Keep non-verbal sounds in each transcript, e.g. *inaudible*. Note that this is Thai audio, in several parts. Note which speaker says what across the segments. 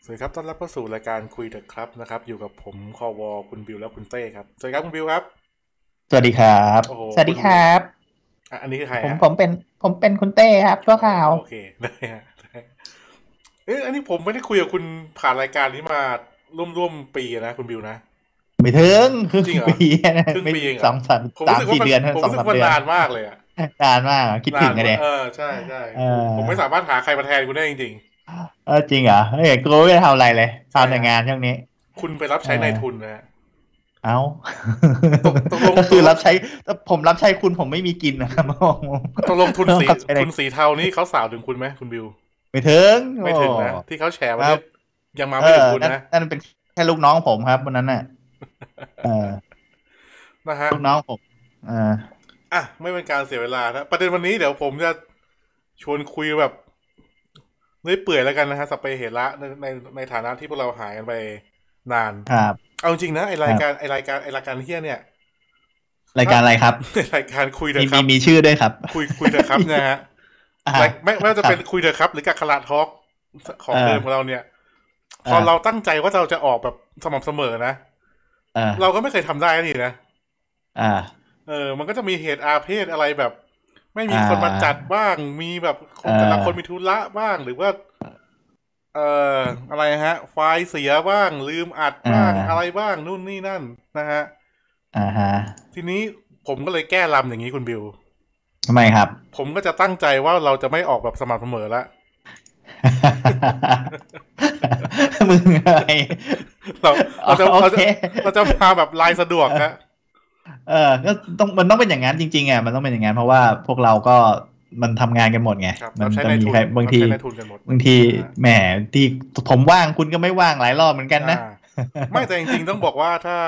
Speaker 1: วัสดีครับ ต้อนรับเข้าสู่รายการคุยเดอะครับนะครับ อยู่กับผมคอวอคุณบิวและคุณเต้ครับ สวัสดีครับคุณบิวครับ
Speaker 2: สวัสดีครับ
Speaker 1: โอ้โห
Speaker 2: สวัสดีครับ
Speaker 1: อ่ะอันนี้คือใคร
Speaker 2: ผม
Speaker 1: ฮะ
Speaker 2: ผมเป็นผมเป็นคุณเต้ครับชั่วข่าว
Speaker 1: โอเค *laughs* ได้ฮะได้เอ๊ะอันนี้ผมไม่ได้คุยกับคุณผ่านรายการนี้มาร่วมร่วมๆปีนะคุณบิวนะ
Speaker 2: ไม่ถึงครึ่ง
Speaker 1: จริงเหรอ
Speaker 2: *laughs* ปี
Speaker 1: ครึ่งปีเองเหรอ
Speaker 2: สองสาม
Speaker 1: ผม
Speaker 2: สาม
Speaker 1: รู้สึกว่ามัน
Speaker 2: สี่เดือน
Speaker 1: ผม
Speaker 2: สอง
Speaker 1: รู้สึ
Speaker 2: สาม
Speaker 1: กว่า
Speaker 2: เดือน
Speaker 1: นานมากเลยอะ
Speaker 2: นานมากเหรอคิดถึง
Speaker 1: นาน
Speaker 2: กันเลย
Speaker 1: เออใช่ใช่
Speaker 2: เออ
Speaker 1: ผมไม่สามารถหาใครมาแทนคุณได้จริง
Speaker 2: เออจริงเหรอเอ้ยกูไม่ได้ทำอะไรเลย
Speaker 1: ใช่ครับ
Speaker 2: ทำแต่งานช่วงนี้
Speaker 1: ๆ คุณไปรับใช้
Speaker 2: เออ
Speaker 1: นายทุนนะฮะ
Speaker 2: เอ้า
Speaker 1: ตกตกลง
Speaker 2: ก็คือรับใช้ผมรับใช้คุณผมไม่มีกินนะครับ
Speaker 1: ต
Speaker 2: *laughs*
Speaker 1: กลงทุนสี
Speaker 2: รับใช้นาย
Speaker 1: ทุนสีเทานี่เขาสาวถึงคุณไหมคุณบิว
Speaker 2: ไม่ถึง
Speaker 1: ไม่ถึงนะ
Speaker 2: โอ้
Speaker 1: ที่เขาแชร์มา
Speaker 2: ครั
Speaker 1: เนี่ย
Speaker 2: บ
Speaker 1: ยังมา
Speaker 2: เอ
Speaker 1: ไม่ถึ
Speaker 2: อง
Speaker 1: คุณ
Speaker 2: นั่น
Speaker 1: นะ
Speaker 2: นั่นเป็นแค่ลูกน้องผมครับวันนั้นน่ะเออ
Speaker 1: นะฮะ
Speaker 2: ลูกน้องผมเอ่า
Speaker 1: อ่ะไม่เป็นการเสียเวลานะประเด็นวันนี้เดี๋ยวผมจะชวนคุยแบบเรื่อยเปื่อยแล้วกันนะฮะสเปเหระในในในฐานะที่พวกเราหายกันไปนาน
Speaker 2: ครับ
Speaker 1: เอาจริงนะไอรายการไอรายการไอรายการเฮี้ยเนี่ย
Speaker 2: รายการอะไรครับ
Speaker 1: รายการคุยเถ
Speaker 2: มี
Speaker 1: อะค
Speaker 2: มี
Speaker 1: รับ
Speaker 2: มีชื่อด้วยครับ
Speaker 1: คุยคุยเถอะครับเนี่ยฮะ
Speaker 2: อ่า
Speaker 1: ไม่ไม่ไม่ว่าจะเป็นคุยเถอะครับ หรือกักขลาทอล์กของ
Speaker 2: เออ
Speaker 1: เดิมของเราเนี่ย
Speaker 2: เออ
Speaker 1: พอเราตั้งใจว่าเราจะออกแบบสม่ำเสมอนะ
Speaker 2: เอ่า
Speaker 1: เราก็ไม่เคยทำได้นี่นะ
Speaker 2: อ่า
Speaker 1: เออ มันก็จะมีเหตุอาเพศอะไรแบบ ไม่มี
Speaker 2: อ่า
Speaker 1: คนมาจัดบ้าง มีแบบคน
Speaker 2: เอ่อ
Speaker 1: แต่ละคนมีธุระบ้าง หรือว่า เอ่อ อะไรฮะ ไฟล์เสียบ้าง ลืมอัดบ้าง อะไรบ้าง นู่นนี่นั่นนะฮะ
Speaker 2: อ่าฮะ
Speaker 1: ทีนี้ผมก็เลยแก้ลำอย่างนี้คุณบิว
Speaker 2: ทำไมครับ *laughs*
Speaker 1: ผมก็จะตั้งใจว่าเราจะไม่ออกแบบสม่ำเสมอละ
Speaker 2: มึงอะไร
Speaker 1: เราเราจะ
Speaker 2: โอ
Speaker 1: เราจะ
Speaker 2: เค
Speaker 1: เราจะมาแบบลายสะดวกนะ
Speaker 2: เออก็ต้องมันต้องเป็นอย่างนั้นจริงๆอ่ะมันต้องเป็นอย่างนั้นเพราะว่าพวกเราก็มันทำงานกันหมดไง
Speaker 1: ครับ
Speaker 2: มั
Speaker 1: เราใช้
Speaker 2: จะ
Speaker 1: ใน
Speaker 2: มี
Speaker 1: ทุน
Speaker 2: ใครบางที
Speaker 1: เรใช้ในทุนกันหมด
Speaker 2: บางที
Speaker 1: อ่า
Speaker 2: แหมที่ผมว่างคุณก็ไม่ว่างหลายรอบเหมือนกันนะ
Speaker 1: อ่าไม่แต่จริงๆ ต้องบอกว่าถ้า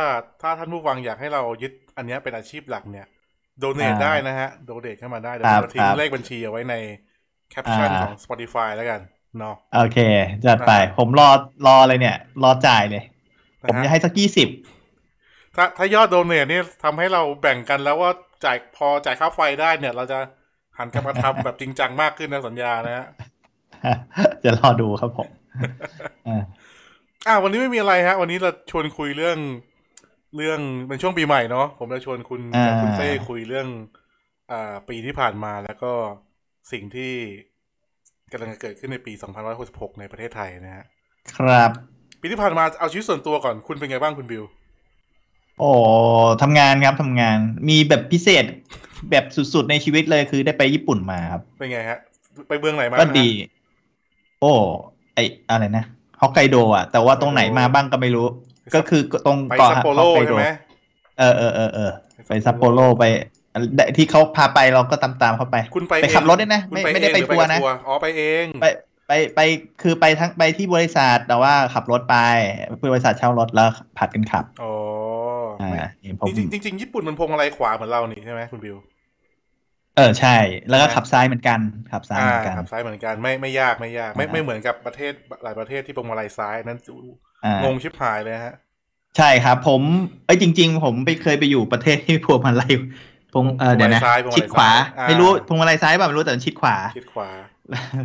Speaker 1: ถ้าท่านผู้ฟังอยากให้เรายึดอันเนี้ยเป็นอาชีพหลักเนี่ยโดเน a
Speaker 2: อ่า
Speaker 1: ได้นะฮะโดเน a เข้ามาได้เดี๋ย
Speaker 2: ควรับ
Speaker 1: เราทิ้งเลขบัญชีเอาไว้ในแคปชั่น
Speaker 2: อ่า
Speaker 1: ของ Spotify แล้วกันเนาะ
Speaker 2: โอเค จัดไป
Speaker 1: อ่า
Speaker 2: ผมรอรอเลยเนี่ย รอจ่ายเลย ผ
Speaker 1: นะ
Speaker 2: ม
Speaker 1: ฮะ
Speaker 2: จะให้สักยี่สิบ *laughs*
Speaker 1: ถ้าถ้ายอดโดเน a นี่ทำให้เราแบ่งกันแล้วว่าจ่ายพอจ่ายค่าไฟได้เนี่ย เราจะหันกลับมาทำ แบบจริงจังมากขึ้นนะสัญญานะฮะ
Speaker 2: จะรอดูครับผมอ่า
Speaker 1: อ่ะวันนี้ไม่มีอะไรฮะ วันนี้เราชวนคุยเรื่องเรื่องเป็นช่วงปีใหม่เนาะผมจะชวนคุณ
Speaker 2: อ่า
Speaker 1: คุณเต้คุยเรื่อง อ่าปีที่ผ่านมาแล้วก็สิ่งที่กำลังจะเกิดขึ้นในปี 2566 ในประเทศไทยนะฮะ
Speaker 2: ครับ
Speaker 1: ปีที่ผ่านมาเอาชีวิตส่วนตัวก่อนคุณเป็นไงบ้างคุณบิว
Speaker 2: โอ้ทำงานครับทำงาน มีแบบพิเศษแบบสุดๆในชีวิตเลยคือได้ไปญี่ปุ่นมาครับ
Speaker 1: เป็นไงฮะ ไปเมืองไหนมา
Speaker 2: ก็
Speaker 1: นะฮะ
Speaker 2: ดี โอ้ ไออะไรนะฮอกไกโดอ่ะ แต่ว่าตรงไหนมาบ้างก็ไม่รู้ ก็คือตรง
Speaker 1: ไป
Speaker 2: เกาะ
Speaker 1: ซัป
Speaker 2: ฮ
Speaker 1: โป
Speaker 2: อก
Speaker 1: โร
Speaker 2: ไก
Speaker 1: ใช่
Speaker 2: โด
Speaker 1: ไหม
Speaker 2: เออเออเออเออไปซัปโปโรไปได้ที่เขาพาไปเราก็ตามๆเขาไป
Speaker 1: คุณไป
Speaker 2: ไป
Speaker 1: เอง
Speaker 2: ขับรถด้วยนะ
Speaker 1: คุณ
Speaker 2: ไม่
Speaker 1: เอง
Speaker 2: ไม่ได้ไป
Speaker 1: หรือ
Speaker 2: ทัวร์นะ
Speaker 1: กับอ๋อไปเอง
Speaker 2: ไปไปไปคือไปทั้งไปที่บริษัทแต่ว่าขับรถไปบริษัทเช่ารถแล้วผัดกันขับ
Speaker 1: อ๋อ
Speaker 2: อ่า
Speaker 1: ไม่
Speaker 2: นี่ผม
Speaker 1: จริงจริงจริงญี่ปุ่นมันพวงอะไรขวาเหมือนเรานี่ใช่ไหมคุณบิว
Speaker 2: เออใช่ แล้วก็
Speaker 1: ใช่ไหม
Speaker 2: ขับซ้ายเหมือนกัน ขับซ้าย
Speaker 1: อ่า
Speaker 2: เหมือนกัน
Speaker 1: ขับซ้ายเหมือนกันไม่ไม่ยากไม่ยาก ไม่
Speaker 2: อ่า
Speaker 1: ไม่เหมือนกับประเทศหลายประเทศที่พวงมาลัยซ้ายนั้น
Speaker 2: อ่าง
Speaker 1: งชิบหายเลยฮะ
Speaker 2: ใช่ครับ ผมเอ้ยจริง ๆ ผมไปเคยไปอยู่ประเทศที่พวงมาลัยพวงเออ
Speaker 1: พว
Speaker 2: เดี๋
Speaker 1: ง
Speaker 2: ยว
Speaker 1: มาลัย
Speaker 2: นะ
Speaker 1: ซ้ายพวงมาลัย
Speaker 2: ชิดขวา
Speaker 1: ซ้ายอ่า
Speaker 2: ไม่รู้พวงมาลัยซ้ายเปล่าไม่รู้แต่มันชิดขวา *laughs*
Speaker 1: ชิดขวา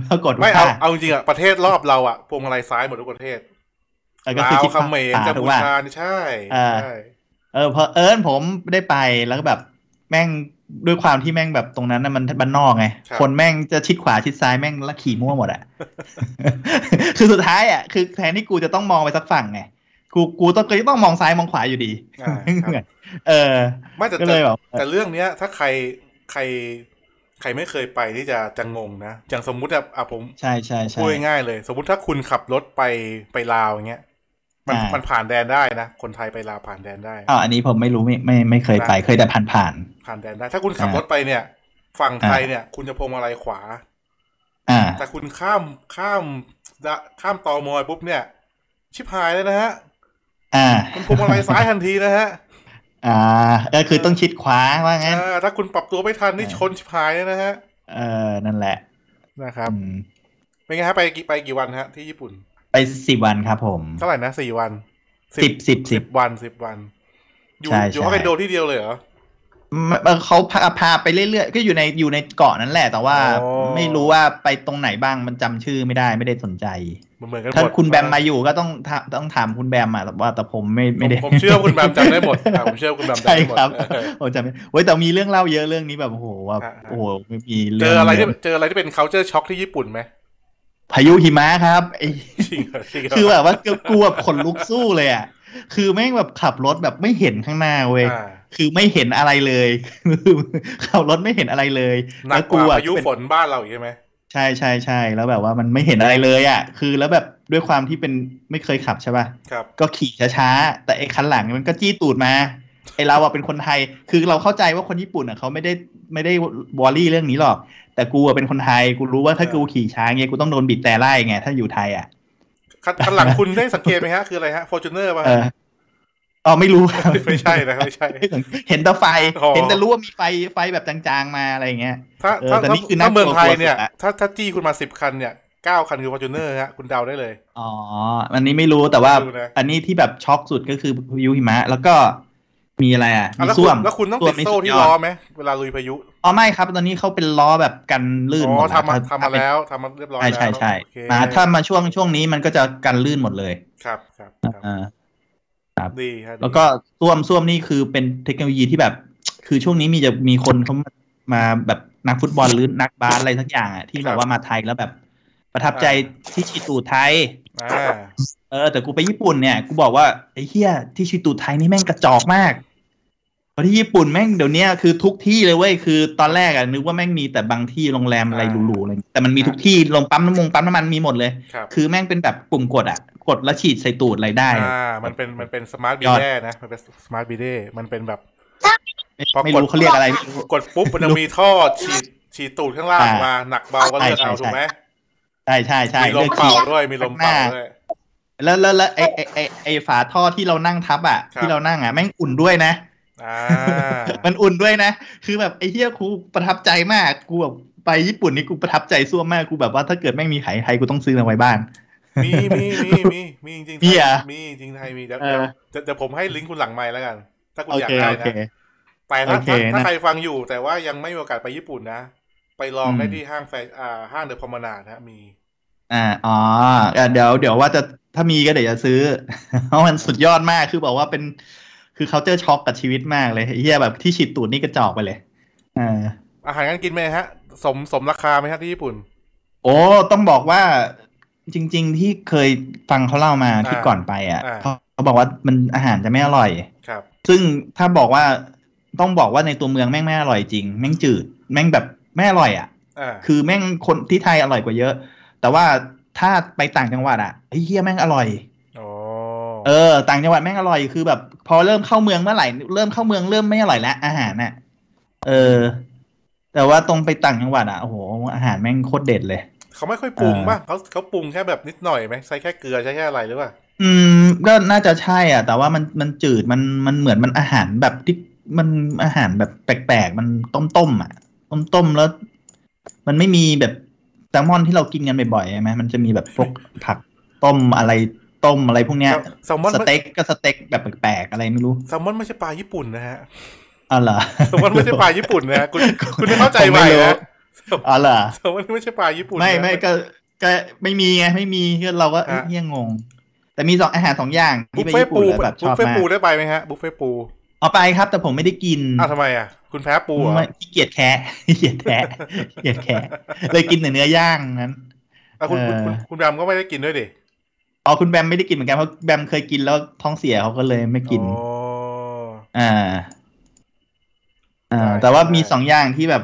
Speaker 2: ปรากฏ
Speaker 1: ไม่
Speaker 2: ว่า
Speaker 1: เอาเอาจริงๆอะประเทศรอบเราอะพวงมาลัยซ้ายหมดทุกประเทศ
Speaker 2: แล้วก็
Speaker 1: ลา
Speaker 2: คือ
Speaker 1: ว
Speaker 2: ชิด
Speaker 1: เขมร
Speaker 2: ขวา
Speaker 1: กัม
Speaker 2: ถู
Speaker 1: พู
Speaker 2: กป่ะ
Speaker 1: ชานี่ใช่
Speaker 2: อ่า
Speaker 1: ใช่
Speaker 2: เออเพอเอิญผมได้ไปแล้วก็แบบแม่งด้วยความที่แม่งแบบตรงนั้นน่ะมันบ้านนอกไงคนแม่งจะชิดขวาชิดซ้ายแม่งละขี่มั่วหมดอะ *laughs* คือสุดท้ายอะคือแทนที่กูจะต้องมองไปสักฝั่งไงกูกูต้องก็ต้องมองซ้ายมองขวาอยู่ดี
Speaker 1: อ่าครับ
Speaker 2: เออ
Speaker 1: ไม่แต่
Speaker 2: ก็
Speaker 1: แต่
Speaker 2: เลยแบบ
Speaker 1: แต่เรื่องเนี้ย ถ้าใครใคร ใครไม่เคยไปนี่จะจะงงนะอย่างสมมุติอะอ่ะผม
Speaker 2: ใช่ใช่ใช่
Speaker 1: พูดง่ายๆเลย สมมุติถ้าคุณขับรถไปไปลาวอย่างเงี้ย มัน
Speaker 2: อ่ามั
Speaker 1: มันผ่านแดนได้นะคนไทยไปลาวผ่านแดนได้
Speaker 2: อ้าวอันนี้ผมไม่รู้ไม่ไม่ไม่เคยไปเคยแต่ผ่านผ่าน
Speaker 1: ผ่านแดนได้ ถ้าคุณขับรถไปเนี่ย ฝั่งไทยเนี่ย คุณจะพวงมาลัยขวา
Speaker 2: ๆอ่า
Speaker 1: แต่คุณข้ามข้ามดะข้ามตอมอยปุ๊บเนี่ย ชิบหายเลยนะฮะ
Speaker 2: อ่า
Speaker 1: มันพวงมาลัยซ้ายทันทีนะ
Speaker 2: *laughs*
Speaker 1: ฮะ
Speaker 2: อ่าเออคือต้องชิดขวาว่างั้น
Speaker 1: เออถ้าคุณปรับตัวไม่ทันนี่
Speaker 2: เออ
Speaker 1: ชนชิบหายเลยนะฮะ
Speaker 2: เออนั่นแหละ
Speaker 1: นะครับ
Speaker 2: อืม
Speaker 1: เป็นไงฮะไปกี่ไปกี่วันฮะที่ญี่ปุ่น
Speaker 2: ไปสิบวันครับผม
Speaker 1: เท่าไหร่นะสี่วัน
Speaker 2: สิบสิบสิ
Speaker 1: สิ
Speaker 2: บ
Speaker 1: บวันสิบวัน อยู่
Speaker 2: ใช่
Speaker 1: อยู่
Speaker 2: ใช่
Speaker 1: ฮอกไกโดที่เดียวเลยเหรอ
Speaker 2: มันเขาพาพาไปเรื่อยๆ ก็อยู่ในอยู่ในเกาะนั้นแหละ แต่ว่า
Speaker 1: อ๋อ
Speaker 2: ไม่รู้ว่าไปตรงไหนบ้างมันจำชื่อไม่ได้ไม่ได้สนใจ
Speaker 1: มันเหมือนกันหม
Speaker 2: ถ้า
Speaker 1: ด
Speaker 2: คุณแบมมาอยู่ก็ต้องถามต้องถามคุณแบมอะแต่ว่าแต่ผมไม่ไม่ได้
Speaker 1: ผมผมเชื่อว่าคุณแบมจำได้หม
Speaker 2: *laughs*
Speaker 1: ดอ่ะผมเชื่อว่าคุณแบมจำ
Speaker 2: ใช่
Speaker 1: ได้หมด
Speaker 2: ครับ
Speaker 1: เออ
Speaker 2: ผมจำไม่โอ้ยแต่มีเรื่องเล่าเยอะเรื่องนี้แบบโอ้โหแบบ
Speaker 1: อ่าๆ
Speaker 2: โอ้โหไม่มี
Speaker 1: เจ
Speaker 2: เรื่
Speaker 1: ออะไร
Speaker 2: เล
Speaker 1: ที่
Speaker 2: ย
Speaker 1: เจออะไรที่เป็น culture shock ที่ญี่ปุ่นไหม *laughs*
Speaker 2: พายุหิมะครับไอ้ *laughs*
Speaker 1: จริงเหรอจริงเหร
Speaker 2: คือแบบว่าเกือบกลัวแบบขนลุกสู้เลยอ่ะคือแม่งแบบขับรถแบบไม่เห็นข้างหน้าเว้ย
Speaker 1: อ่า
Speaker 2: คือไม่เห็นอะไรเลย *laughs* ขับรถไม่เห็นอะไรเลย
Speaker 1: หนัก
Speaker 2: แล้
Speaker 1: กว่า
Speaker 2: อะ
Speaker 1: พายุฝนบ้านเราอีกใช่ไหม
Speaker 2: ใช่ใช่ใช่แล้วแบบว่ามันไม่เห็นอะไรเลยอ่ะ คือแล้วแบบด้วยความที่เป็นไม่เคยขับใช่ป่ะ
Speaker 1: ครับ
Speaker 2: ก็ขี่ช้าๆ แต่ไอ้คันหลังมันก็จี้ตูดมา ไอ้เราอะเป็นคนไทย คือเราเข้าใจว่าคนญี่ปุ่นอะเขาไม่ได้ไม่ได้วอรี่เรื่องนี้หรอก แต่กูอะเป็นคนไทย กูรู้ว่าถ้ากูขี่ช้าเงี้ยกูต้องโดนบีบแต่ไล่ไง ถ้าอยู่ไทยอ่ะ
Speaker 1: คันคันหลังคุณได้สังเกตไหมฮะ คืออะไรฮะ Fortuner ป่ะ
Speaker 2: เอออ๋อไม่รู้
Speaker 1: *laughs* ไม่ใช่นะครับไม่ใช่
Speaker 2: *laughs* เห็นแต่ไฟ
Speaker 1: อ๋อ
Speaker 2: เห็นแต่รู้ว่ามีไฟไฟแบบจางๆมาอะไรอย่างเงี้ย
Speaker 1: ถ้า
Speaker 2: เออ
Speaker 1: ถ้า
Speaker 2: แต่
Speaker 1: ถ้า
Speaker 2: นี่คือน่า
Speaker 1: ถ้าเมืองไทยเนี่ย
Speaker 2: กลัวสุดละ
Speaker 1: ถ้าถ้าจี้คุณมาสิบคันเนี่ยเก้าคันคือ Fortuner ฮะคุณเดาได้เลย
Speaker 2: อ๋อ อันนี้ไม่รู้แต่ว่า
Speaker 1: ไม่รู้นะ
Speaker 2: อันนี้ที่แบบช็อกสุดก็คือพายุหิมะ แล้วก็มีอะไรอ่ะ
Speaker 1: อ่ะ
Speaker 2: มี
Speaker 1: แล้วคุ
Speaker 2: ส้
Speaker 1: ณ
Speaker 2: วม
Speaker 1: แล้วคุณต้อง
Speaker 2: ส้ว
Speaker 1: ติด
Speaker 2: มนี่
Speaker 1: โซ่ที่
Speaker 2: สุดยด
Speaker 1: ล้อไหมเวลาลุยพายุ
Speaker 2: อ๋อไม่ครับ ตอนนี้เขาเป็นล้อแบบกันลื่น
Speaker 1: อ๋
Speaker 2: หม
Speaker 1: อ
Speaker 2: ด
Speaker 1: ทำมา
Speaker 2: ถ้
Speaker 1: ทำมา
Speaker 2: เป็น
Speaker 1: แล้วทำมาเรียบร้อย
Speaker 2: ใช่
Speaker 1: แล้ว
Speaker 2: ใช่ใช่
Speaker 1: โอเค
Speaker 2: มาถ้ามาช่วงช่วงนี้มันก็จะกันลื่นหมดเลย
Speaker 1: ครับครับครับ
Speaker 2: อ่า
Speaker 1: ดีฮะดี
Speaker 2: แล้วก็ส้วมส้วมนี่คือเป็นเทคโนโลยีที่แบบ คือช่วงนี้มีจะมีคนเขามามาแบบนักฟุตบอลหรือนักบาสอะไรสักอย่างอ่ะที่แบบว่ามาไทยแล้วแบบ ประทับใจที่ฉีดตูดไทย
Speaker 1: อ่า
Speaker 2: เออแต่กูไปญี่ปุ่นเนี่ยกูบอกว่าไอ้เฮียที่ชิตูไทยนี่แม่งกระจอกมากเพราะที่ญี่ปุ่นแม่งเดี๋ยวเนี้ยคือทุกที่เลยเว้ยคือตอนแรกอะนึกว่าแม่งมีแต่บางที่โรงแรมอะไรหรูๆอะไรอย่างเงี้ยแต่มันมีทุกที่โรงปั๊มน้ำมงปั๊มน้ำมันมีหมดเลย
Speaker 1: ครับ
Speaker 2: คือแม่งเป็นแบบปุ่มกดอะกดแล้วฉีดใส่ตูดอะไรได้
Speaker 1: อ่ามันเป็นมันเป็นสมาร์ทบี
Speaker 2: ยอด
Speaker 1: เด้นะมันเป็นสมาร์ทบีเด้มันเป็นแบบ
Speaker 2: ไม่
Speaker 1: พอกด
Speaker 2: ไม่รู้เขาเรียกอะไรไม่รู้
Speaker 1: กดปุ๊บ
Speaker 2: *laughs*
Speaker 1: มันจะมีท่อฉีดฉีดตูดข้างล่าง
Speaker 2: อ่าม
Speaker 1: มาหนักเบาก็เลือก
Speaker 2: ใช่
Speaker 1: เอา
Speaker 2: ใช่
Speaker 1: ถูกไหม
Speaker 2: ใช่ใช่ใช่
Speaker 1: มีล
Speaker 2: เลื
Speaker 1: ม
Speaker 2: อก
Speaker 1: เป่า
Speaker 2: ฉีด
Speaker 1: ด้วยมีลมเป่าด้วย
Speaker 2: แล้วแล้วแล้วไอ้ไอ้ไอ้ไอ้ฝาท่อที่เรานั่งทับอะ
Speaker 1: ครับ
Speaker 2: ที่เรานั่งอะแม่งอุ่นด้วยนะ
Speaker 1: อ่า
Speaker 2: มันอุ่นด้วยนะ คือแบบไอ้เฮียกูประทับใจมาก กูแบบไปญี่ปุ่นนี่กูประทับใจซ่วมมาก กูแบบว่าถ้าเกิดแม่งมีขายไทยกูต้องซื้อมาไว้บ้าน
Speaker 1: มีมีมีมีมีจริงๆ
Speaker 2: มีเหรอ
Speaker 1: มีจริงๆไทยมีเดี๋ยว
Speaker 2: เออ
Speaker 1: เดี๋ยวเดี๋ยวผมให้ลิงก์คุณหลังไมค์แล้วกัน ถ้าคุณ
Speaker 2: โอ
Speaker 1: อยาก
Speaker 2: เค
Speaker 1: ได้
Speaker 2: โอ
Speaker 1: นะ
Speaker 2: เค
Speaker 1: แต่ถ้า
Speaker 2: โอเค
Speaker 1: ถ้าถ้า
Speaker 2: นะ
Speaker 1: ใครฟังอยู่ แต่ว่ายังไม่มีโอกาสไปญี่ปุ่นนะ ไปลอง
Speaker 2: อืม
Speaker 1: ได้ที่ห้างแฟชั่นอ่าห้างเดอะพอมนาดฮะมี
Speaker 2: อ่า อ๋ออ่ะเดี๋ยว เดี๋ยวว่าจะ ถ้ามีก็เดี๋ยวจะซื้อ เพราะมันสุดยอดมาก คือบอกว่าเป็น คือเขาเจอช็อกกับชีวิตมากเลยไอ้เฮียแบบที่ฉีดตูดนี่กระจอกไปเลย อ่า
Speaker 1: อาหารการกินไหมฮะ สมสมราคาไหมฮะที่ญี่ปุ่น
Speaker 2: โอ้ ต้องบอกว่าจริง ๆ ที่เคยฟังเขาเล่ามาที่
Speaker 1: อ่า
Speaker 2: ก่อนไปอ่ะ
Speaker 1: อ่า
Speaker 2: เขาเขาบอกว่ามันอาหารจะไม่อร่อย
Speaker 1: ครับ
Speaker 2: ซึ่งถ้าบอกว่าต้องบอกว่าในตัวเมืองแม่งไม่อร่อยจริง แม่งจืด แม่งแบบไม่อร่อยอะ่ะ
Speaker 1: อ่า
Speaker 2: คือแม่งคนที่ไทยอร่อยกว่าเยอะ แต่ว่าถ้าไปต่างจังหวัดอะ่ะไอ้เฮียแม่งอร่อย
Speaker 1: โอ้
Speaker 2: เออ ต่างจังหวัดแม่งอร่อยคือแบบพอเริ่มเข้าเมืองเมื่อไหร่เริ่มเข้าเมืองเริ่มไม่อร่อยแล้วอาหารน่ะ เออ แต่ว่าตรงไปต่างจังหวัดอะ่ะโอ้โหอาหารแม่งโคตรเด็ดเลย
Speaker 1: เขาไม่ค่อยปรุง
Speaker 2: เออ
Speaker 1: ป่ะเขาเขาปรุงแค่แบบนิดหน่อยไหมใช้แค่เกลือใช้แค่อะไรหรือเปล่า
Speaker 2: อืมก็น่าจะใช่อ่ะ แต่ว่ามันมันจืดมันมันเหมือนมันอาหารแบบที่มันอาหารแบบแปลกๆมันต้มต้มๆอ่ะ ต้มต้มๆแล้ว มันไม่มีแบบแซลมอนที่เรากินกันบ่อยๆใช่ไหมมันจะมีแบบพวกผักต้มอะไรต้มอะไรพวกเนี้ย
Speaker 1: แซลมอน
Speaker 2: ส
Speaker 1: ไม่
Speaker 2: เต็กก็สเต็กแบบแปลกๆอะไรไม่รู้
Speaker 1: แซลมอนไม่ใช่ปลาญี่ปุ่นนะฮะ
Speaker 2: อ๋อเหรอ
Speaker 1: แซลมอนไม่ใช่ปลาญี่ปุ่นนะฮะคุณคุณไม่เข้าใจไป
Speaker 2: ผมไม่รู้
Speaker 1: นะ
Speaker 2: อ๋อเหรอ
Speaker 1: แซลมอนไม่ใช่ปลาญี่ปุ่นนะ
Speaker 2: ไม่ไม่ก็ก็ไม่มีไงไม่มีก็เราก็เอ้ย
Speaker 1: ฮะ
Speaker 2: เหี้ยงง แต่มีสองอาหารสองอย่าง
Speaker 1: บุ
Speaker 2: ที่
Speaker 1: ฟ
Speaker 2: ไป
Speaker 1: เฟ่
Speaker 2: ญี่
Speaker 1: ปู
Speaker 2: ปุ่นแล้วแบบช
Speaker 1: บุฟ
Speaker 2: อบ
Speaker 1: เฟ่
Speaker 2: มาก
Speaker 1: ปูได้ไปไหมฮะบุฟเฟ่ปู
Speaker 2: เอาไปครับ แต่ผมไม่ได้กิน
Speaker 1: อ้าวทำไมอ่ะ คุณแพ้ปูเหรอ
Speaker 2: ไม่ขี้เกียจแคะ *laughs* ขี้เกียจแคะขี้เกียจแคะเลยกินแต่เนื้อย่างนั้น
Speaker 1: อ่ะคุณคุณ
Speaker 2: เออ
Speaker 1: คุณคุณแรมก็ไม่ได้กินด้วยดิ
Speaker 2: อ๋อคุณแบมไม่ได้กินเหมือนกันเพราะแบมเคยกินแล้วท้องเสียเขาก็เลยไม่กิน
Speaker 1: อ๋อ
Speaker 2: อ่า อ่า
Speaker 1: ได้
Speaker 2: แต่ว่า
Speaker 1: ได้
Speaker 2: มีสองอย่างที่แบบ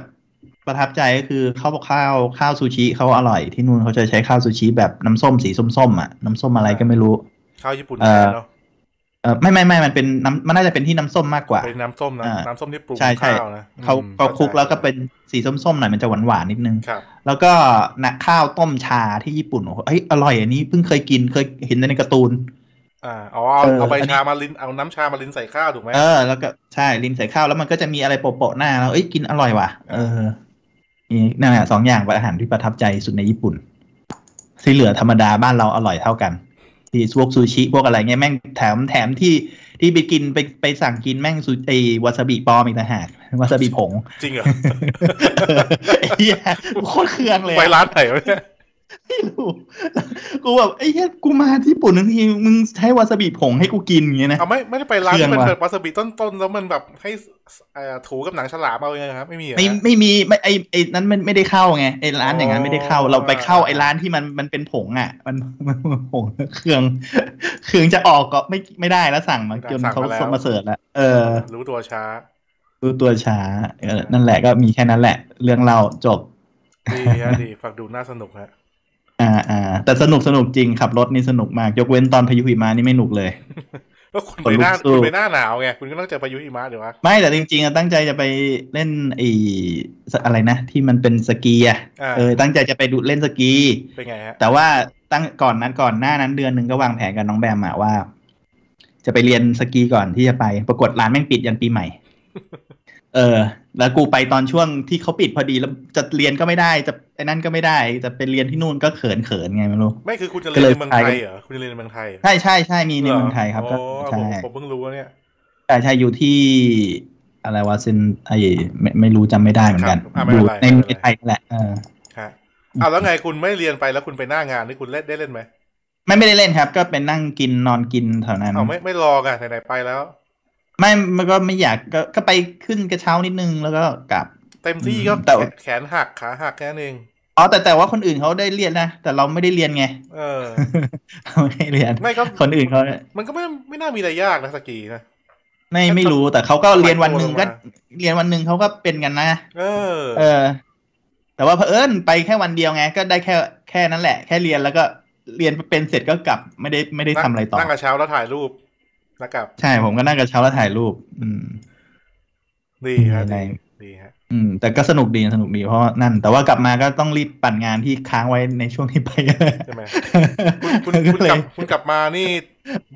Speaker 2: ประทับใจก็คือข้าวบอกข้าวข้าวซูชิเขาอร่อยที่นู่นเขาจะใช้ข้าวซูชิแบบน้ำส้มสีส้มๆอ่ะน้ำส้มอะไรก็ไม่รู้
Speaker 1: ข้าวญี่ปุ่น
Speaker 2: เอ่อ
Speaker 1: แท้เนาะ
Speaker 2: เออไม่ไม่ไม่มันเป็นน้ำมันน่าจะเป็นที่น้ำส้มมากกว่า
Speaker 1: เป็นน้ำส้มนะ
Speaker 2: อ่า
Speaker 1: น้ำส้มที่ปรุง
Speaker 2: ใช่ใช่
Speaker 1: ข้าวนะ
Speaker 2: เขา
Speaker 1: อืม
Speaker 2: เขาคลุก
Speaker 1: ข้ใจ
Speaker 2: แล้วก็เป็นสีส้มๆหน่อยมันจะหวานๆนิดนึง
Speaker 1: ครับ
Speaker 2: แล้วก็หนักข้าวต้มชาที่ญี่ปุ่นโอ้โหเฮ้ยอร่อยอันนี้เพิ่งเคยกินเคยเห็นแต่ในการ์ตูน
Speaker 1: อ่าอ๋อเอา
Speaker 2: เออ
Speaker 1: เอาไป
Speaker 2: อันนี้
Speaker 1: ชามาลินเอาน้ำชามาลินใส่ข้าวถูกไหม
Speaker 2: เออ แล้วก็ใช่ริมใส่ข้าวแล้วมันก็จะมีอะไรโปะๆหน้าแล้วเอ้ยกินอร่อยว่ะ เออนี่นั่นแหละสองอย่างเป็นอาหารที่ประทับใจสุดในญี่ปุ่นที่เหลือธรรมดาบ้านเราอร่อยเท่ากัน พีพวกซูชิพวกอะไรเงี้ยแม่งแถมแถมที่ที่ไปกินไปไปสั่งกินแม่งซูไอวาซาบิปลอมอีกต่างหากวาซาบิผง *laughs*
Speaker 1: จริงเหรอ
Speaker 2: ไอ้เหี้ยโคตรเคืองเลย
Speaker 1: ไป
Speaker 2: อะ
Speaker 1: ร้านไหนวะเนี่ย
Speaker 2: ไม่รู้ *laughs* กูแบบไอ้เหี้ยกูมาที่ญี่ปุ่นทั้งทีมึงใช้วาซาบิผงให้กูกินอย่างเงี้ยนะ
Speaker 1: เอาไม่ไม่ได้ไปร้าน
Speaker 2: เคือง
Speaker 1: ที่เป็น
Speaker 2: ว่ะ
Speaker 1: แบบวาซาบิต้นๆ แล้วมันแบบให้เอ่อถูกับหนังฉลามเอาไงครับ ไม่มีเหรอ
Speaker 2: ไม่
Speaker 1: ฮะ
Speaker 2: ไม่มีไม่ไอไอนั้นมันไม่ได้เข้าไงไอร้านอย่างนั้น
Speaker 1: อ๋อ
Speaker 2: ไม่ได้เข้าเราไปเข้าไอร้านที่มันมันเป็นผงอ่ะ มันมันมันผงเครื่อง *laughs* เครื่องจะออกก็ไม่ไม่ได้แล้วสั่งมาจนเขาส่งมาเสิร์ฟแล้วเออ
Speaker 1: รู้ตัวช้า
Speaker 2: ดูตัวช้าเออนั่นแหละก็มีแค่นั้นแหละ เรื่องเราจบ
Speaker 1: ดีฮะดีฟังดูน่าสนุกฮะ
Speaker 2: อ่าอ่าแต่สนุกสนุกจริงขับรถนี่สนุกมาก ยกเว้นตอนพายุหิมะนี่ไม่หนุกเลย
Speaker 1: ก็คุณ
Speaker 2: ข
Speaker 1: ไป
Speaker 2: นลุ
Speaker 1: ห
Speaker 2: ก
Speaker 1: น้า
Speaker 2: สู้
Speaker 1: คุณไปหน้าหนาวไง คุณก็ต้องเจอพายุหิมะเดี๋ยววะ
Speaker 2: ไม่แต่จริงๆอะตั้งใจจะไปเล่นไอ้สอะไรนะ ที่มันเป็นสกีอ่ะ
Speaker 1: อ่า
Speaker 2: เออตั้งใจจะไปดูเล่นสกี
Speaker 1: เป็นไงฮะ
Speaker 2: แต่ว่าตั้งก่อนนั้นก่อนหน้านั้นเดือนหนึ่งก็วางแผนกับน้องแบมอะว่า จะไปเรียนสกีก่อนที่จะไป ปรากฏร้านแม่งปิดยันปีใหม่ เออ แล้วกูไปตอนช่วงที่เขาปิดพอดีแล้วจะเรียนก็ไม่ได้จะไอ้นั่นก็ไม่ได้จะไปเรียนที่นู่นก็เขินเขินๆไงไม่รู้
Speaker 1: ไม่คือคุณจะ
Speaker 2: ก็
Speaker 1: เรียน
Speaker 2: เลย
Speaker 1: ในเมืองไท
Speaker 2: ไป
Speaker 1: ยเหรอคุณจะเรียนในเมืองไทยเหรอ
Speaker 2: ใช่ใช่ใช่มีในเมืองไทยครับ
Speaker 1: โอ้ผ
Speaker 2: ก็ใช่
Speaker 1: มผมเพิ่งรู้ว่าเนี่ย
Speaker 2: ใช่ใช่อยู่ที่อะไรวะเซนไอไม่ไม่รู้จำไม่ได้เหมือนกัน
Speaker 1: ครับอ่ะไม่
Speaker 2: อ
Speaker 1: เป็นไร
Speaker 2: ยู่ใน
Speaker 1: ไม่
Speaker 2: ใน
Speaker 1: เป็น
Speaker 2: ไท
Speaker 1: ไร
Speaker 2: ยนั่นแหละเออ
Speaker 1: ฮะอ้าวแล้วไงคุณไม่เรียนไปแล้วคุณไปหน้างานนี่คุณเล่นได้เล่นไหม
Speaker 2: ไม่ไม่ได้เล่นครับ ก็เป็นนั่งกินนอนกินแถวนั้น
Speaker 1: อ้าวไม่ไม่รองอ่ะไหนๆไปแล้ว
Speaker 2: ไม่มันก็ไม่อยากก็ก็ไปขึ้นกระเช้านิดนึงแล้วก็กลับ
Speaker 1: เต็มที่ก็
Speaker 2: แต่
Speaker 1: แขนแขนหักขาหักแค่นั้นเอง
Speaker 2: อ๋อแต่แต่ว่าคนอื่นเขาได้เรียนนะ แต่เราไม่ได้เรียนไง *laughs*
Speaker 1: เออ
Speaker 2: เราไม่ได้เรียน
Speaker 1: ไม่ก็
Speaker 2: คนอื่นเขา
Speaker 1: มันก็ไม่ไม่น่ามีอะไรยากนะสกีนะ
Speaker 2: ไม่
Speaker 1: ก็
Speaker 2: ไม่รู้แต่เขาก็เรียนวันหนึ่งก็
Speaker 1: ปล่อยตัวลง
Speaker 2: เรียนวันหนึ่งเขาก็เป็นกันนะ
Speaker 1: เออ
Speaker 2: เออ แต่ว่าเผอิญไปแค่วันเดียวไง ก็ได้แค่แค่นั้นแหละ แค่เรียนแล้วก็เรียนเป็นเสร็จก็กลับไม่ได้ไม่ได้ทำอะไรต่อ
Speaker 1: นั่งกระเช้าแล้วถ่ายรูปแล้วกลับ
Speaker 2: ใช่ผมก็นั่งกระเช้าแล้วถ่ายรูป อืม
Speaker 1: ดีฮะ
Speaker 2: ไม่ได้
Speaker 1: ดีดีฮะ
Speaker 2: อืม แต่ก็สนุกดีสนุกดีเพราะนั่น แต่ว่ากลับมาก็ต้องรีบปั่นงานที่ค้างไว้ในช่วงที่ไป
Speaker 1: ใช่ไหม คุณคุณกลับคุณกลับมานี่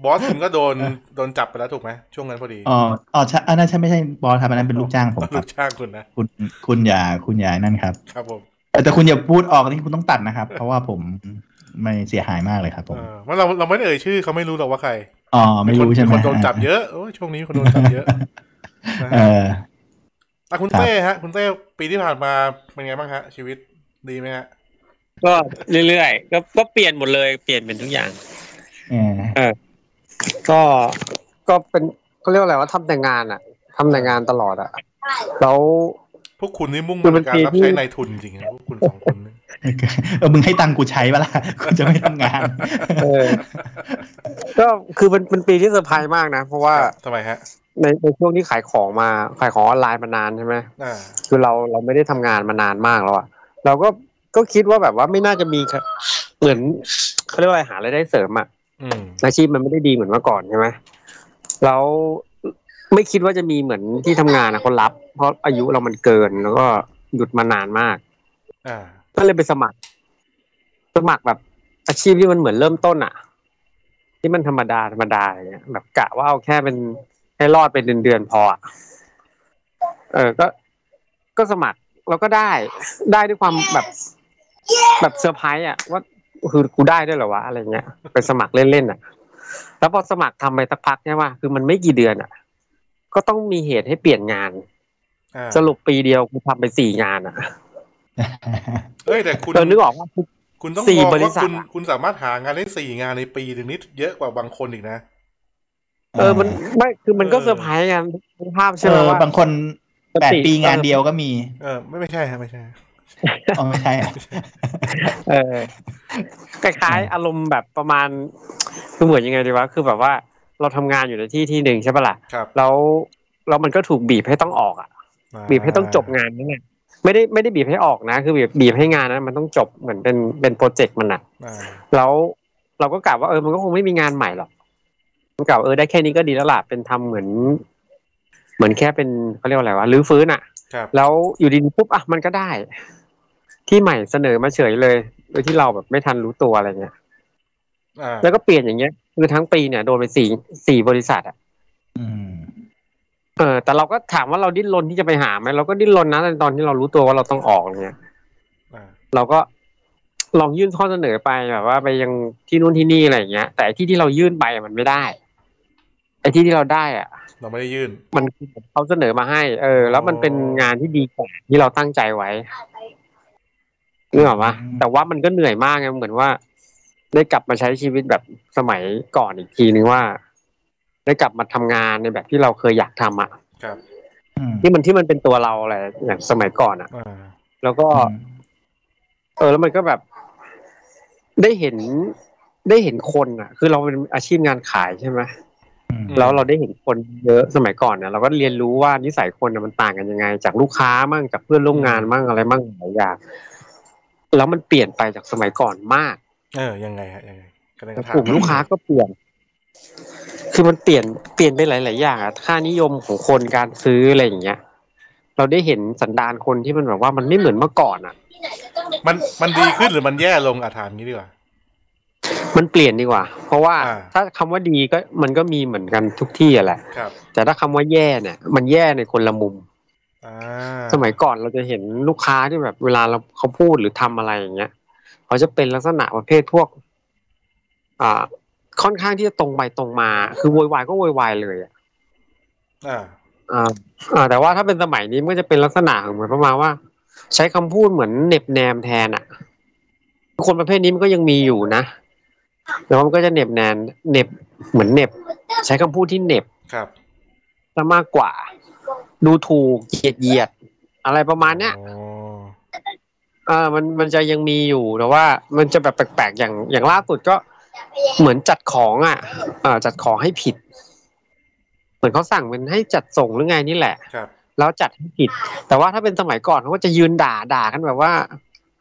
Speaker 1: บอสคุณก็โดนโดนจับไปแล้วถูกไหมช่วงนั้นพอดี
Speaker 2: อ๋ออ๋อใช่อันนั้นใช่ไม่ใช่บอสครับอันนั้นเป็นลูกจ้างผมค
Speaker 1: ลู
Speaker 2: รับ
Speaker 1: กจ้างคุณนะ
Speaker 2: คุณคุณอย่าคุณอย่านั่นครับ
Speaker 1: ครับผม
Speaker 2: แต่แต่คุณอย่าพูดออกนี่คุณต้องตัดนะครับ เพราะว่าผมไม่เสียหายมากเลยครับผ
Speaker 1: เออ
Speaker 2: ม
Speaker 1: ว่าะเราเราไม่ได้เอ่ยชื่อเขาไม่รู้หรอกว่าใคร
Speaker 2: อ๋อไม่รู้ใช่ไหม
Speaker 1: มีคนโดนจับเยอะโอ้ยช่วงนี้มีคนโดนจับเยอะนะ
Speaker 2: เอ
Speaker 1: ฮะ
Speaker 2: อ
Speaker 1: อ่ะคุณ
Speaker 2: ครับ
Speaker 1: เต้ฮะ คุณเต้ปีที่ผ่านมาเป็นไงบ้างฮะ ชีวิตดีไหมฮะ
Speaker 3: ก็เรื่อยๆก็ก็เปลี่ยนหมดเลยเปลี่ยนเป็นทุกอย่าง
Speaker 2: เออ
Speaker 3: ก็ก็เป็นเขาเรียกว่าอะไรว่าทำแต่งานอ่ะทำแต่งานตลอดอ่ะแล้ว
Speaker 1: พวกคุณนี่มุ่งมั่นในการ
Speaker 3: คือ
Speaker 1: รั
Speaker 3: มั
Speaker 1: บ
Speaker 3: นปีที่
Speaker 1: ใช้นายทุนจริงๆนะพวกคุณสองคนนี่
Speaker 2: เออมึงให้ตังค์กูใช้ปะล่ะกูจะไม่ทำงาน
Speaker 3: เออ *laughs* ก็คือเป็นเป็นปีที่เซอร์ไพรส์มากนะ เพราะว่า
Speaker 1: ทำไมฮะ
Speaker 3: ในในช่วงที่ขายของมาขายของออนไลน์มานานใช่ไหม
Speaker 1: อ่า
Speaker 3: คือเราเราไม่ได้ทำงานมานานมากแล้วอ่ะเราก็ก็คิดว่าแบบว่าไม่น่าจะมีเหมือนเขาเรียกว่าอะไรหารายได้เสริมอ่ะ
Speaker 1: อืม
Speaker 3: อาชีพมันไม่ได้ดีเหมือนเมื่อก่อนใช่ไหมแล้วไม่คิดว่าจะมีเหมือนที่ทำงานนะคนรับ เพราะอายุเรามันเกินแล้วก็หยุดมานานมาก
Speaker 1: อ่า
Speaker 3: ก็เลยไปสมัคร สมัครแบบอาชีพที่มันเหมือนเริ่มต้นอะที่มันธรรมดาธรรมดาอย่างเงี้ยแบบกะว่าเอาแค่เป็นให้รอดเป็นเดือนเดือนๆพออะเออก็ก็สมัครแล้วก็ได้ได้ด้วยความแบบแบบเซอร์ไพรส์อะว่าคือกูได้ด้วยเหรอวะอะไรเงี้ยไปสมัครเล่นๆอะแล้วพอสมัครทำไปสักพักใช่ไหมคือมันไม่กี่เดือนอะก็ต้องมีเหตุให้เปลี่ยนงาน
Speaker 1: อ่า
Speaker 3: สรุปปีเดียวกูทำไปสี่งานอะ
Speaker 1: เอ้ยแต่คุณ
Speaker 3: เออนึกออกว่า
Speaker 1: คุณต้อง
Speaker 3: สี่
Speaker 1: มอง
Speaker 3: บริ
Speaker 1: ว่า
Speaker 3: ษัท
Speaker 1: คุณ
Speaker 3: อะ
Speaker 1: คุณสามารถหางานได้สี่งานในปีหนึ่งนิดเยอะกว่าบางคนอีกนะ
Speaker 3: เออ มันไม่คือมันก็
Speaker 1: เออ
Speaker 3: เซอร์ไพรส์กันทุกภาพ
Speaker 2: เอ
Speaker 3: ใช่ไหม
Speaker 2: อ
Speaker 3: ว่า
Speaker 2: บางคนแปด
Speaker 3: ติ
Speaker 2: ปีงานเดียวก็มี
Speaker 1: เออไม่ไม่ใช่ฮะไม่ใช่
Speaker 2: อ๋อไม่ใช่อะ
Speaker 3: เออคล้ายๆอารมณ์แบบประมาณคือเหมือนยังไงดีวะคือแบบว่าเราทำงานอยู่ในที่ที่หนึ่งใช่ปะล่ะ
Speaker 1: ครับ
Speaker 3: แล้วแล้วมันก็ถูกบีบให้ต้องออกอ่ะ
Speaker 1: า
Speaker 3: บีบให้ต้องจบงานนั่นแหละไม่ได้ไม่ได้บีบให้ออกนะ คือบีบบีบให้งานนั้นมันต้องจบเหมือนเป็นเป็นโปรเจกต์มันอ่ะ
Speaker 1: อ่า
Speaker 3: แล้วเราก็กะว่าเออมันก็คงไม่มีงานใหม่หรอกมันกะว่าเออได้แค่นี้ก็ดีแล้วล่ะเป็นทำเหมือน เหมือนแค่เป็นเขาเรียกว่าอะไรวะรื้อฟื้นอ่ะ
Speaker 1: ครับ
Speaker 3: แล้วอยู่ดีๆปุ๊บอ่ะมันก็ได้ ที่ใหม่เสนอมาเฉยเลย โดยที่เราแบบไม่ทันรู้ตัวอะไรเงี้ย
Speaker 1: อ่า
Speaker 3: แล้วก็เปลี่ยนอย่างเงี้ยคือทั้งปีเนี่ยโดนไปสี่สี่บริษัทอ่ะ
Speaker 2: อืม
Speaker 3: เออแต่เราก็ถามว่าเราดิ้นรนที่จะไปหาไหมเราก็ดิ้นรนนะในตอนที่เรารู้ตัวว่าเราต้องออกอะไรเงี้ย
Speaker 1: อ่า
Speaker 3: เราก็ ลองยื่นข้อเสนอไปแบบว่าไปยังที่นู่นที่นี่อะไรอย่างเงี้ย แต่ไอ้ที่ที่เรายื่นไปอะมันไม่ได้ ไอ้ที่ที่เราได้อ่ะ
Speaker 1: เราไม่ได้ยื่น
Speaker 3: มันคือเขาเสนอมาให้ เออ แล้วมันเป็นงานที่ดีกว่าที่เราตั้งใจไว้นึกออกปะ
Speaker 2: อืม
Speaker 3: แต่ว่ามันก็เหนื่อยมากไงเหมือนว่า ได้กลับมาใช้ชีวิตแบบสมัยก่อนอีกทีนึงว่า ได้กลับมาทำงานในแบบที่เราเคยอยากทำอ่ะ
Speaker 1: ครับ
Speaker 2: อืม
Speaker 3: ที่มันที่มันเป็นตัวเราอะไรอย่างสมัยก่อนอ่ะ
Speaker 1: อ่า
Speaker 3: แล้วก็ เออแล้วมันก็แบบ ได้เห็นได้เห็นคนอ่ะ คือเราเป็นอาชีพงานขายใช่ไหม
Speaker 2: อืม
Speaker 3: แล้วเราได้เห็นคนเยอะสมัยก่อนเนี่ยเราก็เรียนรู้ว่านิสัยคนน่ะมันต่างกันยังไง จากลูกค้ามั่งจากเพื่อนร่วมงานมั่งอะไรมั่งหลายอย่างแล้วมันเปลี่ยนไปจากสมัยก่อนมาก
Speaker 1: เออ ยังไงฮะ ยังไงกำลังถาม
Speaker 3: กลุ่มลูกค้าก็เปลี่ยน คือมันเปลี่ยนเปลี่ยนไปหลาย ๆ อย่างอะค่านิยมของคนการซื้ออะไรอย่างเงี้ย เราได้เห็นสันดานคนที่มันแบบว่ามันไม่เหมือนเมื่อก่อนอะ
Speaker 1: มัน มันดีขึ้นหรือมันแย่ลงอาถามนี้ดีกว่า
Speaker 3: มันเปลี่ยนดีกว่า เพราะว่า
Speaker 1: อ่า
Speaker 3: ถ้าคำว่าดีก็มันก็มีเหมือนกันทุกที่อะแหละ
Speaker 1: ครับ
Speaker 3: แต่ถ้าคำว่าแย่เนี่ย มันแย่ในคนละมุม
Speaker 1: อ่า
Speaker 3: สมัยก่อนเราจะเห็นลูกค้าที่แบบเวลาเราเขาพูดหรือทำอะไรอย่างเงี้ยเขาจะเป็นลักษณะประเภทพวก อ่า ค่อนข้างที่จะตรงไปตรงมา คือโวยวายก็โวยวายเลยอะ
Speaker 1: อ่า
Speaker 3: อ่าอ่า แต่ว่าถ้าเป็นสมัยนี้มันก็จะเป็นลักษณะของเหมือนประมาณว่า ใช้คำพูดเหมือนเหน็บแนมแทนอะคนประเภทนี้มันก็ยังมีอยู่นะแต่ว่ามันก็จะเหน็บแนมเหน็บเหมือนเหน็บ ใช้คำพูดที่เหน็บ
Speaker 1: ครับ
Speaker 3: ซะมากกว่า ดูถูกเหยียดเหยียด อะไรประมาณเนี้ย
Speaker 1: อ๋อ
Speaker 3: เออมันมันจะยังมีอยู่แต่ว่า มันจะแบบแปลกๆอย่างอย่างล่าสุดก็เหมือนจัดของอ่ะเอ่อจัดของให้ผิด เหมือนเขาสั่งเป็นให้จัดส่งหรือไงนี่แหละ
Speaker 1: ครับ
Speaker 3: แล้วจัดให้ผิด แต่ว่าถ้าเป็นสมัยก่อนเขาก็จะยืนด่าด่ากันแบบว่า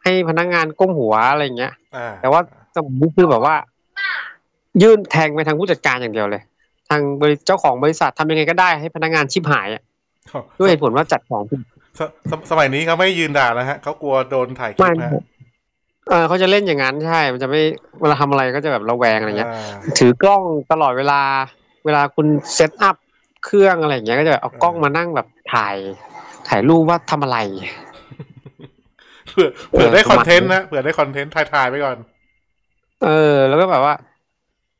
Speaker 3: ให้พนักงานก้มหัวอะไรอย่างเงี้ย
Speaker 1: อ่า
Speaker 3: แต่ว่าสมัยนี้คือแบบว่า ยื่นแทงไปทางผู้จัดการอย่างเดียวเลย ทางบริเจ้าของบริษัททำยังไงก็ได้ให้พนักงานชิบหายอะด้วยเหตุผลว่าจัดของผิด
Speaker 1: สสสมัยนี้เขาไม่ยืนด่านะฮะ เขากลัวโดนถ่ายคลิป
Speaker 3: ไม่
Speaker 1: ฮะ
Speaker 3: เออเขาจะเล่นอย่างนั้นใช่ มันจะไม่เวลาทำอะไรก็จะแบบระแวงอะไรเงี้ย
Speaker 1: อ่า
Speaker 3: ถือกล้องตลอดเวลา เวลาคุณเซตอัพเครื่องอะไรอย่างเงี้ยก็จะเอากล้องมานั่งแบบถ่าย ถ่ายรูปว่าทำอะไร
Speaker 1: เผื่อเผื่อได้
Speaker 3: เออ
Speaker 1: คอนเทนต์นะ เผื่อได้คอนเทนต์ถ่ายถ่ายๆไปก่อน
Speaker 3: เออ แล้วก็แบบว่า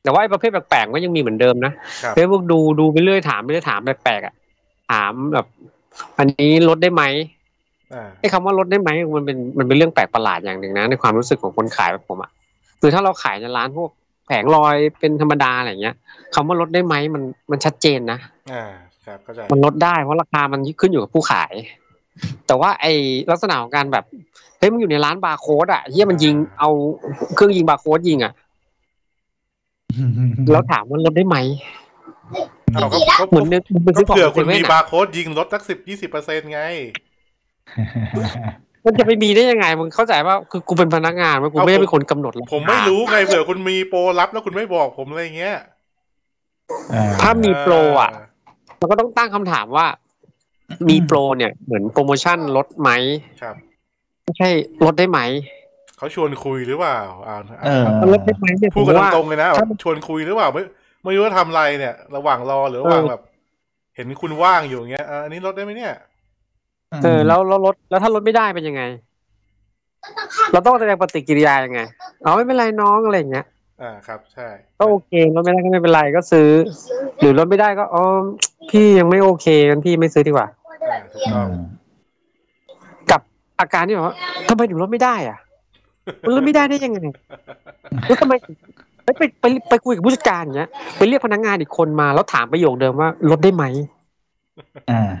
Speaker 3: แต่ว่าไอ้ประเภทแปลกๆก็ยังมีเหมือนเดิมนะครับ เฟซบุ๊กดูดูไปเรื่อยถามไปเรื่อยถามแปลกๆอ่ะถามแบบ อันนี้ลดได้ไหม
Speaker 1: อ่า
Speaker 3: ไอ้คำว่าลดได้ไหมมันเป็นมันเป็นเรื่องแปลกประหลาดอย่างหนึ่งนะ ในความรู้สึกของคนขายแบบผมอ่ะคือถ้าเราขายในร้านพวกแผงลอยเป็นธรรมดาอะไรอย่างเงี้ยคำว่าลดได้ไหมมันมันชัดเจนนะ
Speaker 1: อ่า ครับเข้าใจ
Speaker 3: มันลดได้เพราะราคามันขึ้นอยู่กับผู้ขาย แต่ว่าไอลักษณะของการแบบเฮ้ยมันอยู่ในร้านบาร์โค้ดอ่ะเฮียมันยิง
Speaker 1: อ่า
Speaker 3: เอาเครื่องยิงบาร์โค้ดยิงอ่ะแล้วถามว่าลดได้ไหม
Speaker 1: เอาก็ก็
Speaker 3: เหมือนนึกมันเป็น
Speaker 1: ก็
Speaker 3: ซื้อของ
Speaker 1: เผื่อคุณ
Speaker 3: เซเว่
Speaker 1: มี
Speaker 3: นอะ
Speaker 1: บาร์โค้ดยิงลดสักสิบยี่สิบเปอร์เซ็นต์ไง
Speaker 3: มันจะไปมีได้ยังไงมึงเข้าใจว่าคือกูเป็นพนักงานว่ากูไม่ได้
Speaker 1: เอาผม
Speaker 3: เป็นคนกำหนดราคา
Speaker 1: ผมไม่รู้
Speaker 3: *laughs*
Speaker 1: ไงเผื่อคุณมีโปรรับแล้วคุณไม่บอกผมอะไรอย่างเงี้ย
Speaker 3: ถ้ามีโปรอ่ะมันก็ต้องตั้งคำถามว่า มีโปรเนี่ยเหมือนโปรโมชั่นลดไหม
Speaker 1: ครับ
Speaker 3: ไม่ใช่ลดได้ไหม
Speaker 1: เขาชวนคุยหรือเปล่าอ่า
Speaker 2: เออ
Speaker 3: มันลดได้ไหมเนี่ยผ
Speaker 1: พูด
Speaker 3: ม
Speaker 1: กัน
Speaker 3: ว่า
Speaker 1: ตรงๆเลยนะ
Speaker 3: ถ้า
Speaker 1: ชวนคุยหรือเปล่าไม่ไม่รู้ว่าทำอะไรเนี่ย ระหว่างรอหรือระหว่างแบบ เห็นคุณว่างอยู่อย่างเงี้ยอ่าอันนี้ลดได้ไหมเนี่ย
Speaker 3: เออแล้วแล้วลดแล้วถ้าลดไม่ได้เป็นยังไง เราต้องแสดงปฏิกิริยายังไงเอาไม่เป็นไรน้องอะไรอย่างเงี้ย
Speaker 1: อ่าครับ ใช่
Speaker 3: ก็โอเคลดไม่ได้ก็ไม่เป็นไรก็ซื้อ หรือลดไม่ได้ก็อ๋อพี่ยังไม่โอเคกันพี่ไม่ซื้อดีกว่า
Speaker 1: อ่าถูกต้อง
Speaker 3: กับอาการที่แบบว่าทำไมถึงลดไม่ได้อ่ะมันลดไม่ได้ได้ยังไงแล้วทำไมไปไปไปไปคุยกับผู้จัดการอย่างเงี้ยไปเรียกพนักงานอีกคนมาแล้วถามประโยคเดิมว่าลดได้ไหม
Speaker 2: อ่า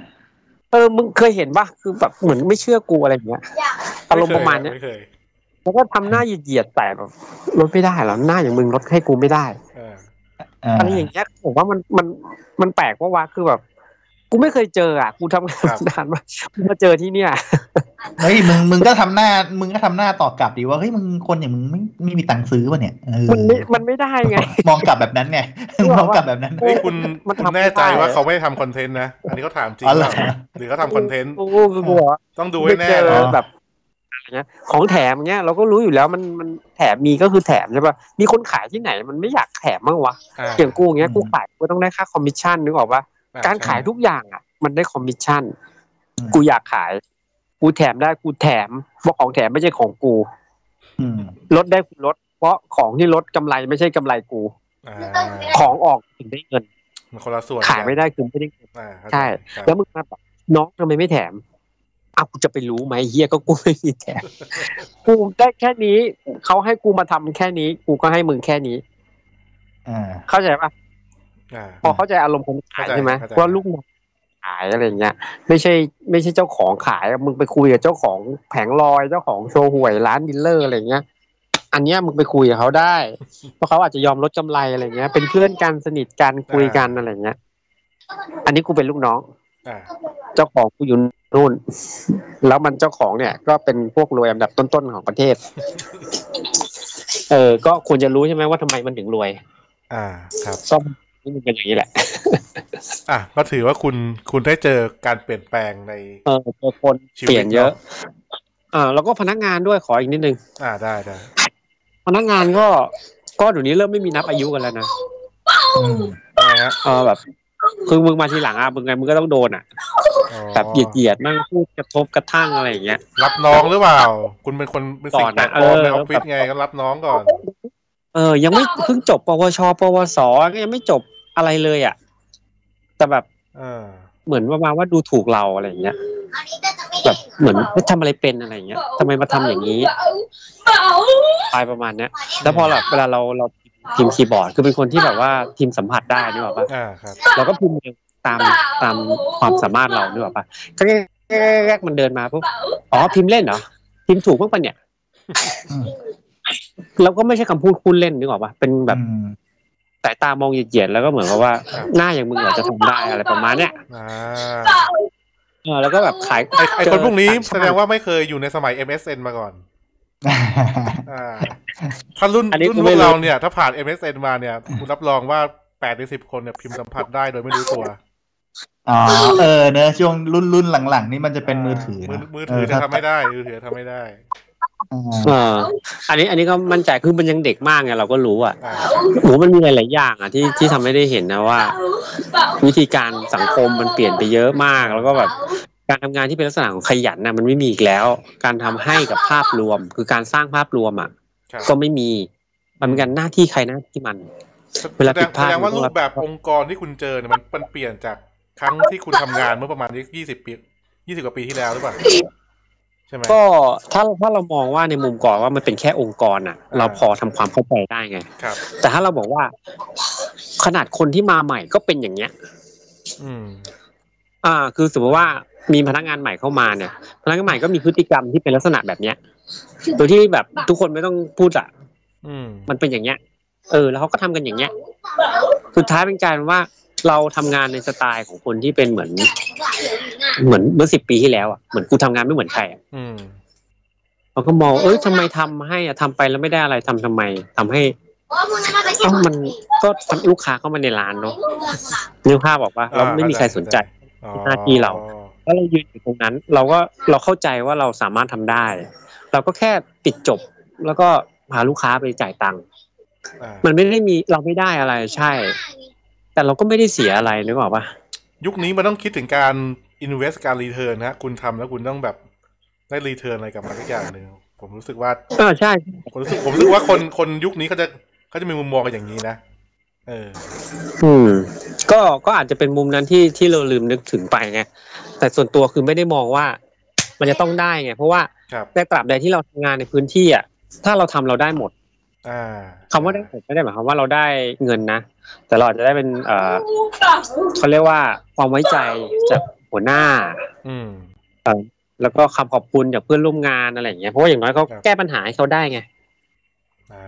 Speaker 3: เออมึงเคยเห็นปะคือแบบเหมือนไม่เชื่อกูอะไรอย่างเงี้ยอารมณ์ประมาณเนี้ย
Speaker 1: ไม่เคย
Speaker 3: แล้วก็ทำหน้าเหยียดๆแต่แบบลดไม่ได้เหรอหน้าอย่างมึงลดให้กูไม่ได้
Speaker 1: เออ
Speaker 2: อ่า
Speaker 3: อะไรอย่างเงี้ยผมว่ามันมันมันแปลกว่าวะคือแบบ กูไม่เคยเจออ่ะกูทำงานนานมากกูมาเจอที่เนี่ย
Speaker 2: เฮ้ยมึงมึงก็ทำหน้า มึงก็ทำหน้าตอบกลับดีว่าเฮ้ยมึงคนอย่างมึงไม่ไม่มีตังค์ซื้อป่ะเนี่ยเออ
Speaker 3: มันไม่มันไม่ได้ไง
Speaker 2: มองกลับแบบนั้นไงมองกลับแบบนั้น
Speaker 1: เอ้ยคุณ
Speaker 3: มันทำ
Speaker 1: คุณแน่ใจ
Speaker 3: ไม่ได้
Speaker 1: ว่าเขาไม่ได้ทำคอนเทนต์นะอันนี้เขาถามจริง
Speaker 2: อ๋อเหรอ
Speaker 1: เปล่าหรือเขาทำคอนเทนต์
Speaker 3: กูกูกูบอกว่า
Speaker 1: ต้องดู
Speaker 3: กู
Speaker 1: ให้
Speaker 3: ไม่
Speaker 1: แน่
Speaker 3: เจอ
Speaker 1: เนาะ
Speaker 3: แบบอะไรเงี้ย ของแถมเงี้ยเราก็รู้อยู่แล้วมันมันแถมมีก็คือแถมใช่ป่ะมีคนขายที่ไหนมันไม่อยากแถมบ้างวะ
Speaker 1: อ่า
Speaker 3: อย่างกูอย่างเงี้ย
Speaker 2: อืม
Speaker 3: กูขายกูต้องได้ค่าคอมมิชชั่นนึกออกปะ
Speaker 1: อ่
Speaker 3: การขาย
Speaker 1: ใช่
Speaker 3: ทุกอย่างอ่ะ มันได้คอมมิชชั่น
Speaker 2: อืม
Speaker 3: กูอยากขาย กูแถมได้กูแถมบอกของแถมไม่ใช่ของกู
Speaker 2: อืม
Speaker 3: ลดได้กูลด เพราะของที่ลดกำไรไม่ใช่กำไรกู
Speaker 1: อ่า
Speaker 3: ของออกถึงได้เงิน
Speaker 1: มันคนละส่วน
Speaker 3: ขายไม่ได้คือไม่ได้เงิน
Speaker 1: อ่าเข้าจ
Speaker 3: ใช่
Speaker 1: ครับ
Speaker 3: แล้วมึงมาแบบน้องทำไมไม่แถมอ้าวกูจะไปรู้ไหมเฮียก็กูไม่มีแถม *laughs* กูได้แค่นี้เขาให้กูมาทำแค่นี้ กูก็ให้มึงแค่นี้
Speaker 2: อ่า
Speaker 3: เข้าใจปะ
Speaker 1: อ่า
Speaker 3: พอเข้าใจอารมณ์คนขาย
Speaker 1: เข้าใจ
Speaker 3: ใช่ไหม
Speaker 1: เข้าใจ
Speaker 3: ว่าลูกน้องขายอะไรอย่างเงี้ย ไม่ใช่ ไม่ใช่เจ้าของขายมึงไปคุยกับเจ้าของแผงลอยเจ้าของโชว์หวยร้านดิลเลอร์อะไรเงี้ย อันเนี้ยมึงไปคุยกับเขาได้ เพราะเขาอาจจะยอมลดกำไรอะไรเงี้ย เป็นเพื่อนกันสนิทกันคุยกันอะไรเงี้ย อันนี้กูเป็นลูกน้อง
Speaker 1: อ่า
Speaker 3: เจ้าของกูอยู่นู่น แล้วมันเจ้าของเนี่ย ก็เป็นพวกรวยอันดับต้นๆของประเทศ เออ ก็ควรจะรู้ใช่ไหมว่าทำไมมันถึงรวย
Speaker 1: อ่าครับ
Speaker 3: ก็นี่มันเป็นอย่างนี้แหละ
Speaker 1: อ่ะก็ถือว่าคุณคุณได้เจอการเปลี่ยนแปลงใน
Speaker 3: เออเจอคน
Speaker 1: ชีวิต
Speaker 3: เปลี่ยนเยอะ อ่า แล้วก็พนักงานด้วยขออีกนิดนึง
Speaker 1: อ่าได้ได้
Speaker 3: พนักงานก็ ก็เดี๋ยวนี้เริ่มไม่มีนับอายุกันแล้วนะ
Speaker 2: อืม
Speaker 1: อ่าฮะ
Speaker 3: เออแบบ คือมึงมาทีหลังอ่ะมึงไงมึงก็ต้องโดนอ่ะ
Speaker 1: อ๋อ
Speaker 3: แบบเหยียดๆมั่งพูดกระทบกระทั่งอะไรอย่างเงี้ย
Speaker 1: รับน้องหรือเปล่า คุณเป็นคนเป็นสิ่ง
Speaker 3: ก่อน
Speaker 1: แปล
Speaker 3: นะ
Speaker 1: กปลอมใน
Speaker 3: เออ
Speaker 1: ออฟฟิศไงก็รับน้องก่อน
Speaker 3: เออ ยังไม่เพิ่งจบปวช ปวส ก็ยังไม่จบอะไรเลยอ่ะ แต่แบบ
Speaker 1: เออ
Speaker 3: เหมือนประมาณว่าดูถูกเราอะไรอย่างเงี้ยแบบเหมือนไม่ทำอะไรเป็นอะไรอย่างเงี้ยทำไมมาทำอย่างนี้ไปประมาณเนี้ยแล้วพอแบบเวลาเราเราพิมพ์คีย์บอร์ด คือเป็นคนที่แบบว่าทีมสัมผัสได้นี่บอกปะ
Speaker 1: อ่าครับ
Speaker 3: เราก็พิมพ์เองตามตามความสามารถเรานี่บอกปะก็แรกๆมันเดินมาปุ๊บอ๋อพิมพ์เล่นเหรอพิมพ์ถูกเพิ่งปะเนี่ย
Speaker 2: อืม
Speaker 3: เราก็ไม่ใช่คำพูดคุณเล่นนึกออกปะเป็นแบบ
Speaker 2: อืม
Speaker 3: สายตามองเหยียดๆแล้วก็เหมือนกับว่าหน้าอย่างมึงเหรอจะทำได้อะไรประมาณเนี้ย
Speaker 1: อ่า
Speaker 3: เออแล้วก็แบบขาย
Speaker 1: ไอไอคนพวกนี้
Speaker 3: เจอต่า
Speaker 1: แส
Speaker 3: งชาติ
Speaker 1: ดงว่าไม่เคยอยู่ในสมัย MSN มาก่อน อ่า ถ้ารุ่น
Speaker 3: อันนี้
Speaker 1: รุ่น
Speaker 3: กู
Speaker 1: พว
Speaker 3: ไม่
Speaker 1: ก
Speaker 3: รู้
Speaker 1: เราเนี่ย ถ้าผ่าน MSN มาเนี่ยคุณรับรองว่าแปดในสิบคนเนี่ยพิมพ์สัมผัสได้โดยไม่รู้ตัว
Speaker 2: อ๋อ เออเนอะช่วงรุ่นรุ่นหลังๆ นี่มันจะเป็นมือถือ
Speaker 1: มือ
Speaker 2: เนะ
Speaker 1: มือถือ
Speaker 2: เ
Speaker 1: จะทำไม่ได้ มือถือทำไม่ได้
Speaker 2: อ่า
Speaker 3: เอออันนี้อันนี้ก็มั่นใจคือมันยังเด็กมากไงเราก็รู้อ่ะ
Speaker 1: อ่า
Speaker 3: โหมันมีหลายๆอย่างอ่ะที่ที่ทำให้ได้เห็นนะว่า วิธีการสังคมมันเปลี่ยนไปเยอะมาก แล้วก็แบบการทำงานที่เป็นลักษณะของขยันนะมันไม่มีอีกแล้ว การทำให้กับภาพรวม คือการสร้างภาพรวมอ่ะ
Speaker 1: ครับ
Speaker 3: ก็ไม่มีมันเป็นการหน้าที่ใครหน้าที่มัน เวลา
Speaker 1: แสดง
Speaker 3: ผิดพ
Speaker 1: แส
Speaker 3: ลาด
Speaker 1: ดงว่ารูปแบบองค์กรที่คุณเจอเนี่ยมันมันเปลี่ยนจากครั้งที่คุณทำงานเมื่อประมาณยี่สิบปียี่สิบกว่าปีที่แล้วหรือเปล่าใช่ไหม
Speaker 3: ก็ถ้าถ้าเรามองว่าในมุมก่อนว่ามันเป็นแค่องค์กรอ่ะ เราพอทำความเข้าใจได้ไง
Speaker 1: ครับ
Speaker 3: แต่ถ้าเราบอกว่า ขนาดคนที่มาใหม่ก็เป็นอย่างเงี้ย
Speaker 1: อืม
Speaker 3: อ่าคือสมมติว่ามีพนักงานใหม่เข้ามาเนี่ย พนักงานใหม่ก็มีพฤติกรรมที่เป็นลักษณะแบบเนี้ยโดยที่แบบทุกคนไม่ต้องพูดอะ
Speaker 1: อืม
Speaker 3: มันเป็นอย่างเงี้ย เออ แล้วเขาก็ทำกันอย่างเงี้ย สุดท้ายเป็นการว่าเราทำงานในสไตล์ของคนที่เป็นเหมือน เหมือนเมื่อสิบปีที่แล้วอะเหมือนกูทำงานไม่เหมือนใครอะ
Speaker 1: อืม
Speaker 3: เราก็มองเอ้ยทำไมทำให้อะทำไปแล้วไม่ได้อะไรทำทำไมทำให้เอ้ามันก็ทำลูกค้าเข้ามาในร้านเนาะนึกภาพบอกว่าเราไม่มีใครสนใจ
Speaker 1: อ่
Speaker 3: หน้าที่เรา แล้วเรายืนอยู่ตรงนั้น เราก็เราเข้าใจว่าเราสามารถทำได้ เราก็แค่ปิดจบ แล้วก็พาลูกค้าไปจ่ายตังค์
Speaker 1: อ่า
Speaker 3: มันไม่ได้มีเราไม่ได้อะไรใช่ แต่เราก็ไม่ได้เสียอะไรนึกออกปะ
Speaker 1: ยุคนี้มันต้องคิดถึงการ invest การ return นะฮะ คุณทำแล้วคุณต้องแบบได้ return อะไรกลับมาทุกอย่างหนึ่งผมรู้สึกว่า
Speaker 3: เออใช่
Speaker 1: ผมรู้สึกผมรู้สึกว่าคนคนยุคนี้เขาจะเขาจะมีมุมมองกันอย่างนี้นะ เออ
Speaker 3: อืมก็ก็อาจจะเป็นมุมนั้นที่ที่เราลืมนึกถึงไปไงแต่ส่วนตัวคือไม่ได้มองว่า มันจะต้องได้ไงเพราะว่า
Speaker 1: ครับ
Speaker 3: ในตราบใดที่เราทำงานในพื้นที่อ่ะถ้าเราทำเราได้หมด
Speaker 1: อ่า
Speaker 3: คำว่าได้หมดไม่ได้หมายความว่าเราได้เงินนะแต่เราอาจจะได้เป็นเอ่อ
Speaker 4: Ờ.
Speaker 3: เขาเรียกว่าความไว้ใจจากหัวหน้า
Speaker 1: อืม
Speaker 3: แล้วก็คำขอบคุณจากเพื่อนร่วมงานอะไรอย่างเงี้ยเพราะว่าอย่างน้อยเขา
Speaker 1: ครับ
Speaker 3: แก้ปัญหาให้เขาได้ไง
Speaker 1: อ่า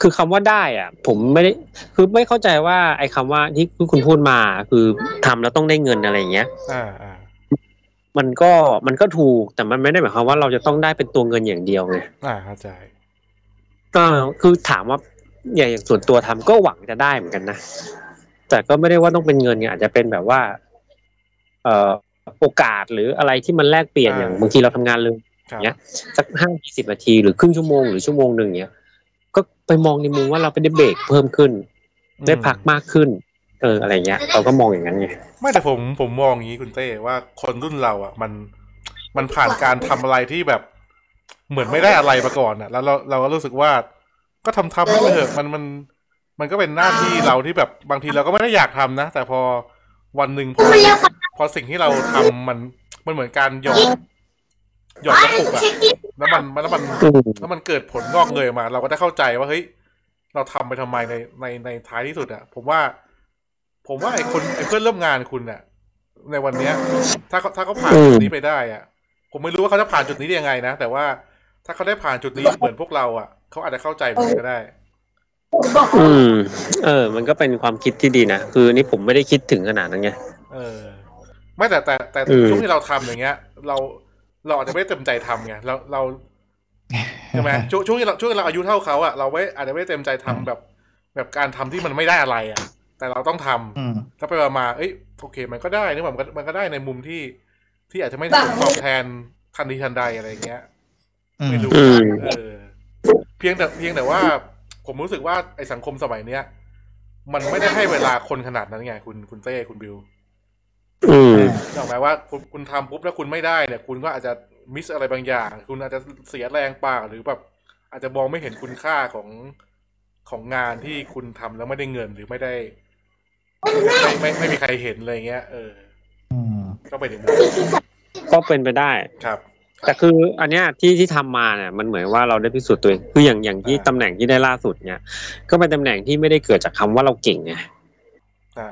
Speaker 3: คือคำว่าได้อ่ะ ผมไม่ได้คือไม่เข้าใจว่าไอ้คำว่าที่คุณพูดมาคือทำแล้วต้องได้เงินอะไรอย่างเงี้ย
Speaker 1: อ่า อ่า
Speaker 3: มันก็มันก็ถูกแต่มันไม่ได้หมายความว่าเราจะต้องได้เป็นตัวเงินอย่างเดียวไง
Speaker 1: อ่าเข้าใจ
Speaker 3: ก็คือถามว่าอย่างอย่างส่วนตัวทำก็หวังจะได้เหมือนกันนะแต่ก็ไม่ได้ว่าต้องเป็นเงินไงอาจจะเป็นแบบว่า เอ่อโอกาสหรืออะไรที่มันแลกเปลี่ยน
Speaker 1: อ่า
Speaker 3: อย่างบางทีเราทำงานเลย
Speaker 1: ครับ
Speaker 3: เนี่ย สักห้าสิบนาทีหรือครึ่งชั่วโมงหรือชั่วโมงหนึ่งเนี้ย ก็ไปมองในมุมว่าเราไปได้เบรกเพิ่มขึ้น
Speaker 1: อืม
Speaker 3: ได้พักมากขึ้น เอออะไรเงี้ย เราก็มองอย่างนั้นไง
Speaker 1: ไม่แต่ผมผมมองอย่างนี้คุณเต้ว่าคนรุ่นเราอ่ะ มันมันผ่านการทำอะไรที่แบบ เหมือนไม่ได้อะไรมาก่อนอ่ะ แล้วเราเราก็รู้สึกว่า ก็ทำทำไปเถอะมันมัน มันก็เป็นหน้าที่เราที่แบบบางทีเราก็ไม่ได้อยากทำนะ แต่พอวันหนึ่งพอพอสิ่งที่เราทำมันมันเหมือนการหยอดหยอดกระปุกอะแล้วมันแล้วมัน
Speaker 3: อืม
Speaker 1: ถ้ามันเกิดผลงอกเงยมา เราก็ได้เข้าใจว่าเฮ้ยเราทำไปทำไมในในในท้ายที่สุดอะผมว่า ผมว่าไอ้คนไอ้เพื่อนร่วมงานคุณอะในวันเนี้ย ถ้าเขาถ้าเขาผ่านจุดนี้ไปได้อะผมไม่รู้ว่าเขาจะผ่านจุดนี้ได้ยังไงนะแต่ว่าถ้าเขาได้ผ่านจุดนี้เหมือนพวกเราอะเขาอาจจะเข้าใจมันก็ได้
Speaker 3: อืม เออ มันก็เป็นความคิดที่ดีนะคือนี่ผมไม่ได้คิดถึงขนาดนั้นไง
Speaker 1: เออ ไม่แต่แต่แต่
Speaker 3: อืม
Speaker 1: ช่วงที่เราทำอย่างเงี้ย เราเราอาจจะไม่ได้เต็มใจทำไงเราเรา ใช่ไหม
Speaker 2: *laughs*
Speaker 1: ช่วงช่วงที่เราช่วงที่เราอายุเท่าเขาอะเราไม่อาจจะไม่เต็มใจทำแบบ แบบการทำที่มันไม่ได้อะไรอะแต่เราต้องทำ
Speaker 2: อืม
Speaker 1: ถ้าไปมาๆเอ้ยโอเค มันก็ได้นี่หว่ามันก็มันก็ได้ในมุมที่ที่อาจจะไม่ได้ถูกตอบแทนทันทีทันใดอะไรอย่างเงี้ย
Speaker 2: อืม
Speaker 1: ไม่รู้
Speaker 3: อืม
Speaker 1: เออ เพียงแต่เพียงแต่ว่า ผมรู้สึกว่าไอสังคมสมัยเนี้ยมันไม่ได้ให้เวลาคนขนาดนั้นไงคุณคุณเต้คุณบิว
Speaker 3: อืม
Speaker 1: นึกออกไหมว่าคุณคุณทำปุ๊บแล้วคุณไม่ได้เนี่ย คุณก็อาจจะมิสอะไรบางอย่าง คุณอาจจะเสียแรงเปล่าหรือแบบอาจจะมองไม่เห็นคุณค่าของของงานที่คุณทำแล้วไม่ได้เงินหรือไม่ได้ ไม่ไม่ไม่มีใครเห็นอะไรเงี้ยเออ
Speaker 2: อืม
Speaker 1: ก็ไปถึงนั้น
Speaker 3: ก็เป็นไปได้
Speaker 1: ครับ
Speaker 3: แต่คืออันเนี้ยที่ที่ทำมาเนี่ยมันเหมือนว่าเราได้พิสูจน์ตัวเองคืออย่างอย่างที่
Speaker 1: อ่า
Speaker 3: ตำแหน่งที่ได้ล่าสุดเนี่ย ก็เป็นตำแหน่งที่ไม่ได้เกิดจากคำว่าเราเก่งไง
Speaker 1: อ่ะ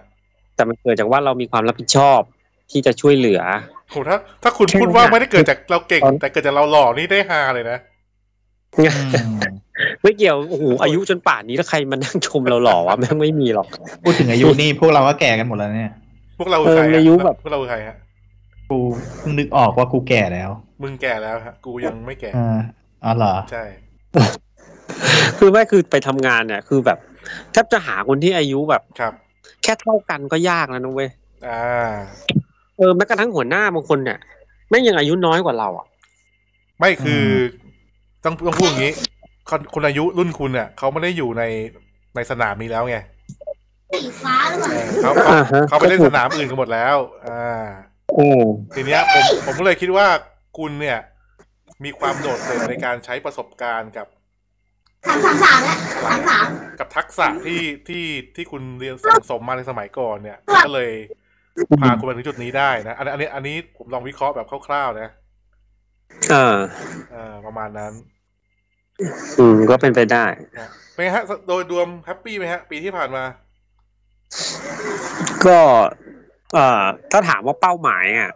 Speaker 3: แต่มันเกิดจากว่าเรามีความรับผิดชอบที่จะช่วยเหลือ
Speaker 1: โหถ้าถ้าคุณพูดว่าไม่ได้เกิดจากเราเก่ง แต่เกิดจากเราหล่อนี่ได้ฮาเลยนะ
Speaker 3: ไม่เกี่ยวโอ้โหอายุจนป่านนี้แล้วใครมานั่งชมเราหล่อวะแม่ *laughs* งไม่มีหรอก
Speaker 2: พูดถึงอายุนี่พวกเราก็แก่กันหมดแล้วเนี่ย
Speaker 1: พวกเราคือใคร
Speaker 3: เออ
Speaker 1: อะ
Speaker 3: อายุแบบ
Speaker 1: พวกเราคือใครฮะ
Speaker 2: กูเพิ่งนึกออกว่ากูแก่แล้ว
Speaker 1: มึงแก่แล้วฮะกูยังไม่แก่
Speaker 2: อ่าอ๋อเหรอ
Speaker 1: ใช่
Speaker 3: คือไม่คือไปทำงานเนี่ย คือแบบแทบจะหาคนที่อายุแบบ
Speaker 1: ครับ
Speaker 3: แค่เท่ากันก็ยากแล้วนะเว้ย
Speaker 1: อ่า
Speaker 3: เออแม้กระทั่งหัวหน้าบางคนเนี่ยแม่งยังอายุน้อยกว่าเราอ่ะ
Speaker 1: ไม่คือต้องต้องพูดอย่างนี้คนคนอายุรุ่นคุณเนี่ยเขาไม่ได้อยู่ในในสนามนี้แล้วไงเออเขาเขา
Speaker 3: อ่าฮะ
Speaker 1: เขาไปเล่นสนามอื่นกันหมดแล้ว อ่า
Speaker 3: โอ้
Speaker 1: ทีเนี้ยผมผมก็เลยคิดว่าคุณเนี่ย มีความโดดเด่นในการใช้ประสบการณ์กับกับทักษะที่ที่ที่คุณเรียนสั่งสมมาในสมัยก่อนเนี่ยก็เลยพาคุณมาถึงจุดนี้ได้นะอันอันนี้อันนี้ผมลองวิเคราะห์แบบคร่าวๆนะ
Speaker 3: เออ
Speaker 1: เออประมาณนั้น
Speaker 3: อืมก็เป็นไปได้
Speaker 1: นะเป็นไงฮะสโดยรวมแฮปปี้ไหมฮะ ปีที่ผ่านมา
Speaker 3: ก็ เอ่อ ถ้าถามว่าเป้าหมายอ่ะ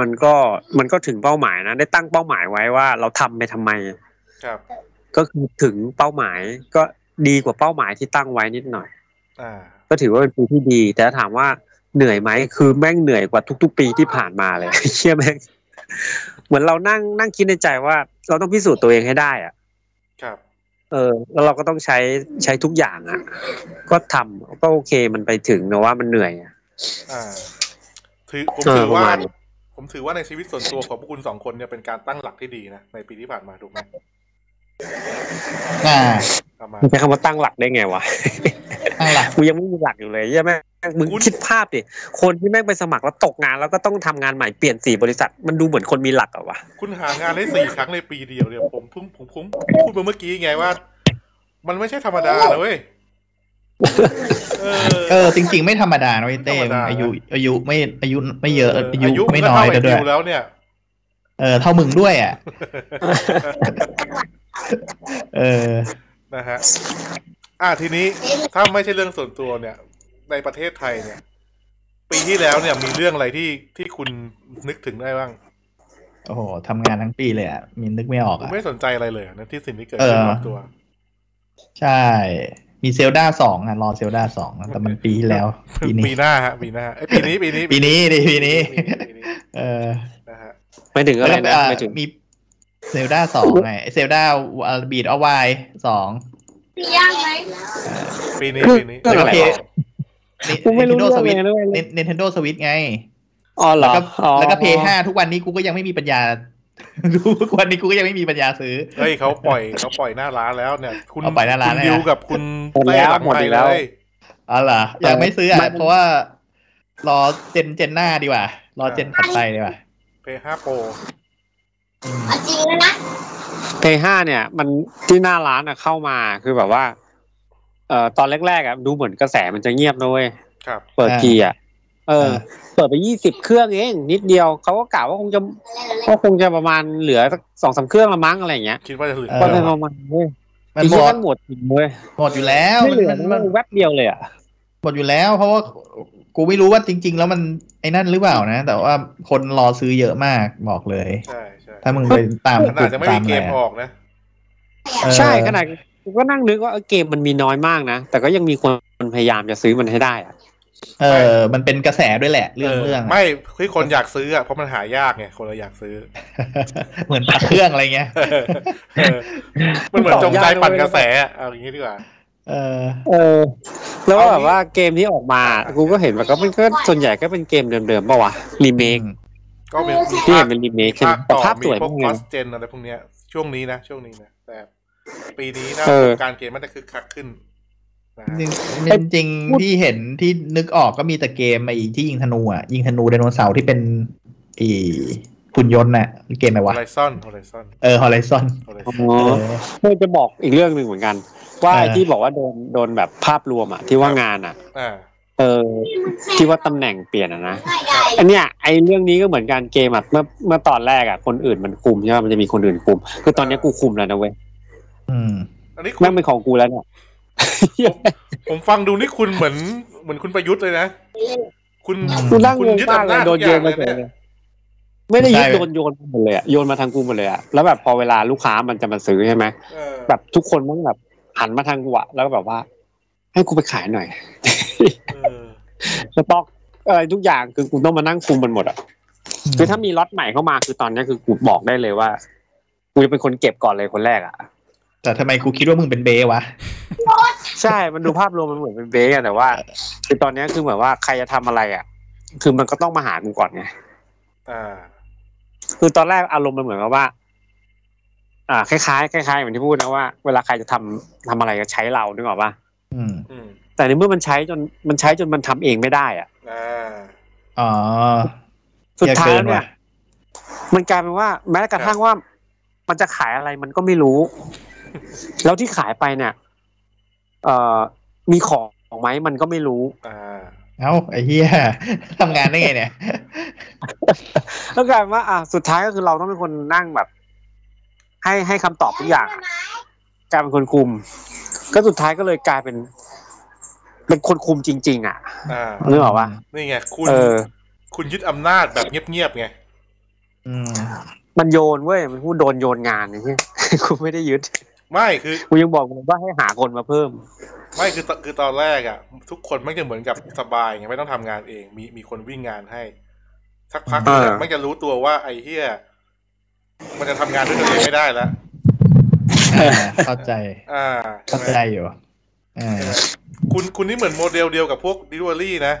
Speaker 3: มันก็มันก็ถึงเป้าหมายนะ ได้ตั้งเป้าหมายไว้ว่าเราทำไปทำไม
Speaker 1: ครับ
Speaker 3: ก็คือถึงเป้าหมายก็ดีกว่าเป้าหมายที่ตั้งไว้นิดหน่อย
Speaker 1: อ่า
Speaker 3: ก็ถือว่าเป็นปีที่ดี แต่ถ้าถามว่าเหนื่อยไหมคือแม่งเหนื่อยกว่าทุก ๆ ปีที่ผ่านมาเลย *laughs* เชื่อแม่งเหมือนเรานั่งนั่งคิดในใจว่า เราต้องพิสูจน์ตัวเองให้ได้อ่ะ
Speaker 1: ครับ
Speaker 3: เออแล้วเราก็ต้องใช้ใช้ทุกอย่างอ่ะ ก็ทำก็โอเคมันไปถึงนะว่ามันเหนื่อยอะ
Speaker 1: อ่า ถือผม
Speaker 3: เออ
Speaker 1: ถือ
Speaker 3: ประ
Speaker 1: ว่า
Speaker 3: มาณนี้
Speaker 1: ผมถือว่าในชีวิตส่วนตัวของพวกคุณสองคนเนี่ยเป็นการตั้งหลักที่ดีนะ ในปีที่ผ่านมาถูกไหม
Speaker 2: อ่า
Speaker 1: ประมาณ
Speaker 3: มันใช้คำว่าตั้งหลักได้ไงวะ
Speaker 2: ตั้งหลัก
Speaker 3: กูยังไม่มีหลักอยู่เลยใช่ไหมงมึง
Speaker 1: คุณ
Speaker 3: คิดภาพดิ คนที่แม่งไปสมัครแล้วตกงานแล้วก็ต้องทำงานใหม่เปลี่ยนสี่บริษัท มันดูเหมือนคนมีหลักอะวะ
Speaker 1: คุณหางานได้สี่ครั้งในปีเดียวเนี่ยผมเพิ่งผมผมพูดมาเมื่อกี้ไงว่า มันไม่ใช่ธรรมดานะเว้ยเออ
Speaker 2: เออจริง ๆ ไม่ธรรมดานะเว้ยเต้
Speaker 1: ไม่ธรรมดา
Speaker 2: อายุ อายุไม่อายุไม่เยอะอา
Speaker 1: อา
Speaker 2: ยุ
Speaker 1: ยุ
Speaker 2: ไม่
Speaker 1: ก็
Speaker 2: น้อ
Speaker 1: เท่าย ไอ้
Speaker 2: ด้
Speaker 1: ดิ
Speaker 2: ว
Speaker 1: วยแล้วเนี่ย *laughs*
Speaker 2: เออเท่ามึงด้วยอ่ะ เออ
Speaker 1: นะฮะ อ่าทีนี้ถ้าไม่ใช่เรื่องส่วนตัวเนี่ย ในประเทศไทยเนี่ย ปีที่แล้วเนี่ยมีเรื่องอะไรที่ที่คุณนึกถึงได้บ้าง
Speaker 2: โอ้โหทำงานทั้งปีเลยอ่ะมินนึกไม่ออก
Speaker 1: ผม
Speaker 2: อ่ะ
Speaker 1: ไม่สนใจอะไรเลยนะที่สิ่งที่เกิดขึ้น
Speaker 2: เออ
Speaker 1: รอบตัว
Speaker 2: ใช่ มีเซลดาสองอ่ะ รอเซลดาสองแต่มันปีที่แล้ว ปีนี้
Speaker 1: ปีหน้าฮะปีหน้าไอ้ยปีนี้ปีนี้
Speaker 2: ปีนี้ดิปีนี้
Speaker 1: ปีนี้
Speaker 2: เออ
Speaker 1: นะฮะ
Speaker 3: ไม่ถึงอะไร
Speaker 2: แล้วก็
Speaker 3: นะ
Speaker 2: อ่า
Speaker 3: ไม่ถึง
Speaker 2: มีเซลดาสองไงเซลดาบีดอวายสอง
Speaker 1: ปีนี้ปีนี้
Speaker 3: เรื่องอะไรวะ กูไม่รู้เรื่อง
Speaker 2: สวิต
Speaker 3: เลยด้วย
Speaker 2: เน n เ e นโดสวิตไง
Speaker 3: อ๋อเหร
Speaker 2: แล้ว
Speaker 3: อ
Speaker 2: ก็
Speaker 3: อ๋อ
Speaker 2: แล้วก็เพย์ห้าทุกวันนี้กูก็ยังไม่มีปัญญา *laughs* ทุกวันนี้กูก็ยังไม่มีปัญญาซื้อ
Speaker 1: เฮ้ยเขาปล่อยเขาปล่อยหน้าร้านแล้วเนี่ย คุณ
Speaker 2: เอาปล่อยหน้าร้าน
Speaker 1: คุณ
Speaker 2: แล้ว
Speaker 1: ดิวกับคุณเต้หลังไปเลย
Speaker 2: อ๋อเหรอยังไม่ซื้ออ่ะเพราะว่า รอเจนเจนหน้าดีกว่า รอเจนถัดไปดีกว่า
Speaker 1: p พ5 Pro
Speaker 4: เอาจริงแล้วนะ
Speaker 3: เพย์ห้าเนี่ย มันที่หน้าร้านอะเข้ามาคือแบบว่าเอ่อตอนแรกๆอะดูเหมือนกระแสมันจะเงียบนะเว้ย
Speaker 1: ครับ
Speaker 3: เปิดทีอะเออ
Speaker 2: อ่า
Speaker 3: เปิดไปยี่สิบเครื่องเองนิดเดียวเขาก็กล่าวว่าคงจะก็คงจะประมาณเหลือสักสองสามเครื่องละมั้งอะไรอย่างเงี้ย
Speaker 1: คิดว่าจะเหลือ
Speaker 2: เออ
Speaker 3: ก็จะประมาณเว้ย
Speaker 2: มัน
Speaker 3: ไอ้
Speaker 2: หม
Speaker 3: เหี้ย
Speaker 2: ด
Speaker 3: นหมดจริงเว้ย
Speaker 2: หมดอยู่แล้ว
Speaker 3: ไม่เหลือ
Speaker 2: มัน
Speaker 3: มั
Speaker 2: มัน น
Speaker 3: แวบเดียวเลยอะ
Speaker 2: หมดอยู่แล้ว เพราะว่ากูไม่รู้ว่าจริง ๆ แล้วมันไอ้นั่นหรือเปล่านะ แต่ว่าคนรอซื้อเยอะมากบอกเลย
Speaker 1: ใช่ใช่
Speaker 2: ถ้ามึงไปตาม
Speaker 1: ขนาดจะไม่มีเกมออกนะ
Speaker 2: เออ
Speaker 3: ใช่ขนาดกูก็นั่งนึกว่าเออเกมมันมีน้อยมากนะ แต่ก็ยังมีคนพยายามจะซื้อมันให้ได้อะ
Speaker 2: เออ มันเป็นกระแสด้วยแหละ เรื่องเรื่องอะ
Speaker 1: ไม่คือคนอยากซื้ออ่ะเพราะมันหายากไงคนเราอยาก
Speaker 2: *laughs*
Speaker 1: ซื้อ
Speaker 2: เหมือนป *laughs* ลาเครื่องอะไรเงี้ย
Speaker 1: เออมันเหมือนจงใจปั่นกระแสอะเอาอย่างนี้ดีกว่า
Speaker 2: เออ
Speaker 3: เออ แล้ว
Speaker 1: เอางี้
Speaker 3: แบบว่าเกมที่ออกมา กูก็เห็นแบบก็มันก็ส่วนใหญ่ก็เป็นเกมเดิมๆป่าวะรีเมค
Speaker 1: ก็เป็นมี
Speaker 3: ที่
Speaker 1: ภา
Speaker 3: เห็
Speaker 1: คน
Speaker 3: เป็นรีเม
Speaker 1: มี
Speaker 3: คใช่ไห
Speaker 1: ภาม ค
Speaker 3: แต่
Speaker 1: ต่อ
Speaker 3: ภาพ
Speaker 1: มี
Speaker 3: สวย
Speaker 1: พ
Speaker 3: มาว ก
Speaker 1: ก
Speaker 3: เล
Speaker 1: คอย สเจนอะไรพวกเนี้ย ช่วงนี้นะ ช่วงนี้นะ แต่ ปีนี้นะ
Speaker 3: เออ
Speaker 1: วงการเกมมันจะคึกคักขึ้นนะ
Speaker 2: จริงจริงๆที่เห็นที่นึกออกก็มีแต่เกมไอ้ที่ยิงธนูอ่ะ ยิงธนูไดโนเสาร์ที่เป็นไอ้หุ่นยนต์น่ะ เกมอะไร
Speaker 1: ฮอ
Speaker 2: วะ
Speaker 1: ลไลซอนฮอลไลซอน
Speaker 2: เออฮอล i ซอน
Speaker 1: ฮอลไลซ
Speaker 3: อ๋
Speaker 1: อน
Speaker 2: เอ
Speaker 3: อ
Speaker 2: อ
Speaker 3: เพื่อจะบอกอีกเรื่องหนึ่งเหมือนกัน ว่า
Speaker 2: เออ
Speaker 3: ไอ้ที่บอกว่าโดนโดนแบบภาพรวมอะที่ว่างานอะ
Speaker 1: อ่า
Speaker 3: เออ ที่ว่าตำแหน่งเปลี่ยนอะนะ
Speaker 4: ไม่ได้
Speaker 3: อันเนี้ยไอเรื่องนี้ก็เหมือนการเกมอะเมื่อเมื่อตอนแรกอะคนอื่นมันคุมใช่ไหมมันจะมีคนอื่นคุม คือตอนเนี้ยกูคุมแล้วนะเว้ย
Speaker 2: อืม
Speaker 1: อันนี้คุ
Speaker 3: แม่
Speaker 1: ณ
Speaker 3: งเป็นของกูแล้วเนี่ย
Speaker 1: ผมฟังดูนี่คุณเหมือนเหมือนคุณประยุทธ์เลยนะ คุณ
Speaker 3: *laughs* กูนั่ง
Speaker 1: คุณ
Speaker 3: งง
Speaker 1: ยึด
Speaker 3: มาก
Speaker 1: อำ
Speaker 3: เล
Speaker 1: นาจ
Speaker 3: ยโดนโยนมา
Speaker 1: ทุกอย่าง
Speaker 3: เลย
Speaker 1: เลย
Speaker 3: ไม่ได้ยึด
Speaker 2: ใช่
Speaker 3: โดนโยนมาหมดเลยอะโยนมาทางกูหมดเลยอะแล้วแบบพอเวลาลูกค้ามันจะมาซื้อใช่ไหม
Speaker 1: เออ
Speaker 3: แบบทุกคนมันแบบหันมาทางกูอะแล้วก็แบบว่า ให้กูไปขายหน่อย
Speaker 1: เออ
Speaker 3: สต็อกอะไรทุกอย่างคือกูต้องมานั่งคุมมันหมดอะคือถ้ามีล็อตใหม่เข้ามาคือตอนเนี้ยคือกูบอกได้เลยว่ากูจะเป็นคนเก็บก่อนเลยคนแรกอะ
Speaker 2: แต่ทำไมกูคิดว่ามึงเป็นเบวะ
Speaker 3: ใช่มันดูภาพรวมมันเหมือนเป็นเบสอะแต่ว่า คือตอนเนี้ยคือเหมือนว่าใครจะทำอะไรอะคือมันก็ต้องมาหากูก่อนไง
Speaker 1: อ่า
Speaker 3: คือตอนแรกอารมณ์มันเหมือนกับว่า อ่า คล้ายๆคล้ายๆเหมือนที่พูดนะว่าเวลาใครจะทำทำอะไรก็ใช้เรานึกออกปะ
Speaker 2: อืม
Speaker 1: อืม
Speaker 3: แต่ในเมื่อมันใช้จนมันใช้จนมันทำเองไม่ได้อะ
Speaker 1: อ่า
Speaker 2: อ๋อ
Speaker 3: สุดท้าย
Speaker 2: อ
Speaker 3: แล้วเนี่
Speaker 2: ว่ะ
Speaker 3: ยมันกลายเป็นว่า แม้กระทั่งว่า มันจะขายอะไรมันก็ไม่รู้ *laughs* แล้วที่ขายไปเนี่ย เอ่อ มีของไหมมันก็ไม่รู้
Speaker 1: อ่า
Speaker 2: เอ้าไอ้เหี้ย *laughs* ทำงานได้ไงเนี่ย
Speaker 3: แล้วกลายเป็นว่า อ่า สุดท้ายก็คือเราต้องเป็นคนนั่งแบบ ให้ให้คำตอบทุกอย่างอะ กลายเป็นคนคุม ก็สุดท้ายก็เลยกลายเป็น เป็นคนคุมจริง ๆ อ่ะ
Speaker 1: อ่า
Speaker 3: นึกออกปะ
Speaker 1: นี่ไงคุณ
Speaker 3: เออ
Speaker 1: คุณยึดอำนาจแบบเงียบๆไง
Speaker 2: อืม *laughs*
Speaker 3: มันโยนเว้ย มันพูดโดนโย *laughs* นงานนี่ กูไม่ได้ยึด
Speaker 1: ไม่คือ
Speaker 3: กูยังบอกมันว่าให้หาคนมาเพิ่ม
Speaker 1: ไม่คือตคือตอนแรกอ่ะ ทุกคนไม่จะเหมือนกับสบายไงไม่ต้องทำงานเอง มีมีคนวิ่งงานให้ สักพัก
Speaker 3: เออ
Speaker 1: ไม่จะรู้ตัวว่าไอ้เฮียมันจะทำงานด้วยตัวเองไม่ได้แล้ว
Speaker 2: อ่า เข้าใจ
Speaker 1: อ่าใช่
Speaker 2: เข้า
Speaker 1: ไหม
Speaker 2: ใจอยู่อ่า
Speaker 1: ใช่ไหมคุณคุณนี่เหมือนโมเดลเดียวกับพวกดิวอรี่นะ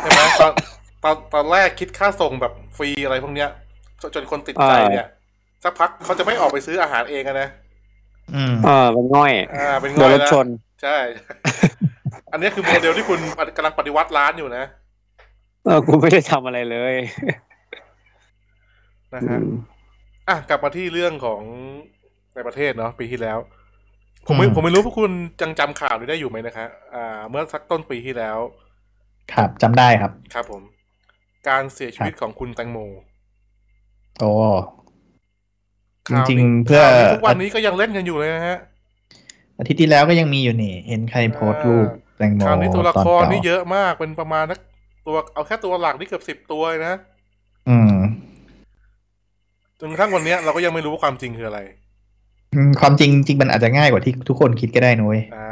Speaker 1: ใช่ไหมตอนตอนตอนแรกคิดค่าส่งแบบฟรีอะไรพวกเนี้ยจนจนคนติดใจเนี่ย สักพักเขาจะไม่ออกไปซื้ออาหารเองอะนะ
Speaker 2: อืม
Speaker 3: เออ มันง่อย
Speaker 1: อ่าเป็น
Speaker 3: โด
Speaker 1: ง่อนย
Speaker 3: รถ
Speaker 1: แล้
Speaker 3: ช
Speaker 1: ว
Speaker 3: น
Speaker 1: ใช่
Speaker 3: *laughs*
Speaker 1: อันนี้คือโมเดลที่คุณกำลังปฏิวัติร้านอยู่นะ
Speaker 3: เออ กูไม่ได้ทำอะไรเลย
Speaker 1: นะฮะอ่ะกลับมาที่เรื่องของในประเทศเนาะปีที่แล้ว ผมไม่
Speaker 2: อืม
Speaker 1: ผมไม่รู้พวกคุณจังจำข่าวนี้ได้อยู่ไหมนะคะอ่า เมื่อสักต้นปีที่แล้ว
Speaker 2: ครับจำได้ครับ
Speaker 1: ครับผม การเสียชีวิตของคุณแตงโม
Speaker 2: โอ้ จ
Speaker 1: ข่าว
Speaker 2: ริง
Speaker 1: นี้
Speaker 2: ๆเพื่อ
Speaker 1: ข่าวนี้ทุกวันนี้ก็ยังเล่นกันอยู่เลยนะฮะ
Speaker 2: อาทิตย์ที่แล้วก็ยังมีอยู่นี่ เห็นใครโพสต์รูปแตงโม
Speaker 1: ข่าวนี้ตัวละคร
Speaker 2: ตก่า
Speaker 1: นี่เยอะมากเป็นประมาณนักตัวเอาแค่ตัวหลักนี่เกือบสิบ10 ตัวเลยนะ
Speaker 2: อืม
Speaker 1: จนกระทั่งวันเนี้ยเราก็ยังไม่รู้ว่าความจริงคืออะไร
Speaker 2: อืม ความจริงจริงมันอาจจะง่ายกว่าที่ทุกคนคิดก็ได้นุ้ย
Speaker 1: อ่า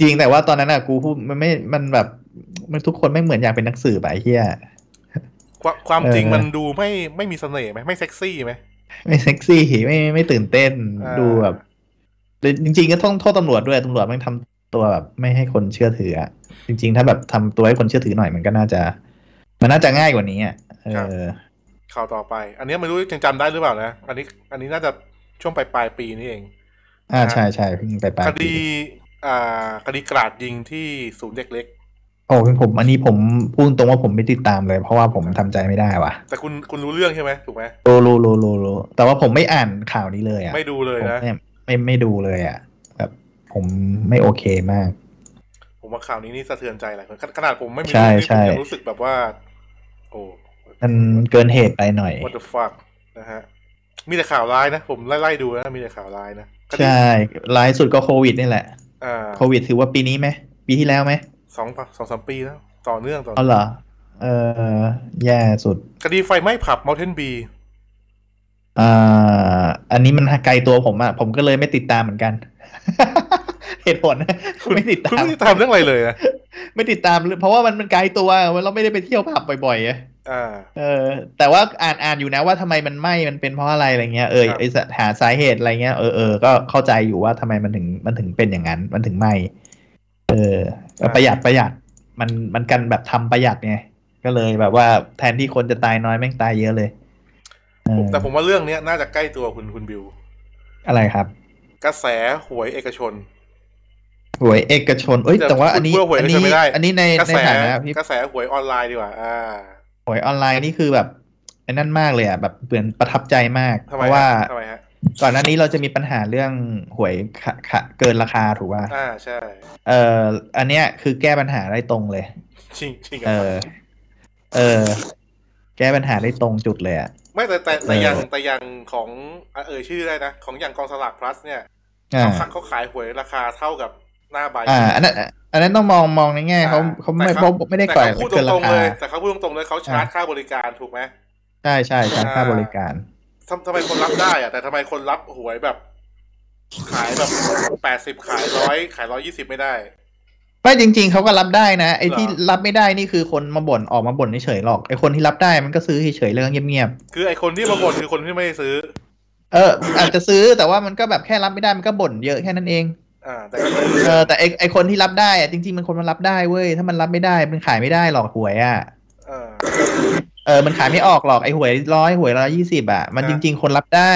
Speaker 2: จริงแต่ว่าตอนนั้นอ่ะกูพูดมันไม่ มันแบบ มันทุกคนไม่เหมือนอยากเป็นนักสืบอะไอ้เหี้ย
Speaker 1: ความความจริง
Speaker 2: เออ
Speaker 1: มันดูไม่ไม่มีเสน่ห์ไหมไม่เซ็กซี่ไหม
Speaker 2: ไม่เซ็กซี่ไม่ไม่ตื่นเต้น
Speaker 1: อ่า
Speaker 2: ดูแบบจริง ๆ ก็ต้องโทษตำรวจด้วยตำรวจแมันทำตัวแบบไม่ให้คนเชื่อถืออะจริง ๆ ถ้าแบบทำตัวให้คนเชื่อถือหน่อยมันก็น่าจะ มันน่าจะง่ายกว่านี้อ่ะเออ
Speaker 1: ข่าวต่อไป อันนี้ไม่รู้ยังจำได้หรือเปล่านะ อันนี้ อันนี้น่าจะช่วงปลายปลายๆปีนี่เอง
Speaker 2: อ่าใช่ใช่เพิ่งไปปลาย
Speaker 1: ค
Speaker 2: ปี
Speaker 1: ดี อ่า คดีกราดยิงที่ศูนย์เด็กเล็ก
Speaker 2: โอ้เป็นผม อันนี้ผมพูดตรงว่าผมไม่ติดตามเลย เพราะว่าผมทำใจไม่ได้ว่ะ
Speaker 1: แต่คุณคุณรู้เรื่องใช่ไหมถูกไหม
Speaker 2: โลโลโลโลโลแต่ว่าผมไม่อ่านข่าวนี้เลยอ่ะ
Speaker 1: ไม่ดูเลย
Speaker 2: ผม
Speaker 1: นะ
Speaker 2: เนี่ยไม่ไม่ดูเลยอ่ะ แบบผมไม่โอเคมาก
Speaker 1: ผมว่าข่าวนี้นี่สะเทือนใจหลายคนขขนาดผมไม่มี
Speaker 2: ใช่
Speaker 1: เรื่องนี้
Speaker 2: ใช่
Speaker 1: ผมยังรู้สึกแบบว่า โอ้
Speaker 2: มันเกินเหตุไปหน่อย
Speaker 1: what the fuck นะฮะมีแต่ข่าวร้ายนะ ผมไล่ๆดูนะมีแต่ข่าวร้ายนะคดี
Speaker 2: ใช่ร้ายสุดก็โควิดนี่แหละ
Speaker 1: อ่า
Speaker 2: โควิดถือว่าปีนี้ไหมปีที่แล้วไหม
Speaker 1: สองสองสามปีแล้ว ต่อเนื่องต่อ
Speaker 2: อ๋อเหรอเออแย่สุด
Speaker 1: คดีไฟไหม้ผับ Mountain B
Speaker 2: อ่าอันนี้มันไกลตัวผมอะผมก็เลยไม่ติดตามเหมือนกัน *laughs* เหตุผลนะไม่ติด
Speaker 1: คุณ
Speaker 2: ตาม
Speaker 1: ไม่ได้ตามเรื่องอะไรเลยนะ
Speaker 2: ไม่ติดตามเพราะว่ามันมันไกลตัวเราไม่ได้ไปเที่ยวผับบ่อยๆอะ
Speaker 1: อ่า
Speaker 2: เออ แต่ว่าอ่านอ่านอยู่นะว่าทำไมมันไหม้มันเป็นเพราะอะไรอะไรเงี้ยเออ
Speaker 1: ครับ
Speaker 2: ไอสะหาสาเหตุอะไรเงี้ยเออเออก็เข้าใจอยู่ว่าทำไมมันถึงมันถึงเป็นอย่างนั้นมันถึงไหม้เออก็ประหยัดประหยัดมันมันกันแบบทำประหยัดไงก็เลยแบบว่าแทนที่คนจะตายน้อยแม่งตายเยอะเลยเออ
Speaker 1: ผมแต่ผมว่าเรื่องเนี้ยน่าจะใกล้ตัวคุณคุณบิว
Speaker 2: อะไรครับ
Speaker 1: กระแสหวยเอกชน
Speaker 2: หวยเอกชน เอ้ย
Speaker 1: แต่
Speaker 2: แต่ว่าอันนี้
Speaker 1: พูดว่าหวย
Speaker 2: อัน
Speaker 1: เอกช
Speaker 2: นี้
Speaker 1: นไม่ได้
Speaker 2: อันนี้ใน
Speaker 1: กระ
Speaker 2: ใน
Speaker 1: แส
Speaker 2: ฐานะพี่
Speaker 1: กระแสหวยออนไลน์ดีกว่า อ่า
Speaker 2: หวยออนไลน์นี่คือแบบไอ้นั่นมากเลยอ่ะ แบบเปลี่ยนประทับใจมาก
Speaker 1: ทำ
Speaker 2: เพ
Speaker 1: ไม
Speaker 2: ราะว่า
Speaker 1: ฮะทำไมฮะ
Speaker 2: ก่อนหน้านี้เราจะมีปัญหาเรื่องหวยขะขะเกินราคาถูกป่ะ
Speaker 1: อ่าใช่
Speaker 2: เอออันเนี้ยคือแก้ปัญหาได้ตรงเลย
Speaker 1: จริงจริง
Speaker 2: เออ เออ แก้ปัญหาได้ตรงจุดเลยอ่ะ
Speaker 1: ไม่แต่แต่แต่
Speaker 2: เออ
Speaker 1: อย่างแต่อย่างของอ่ะเอ่ยชื่อได้นะ ของอย่างกองสลากพลัสเนี่ย
Speaker 2: อ่า
Speaker 1: เขาเขาขายหวยราคาเท่ากับหน้าใบ
Speaker 2: อ่า อันนั้น อันนั้นต้องมองมองในแง่เขา
Speaker 1: อ่
Speaker 2: เขาไม่
Speaker 1: แต่
Speaker 2: เขาไม่ได้ก่อย
Speaker 1: แต่เขาพูด
Speaker 2: เกิน
Speaker 1: ตร
Speaker 2: รา
Speaker 1: งๆ
Speaker 2: คา
Speaker 1: เลยแต่เขาพูดตรงๆเลยเขาชาร์จค่าบริการถูกไหม
Speaker 2: ใช่ใช่ใช่ค่าบริการ
Speaker 1: ทำทำไมคนรับได้อะแต่ทำไมคนรับหวยแบบ ขายแบบแปดสิบ80 ขายร้อยขายร้อยี่สิบไม่ได้
Speaker 2: ไม่จริง ๆเขาก็รับได้นะไอ้
Speaker 1: เหรอ
Speaker 2: ที่รับไม่ได้นี่คือคนมาบ่นออกมาบ่นเฉยๆหรอกไอ้คนที่รับได้มันก็ซื้อเฉยๆเรื่องเงียบ
Speaker 1: คือไอคนที่มาบ่นคือคนที่ไม่ได้ซื้อ
Speaker 2: ๆเออ อาจจะซื้อแต่ว่ามันก็แบบแค่รับไม่ได้มันก็บ่นเยอะแค่นั้นเอง
Speaker 1: อ่า แต่ก็คือ
Speaker 2: เออแต่ไอ้ไอ้คนที่รับได้อะจริง ๆ มันคนมันรับได้เว้ยถ้ามันรับไม่ได้มันขายไม่ได้หรอกหวยอ่ะ
Speaker 1: เออ
Speaker 2: เออมันขายไม่ออกหรอกไอ้หวยร้อยหวยร้อยยี่สิบอ่ะมัน
Speaker 1: ฮะ
Speaker 2: จริง ๆ คนรับได้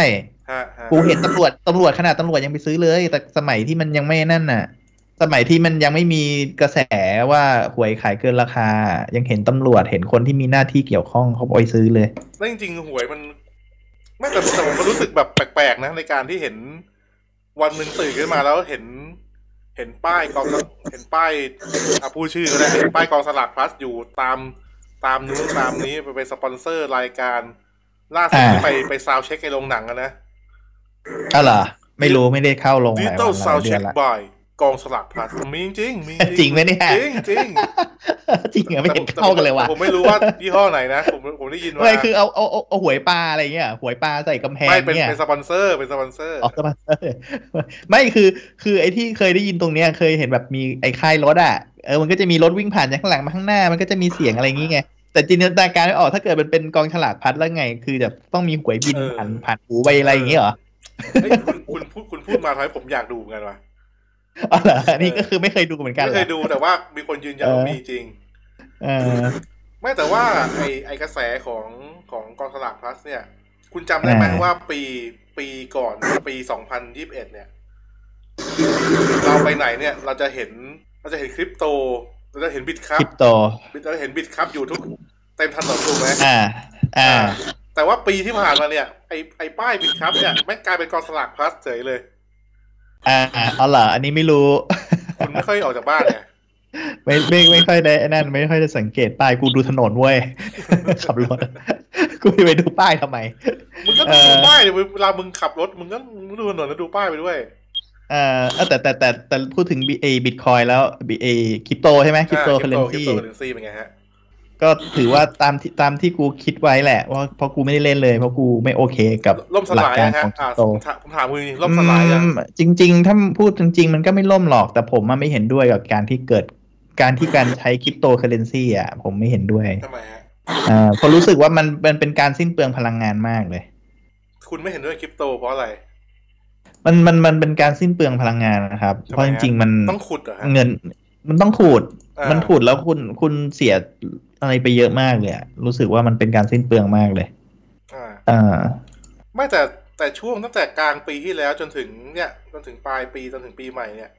Speaker 1: ฮะฮะ
Speaker 2: กูเห็นตำรวจตำรวจขนาดตำรวจยังไปซื้อเลย แต่สมัยที่มันยังไม่นั่นน่ะ สมัยที่มันยังไม่มีกระแสว่าหวยขายเกินราคา ยังเห็นตำรวจเห็นคนที่มีหน้าที่เกี่ยวข้องเขาไปซื้อเลย
Speaker 1: แล้วจริงๆหวยมัน ไม่แต่แต่ผมก็รู้สึกแบบแปลกๆนะ ในการที่เห็นวันหนึ่งตื่นขึ้นมาแล้วเห็น เห็นป้ายกองสลากเห็นป้ายอาผู้ชื่อก็ได้เห็นป้ายกองสลากพลัสอยู่ตามตามนู้นตามนี้ไปเป็นสปอนเซอร์รายการ ล่าสุดที่
Speaker 2: อ่า
Speaker 1: ไปไปซาวเช็คในโรงหนังอะนะ
Speaker 2: อ้าวเหรอไม่รู้ไม่ได้เข้าลง
Speaker 1: ดิ
Speaker 2: ห
Speaker 1: จิ
Speaker 2: ลาย
Speaker 1: ตอ
Speaker 2: วั
Speaker 1: ล
Speaker 2: นห
Speaker 1: ซา
Speaker 2: ลายว เดื
Speaker 1: เช็
Speaker 2: อน
Speaker 1: ค
Speaker 2: ละ
Speaker 1: บายกองสลากพลัสมีจริงๆมี
Speaker 2: จริงไหมเนี่ย
Speaker 1: จริงจริง
Speaker 2: จริงเหรอไม่เห็นเข้ากันเลยว่ะ
Speaker 1: แต่ผมไม่รู้ว่ายี่ห้อไหนนะผมผมได้ยินว่า
Speaker 2: ไม่คือเอาเอาเอาเอาหวยปลาอะไรเงี้ยหวยปลาใส่กำแพง
Speaker 1: ไม่เป็น
Speaker 2: เนี่ย
Speaker 1: เป็นสปอนเซอร์ เป็นสปอนเซอร์
Speaker 2: ออก *laughs* สปอนเซอร์ไม่คือคือไอ้ที่เคยได้ยินตรงเนี้ยเคยเห็นแบบมีไอ้ค่ายรถอ่ะเออมันก็จะมีรถวิ่งผ่านจากข้างหลังมาข้างหน้ามันก็จะมีเสียงอะไรอย่างงี้ไงแต่จินตนาการไม่ออกถ้าเกิดมันเป็นกองฉลากพัดแล้วไง คือแบบต้องมีหวยบินผ่านผ่านหูไปอะไรอย่างเงี้ยเหรอ
Speaker 1: เฮ้ยคุณคุณพูดคุณพูดมาทำให้ผมอยากดูเหมือนกันว่ะ
Speaker 2: อ๋อเหรออันนี้ก็คือไม่เคยดูเหมือนกัน
Speaker 1: ไม่
Speaker 2: เหร
Speaker 1: เค
Speaker 2: อย
Speaker 1: ดูแต่ว่ามีคนยืนยันว่ามีจริง
Speaker 2: เออ
Speaker 1: ไม่แต่ว่าไอไอกระแสของของกองสลากพลัสเนี่ย คุณจำได้ไหม
Speaker 2: อ่า
Speaker 1: ว่าปีปีก่อนปีสองพันยิบเอ็ดเนี่ย เราไปไหนเนี่ย เราจะเห็นเราจะเห็นคริปโต เราจะเห็นบิตครั
Speaker 2: ค
Speaker 1: บ
Speaker 2: ริปโต
Speaker 1: เราจะเห็นบิตครับอยู่ทุกเต็มถนนถูกไหม
Speaker 2: อ่า อ่า
Speaker 1: แต่ว่าปีที่ผ่านมาเนี่ยไอไอป้ายบิตครับเนี่ยแม่งกลายเป็นกองสลากพลัสเฉยเลย
Speaker 2: อ่าเอาเหรออันนี้ไม่รู้
Speaker 1: คุณไม่ค่อยออกจากบ้านไง
Speaker 2: ไม่ไม่ไม่ค่อยได้ไอ้นั่น ไม่ค่อยได้สังเกตป้ายกูดูถนนเว้ย *laughs* ขับรถ กูจะไปดูป้ายทำไม
Speaker 1: มึงก็
Speaker 2: เอ่
Speaker 1: ดู
Speaker 2: อ
Speaker 1: ป้ายดิเวลามึงขับรถ มึงก็มึงดูถนนแล้วดูป้ายไปด้วย
Speaker 2: เอ่อเอ้าแต่แต่แต่แต่พูดถึง b อบิตคอยแล้ว b อคริปโตใช่ไหมคริปโตเคอเรนซี
Speaker 1: คริปโตเคอเรนซีเป็นไงฮะ
Speaker 2: ก็ถือว่าตามที่ตามที่กูคิดไว้แหละว่าเพราะกูไม่ได้เล่นเลยเพราะกูไม่โอเคกับ
Speaker 1: ล่มส
Speaker 2: หลั
Speaker 1: ลาย
Speaker 2: การ
Speaker 1: นะฮะ
Speaker 2: ของคริ
Speaker 1: อ่า
Speaker 2: ปโต
Speaker 1: ผมถามผมถามมึงนี่ล่มสลายอะ
Speaker 2: อืมจริง ๆ ถ้าพูดจริง ๆ มันก็ไม่ล่มหรอก แต่ผมอะไม่เห็นด้วยกับการที่เกิดการที่การใช้คริปโตเคอเรนซีอ่ะ ผมไม่เห็นด้วย
Speaker 1: ทำไมฮะ
Speaker 2: อ่าเพราะรู้สึกว่ามันมันเป็นการสิ้นเปลืองพลังงานมากเลย
Speaker 1: คุณไม่เห็นด้วยคริปโตเพราะอะไร
Speaker 2: มันมันมันเป็นการสิ้นเปลืองพลังงานนะครับ
Speaker 1: ทำไมฮะ
Speaker 2: เพราะจริง ๆ มัน
Speaker 1: ต้องขุดเหรอฮะ
Speaker 2: เงิน มันต้องขูด
Speaker 1: อ่า
Speaker 2: มันขูดแล้วคุณคุณเสียอะไรไปเยอะมากเลยอะรู้สึกว่ามันเป็นการสิ้นเปลืองมากเลย
Speaker 1: อ่า
Speaker 2: อ่า
Speaker 1: ไม่แต่แต่ช่วงตั้งแต่กลางปีที่แล้วจนถึงเนี่ยจนถึงปลายปีจนถึงปีใหม่เนี่ย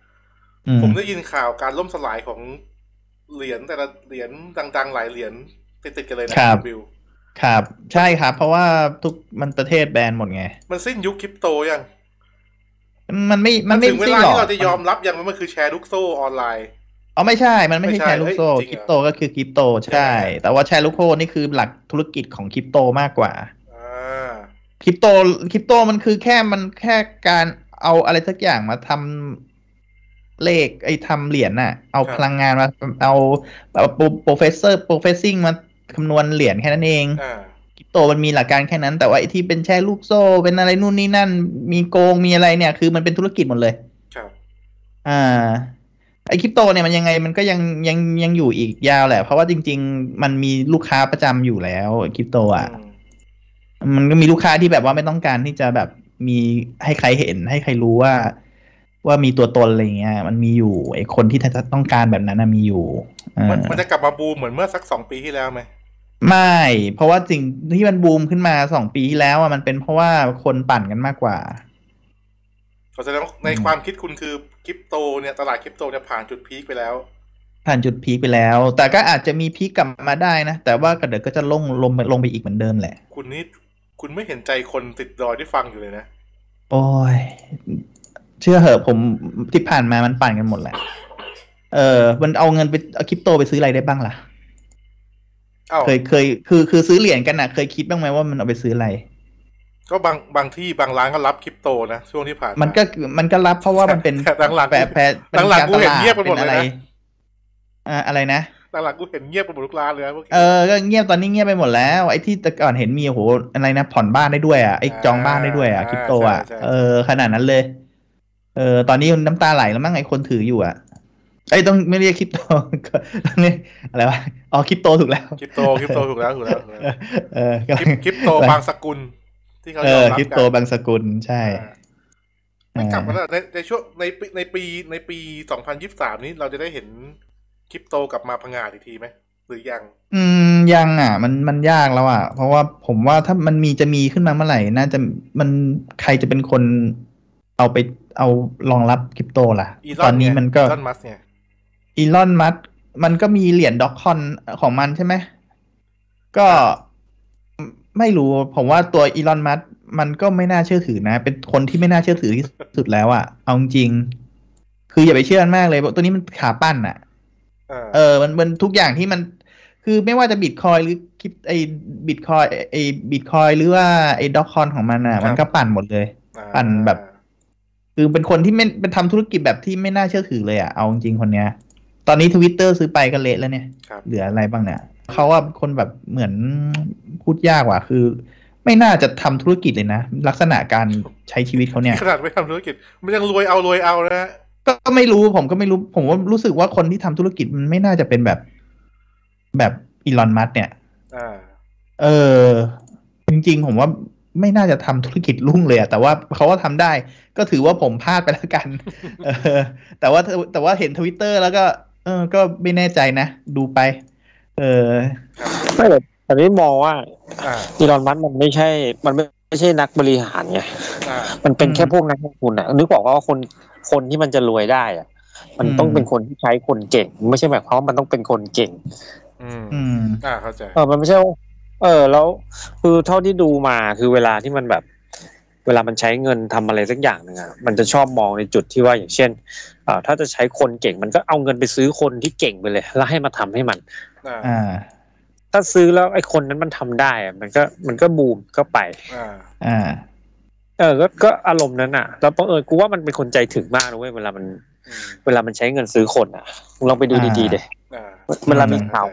Speaker 2: อืม
Speaker 1: ผมได้ยินข่าวการล่มสลายของ เหรียญแต่ละเหรียญดังๆหลายเหรียญติดติดๆกันเลยนะครับ ณบิว
Speaker 2: ครับ ใช่ครับ เพราะว่าทุกมันประเทศแบนหมดไง
Speaker 1: มันสิ้นยุคคริปโตยัง
Speaker 2: มันไม่มันไม่
Speaker 1: ถึงเว
Speaker 2: สิ้น
Speaker 1: ลา
Speaker 2: หรอก
Speaker 1: ที่เราจะยอมรับยังว่ามันคือแชร์ลูกโซ่ออนไลน์
Speaker 2: อ๋อไม่ใช่ มันไม่
Speaker 1: ไม่
Speaker 2: ใช่
Speaker 1: ใช่
Speaker 2: แชร์ลูกโซ่
Speaker 1: เฮ้ยจริงเหรอ
Speaker 2: คริปโตก็คือคริปโตใช่
Speaker 1: ใช่ไหม
Speaker 2: แต่ว่าแชร์ลูกโซ่นี่คือหลักธุรกิจของคริปโตมากกว่า
Speaker 1: อ่า
Speaker 2: คริปโตคริปโตมันคือแค่มันแค่การเอาอะไรสักอย่างมาทำเลขไอ้ทำเหรียญน่ะ เอาพลังงานมาเอาโปรเฟสเซอร์โปรเฟสซิ่งมาคำนวณเหรียญแค่นั้นเอง
Speaker 1: อ่า
Speaker 2: คริปโตมันมีหลักการแค่นั้น แต่ว่าไอ้ที่เป็นแชร์ลูกโซ่เป็นอะไรนู่นนี่นั่น มีโกงมีอะไรเนี่ย คือมันเป็นธุรกิจหมดเลย
Speaker 1: ครับ
Speaker 2: อ่าไอคริปโตเนี่ยมันยังไงมันก็ยังยังยังอยู่อีกยาวแหละ เพราะว่าจริง ๆ มันมีลูกค้าประจำอยู่แล้วคริปโตอ่ะ
Speaker 1: อืม
Speaker 2: มันก็มีลูกค้าที่แบบว่าไม่ต้องการที่จะแบบมีให้ใครเห็นให้ใครรู้ว่า ว่ามีตัวตนอะไรเงี้ย มันมีอยู่ไอคนที่ต้องการแบบนั้นนะมีอยู่เออ
Speaker 1: มันมันจะกลับมาบูมเหมือนเมื่อสักสองปีที่แล้วไหม
Speaker 2: ไม่ เพราะว่าสิ่งที่มันบูมขึ้นมาสองปีที่แล้วอ่ะมันเป็นเพราะว่าคนปั่นกันมากกว่า
Speaker 1: ขอแสดงว่าในความคิดคุณคือคริปโตเนี่ยตลาดคริปโตเนี่ยผ่านจุดพีคไปแล้ว
Speaker 2: ผ่านจุดพีคไปแล้ว แต่ก็อาจจะมีพีคกลับมาได้นะ แต่ว่าก็เดี๋ยวก็จะลงลงไปลงไปอีกเหมือนเดิมแหละ
Speaker 1: คุณนี่คุณไม่เห็นใจคนติดดอยที่ฟังอยู่เลยนะ
Speaker 2: โอ้ย เชื่อเหอะผมที่ผ่านมามันปั่นกันหมดแหละ เออ มันเอาเงินไปเอาคริปโตไปซื้ออะไรได้บ้างล่ะ
Speaker 1: เอ้า
Speaker 2: เคยเคยคือคือซื้อเหรียญกันนะเคยคิดบ้างไหมว่ามันเอาไปซื้ออะไร
Speaker 1: ก็บางบางที่บางร้านก็รับคริปโตนะช่วงที่ผ่าน
Speaker 2: มั
Speaker 1: มั
Speaker 2: นก็มันก็รับเพราะว่ามันเป็น
Speaker 1: แต่หลังๆ
Speaker 2: แปะแปะเป็
Speaker 1: หลังๆ
Speaker 2: าร
Speaker 1: กู
Speaker 2: ต
Speaker 1: เห็น
Speaker 2: ลาด
Speaker 1: เงียบกันหมดเลยนะ
Speaker 2: ป็อะไรอ่าอะไรนะ
Speaker 1: หลังๆกูเห็นเงียบไปหมดทุกร้านเลยนะพวก
Speaker 2: เออ ก็เงียบตอนนี้เงียบไปหมดแล้ว ไอ้ที่แต่ก่อนเห็นมีโอ้โหอะไรนะ ผ่อนบ้านได้ด้วยอ่ะไอ้จองบ้านได้ด้วยอ่ะ
Speaker 1: อ่า
Speaker 2: คริปโตอ่ะ
Speaker 1: ใช่ใช่
Speaker 2: เออขนาดนั้นเลย เออ ตอนนี้น้ำตาไหลแล้วมั้งไอ้คนถืออยู่อ่ะไอ้ยต้องไม่เรียกคริปโต *laughs* ก็ต้องเรียกอะไรวะอ๋อคริปโตถูกแล้ว
Speaker 1: คริปโตคริปโตถูกแล้วถูกแล้วถูกแล้ว
Speaker 2: เออก็
Speaker 1: คริปคริปโตบางสกุลที่เขา
Speaker 2: เอย
Speaker 1: อม
Speaker 2: อ
Speaker 1: รับ
Speaker 2: คริป
Speaker 1: กั
Speaker 2: โตบางสกุลใช่
Speaker 1: อ่าไม่กลับมาแล้วในในช่วงในปีในปีในปีสองพันยิบสามนี้เราจะได้เห็นคริปโตกลับมาพังาดอีกทีไหมหรือยัง
Speaker 2: อืมยังอ่ะ มันมันยากแล้วอ่ะ เพราะว่าผมว่าถ้ามันมีจะมีขึ้นมาเมื่อไหร่ น่าจะมันใครจะเป็นคนเอาไปเอารองรับคริปโตล่ะ
Speaker 1: อี
Speaker 2: ตอนนี้มันก็
Speaker 1: อีลอนมัสเนี่ย
Speaker 2: อีลอนมัสมันก็มีเหรียญด็อกคอนของมันใช่ไหมก็ไม่รู้ผมว่าตัวอีลอนมัสมันก็ไม่น่าเชื่อถือนะ เป็นคนที่ไม่น่าเชื่อถือที่สุดแล้วอ่ะ เอาจริงๆคืออย่าไปเชื่อมันมากเลยเพราะตัวนี้มันขาปั้นอ่ะ
Speaker 1: อ่า
Speaker 2: เออ มัน มันทุกอย่างที่มัน คือไม่ว่าจะบิตคอยหรือคริปไอบิตคอยไอบิตคอยหรือว่าไอด็อกคอนของมันอ่ะ มันก็ปั่นหมดเลย
Speaker 1: า
Speaker 2: ปั่นแบบ คือเป็นคนที่ไม่เป็นทำธุรกิจแบบที่ไม่น่าเชื่อถือเลยอ่ะ เอาจริงๆคนเนี้ย ตอนนี้ทวิตเตอร์ซื้อไปก็เละแล้วเนี่ย
Speaker 1: ครับ
Speaker 2: เหลืออะไรบ้างเนี่ย เขาว่าเป็นคนแบบเหมือนพูดยากว่ะ คือ ไม่น่าจะทำธุรกิจเลยนะ ลักษณะการใช้ชีวิตเขาเนี่ย
Speaker 1: ขนาดไม่ทำธุรกิจ มันยังรวยเอารวยเอานะฮะ
Speaker 2: ก็ไม่รู้ผมก็ไม่รู้ ผมว่ารู้สึกว่าคนที่ทำธุรกิจมันไม่น่าจะเป็นแบบแบบอีลอนมัสเนี่ย
Speaker 1: อ่า
Speaker 2: เออจริงๆ ผมว่าไม่น่าจะทำธุรกิจรุ่งเลยอะแต่ว่าเขาก็ทำได้ ก็ถือว่าผมพลาดไปแล้วกัน *laughs* เออ แต่ว่าแต่ว่าเห็นทวิตเตอร์แล้วก็ เออ ก็ไม่แน่ใจนะ ดูไป เออ
Speaker 3: ไม่แต่แต่นี่มองว่า
Speaker 1: อ่า
Speaker 3: อีลอนมัสก์มันไม่ใช่ มันไม่ใช่นักบริหารไง
Speaker 1: อ่า
Speaker 3: มันเป็นแค่
Speaker 2: อืม
Speaker 3: พวกนักลงทุนอะนึกบอกว่าคนคนที่มันจะรวยได้อะมันต้องเป็นคนที่ใช้คนเก่ง ไม่ใช่หมายความว่ามันต้องเป็นคนเก่ง
Speaker 1: อืม
Speaker 2: อืม
Speaker 1: อ่าเข้าใจ
Speaker 3: เออ มันไม่ใช่ว่าเออ แล้วคือเท่าที่ดูมาคือเวลาที่มันแบบ เวลามันใช้เงินทำอะไรสักอย่างหนึ่งอะมันจะชอบมองในจุดที่ว่าอย่างเช่นเอ่อถ้าจะใช้คนเก่ง มันก็เอาเงินไปซื้อคนที่เก่งไปเลย แล้วให้มาทำให้มัน
Speaker 1: อ่า
Speaker 2: อ่า
Speaker 3: ถ้าซื้อแล้วไอ้คนนั้นมันทำได้อะมันก็มันก็บูมก็ไป
Speaker 1: อ่า
Speaker 2: อ่า
Speaker 3: เออ ก็ก็อารมณ์นั้นอะแล้วบังเออกูว่ามันเป็นคนใจถึงมากนะเว้ยเวลามัน
Speaker 1: อืม
Speaker 3: เวลามันใช้เงินซื้อคนอะลองไปดู
Speaker 2: อ่า
Speaker 3: ดีๆเดย
Speaker 1: อ่า
Speaker 3: เวลามีข่าว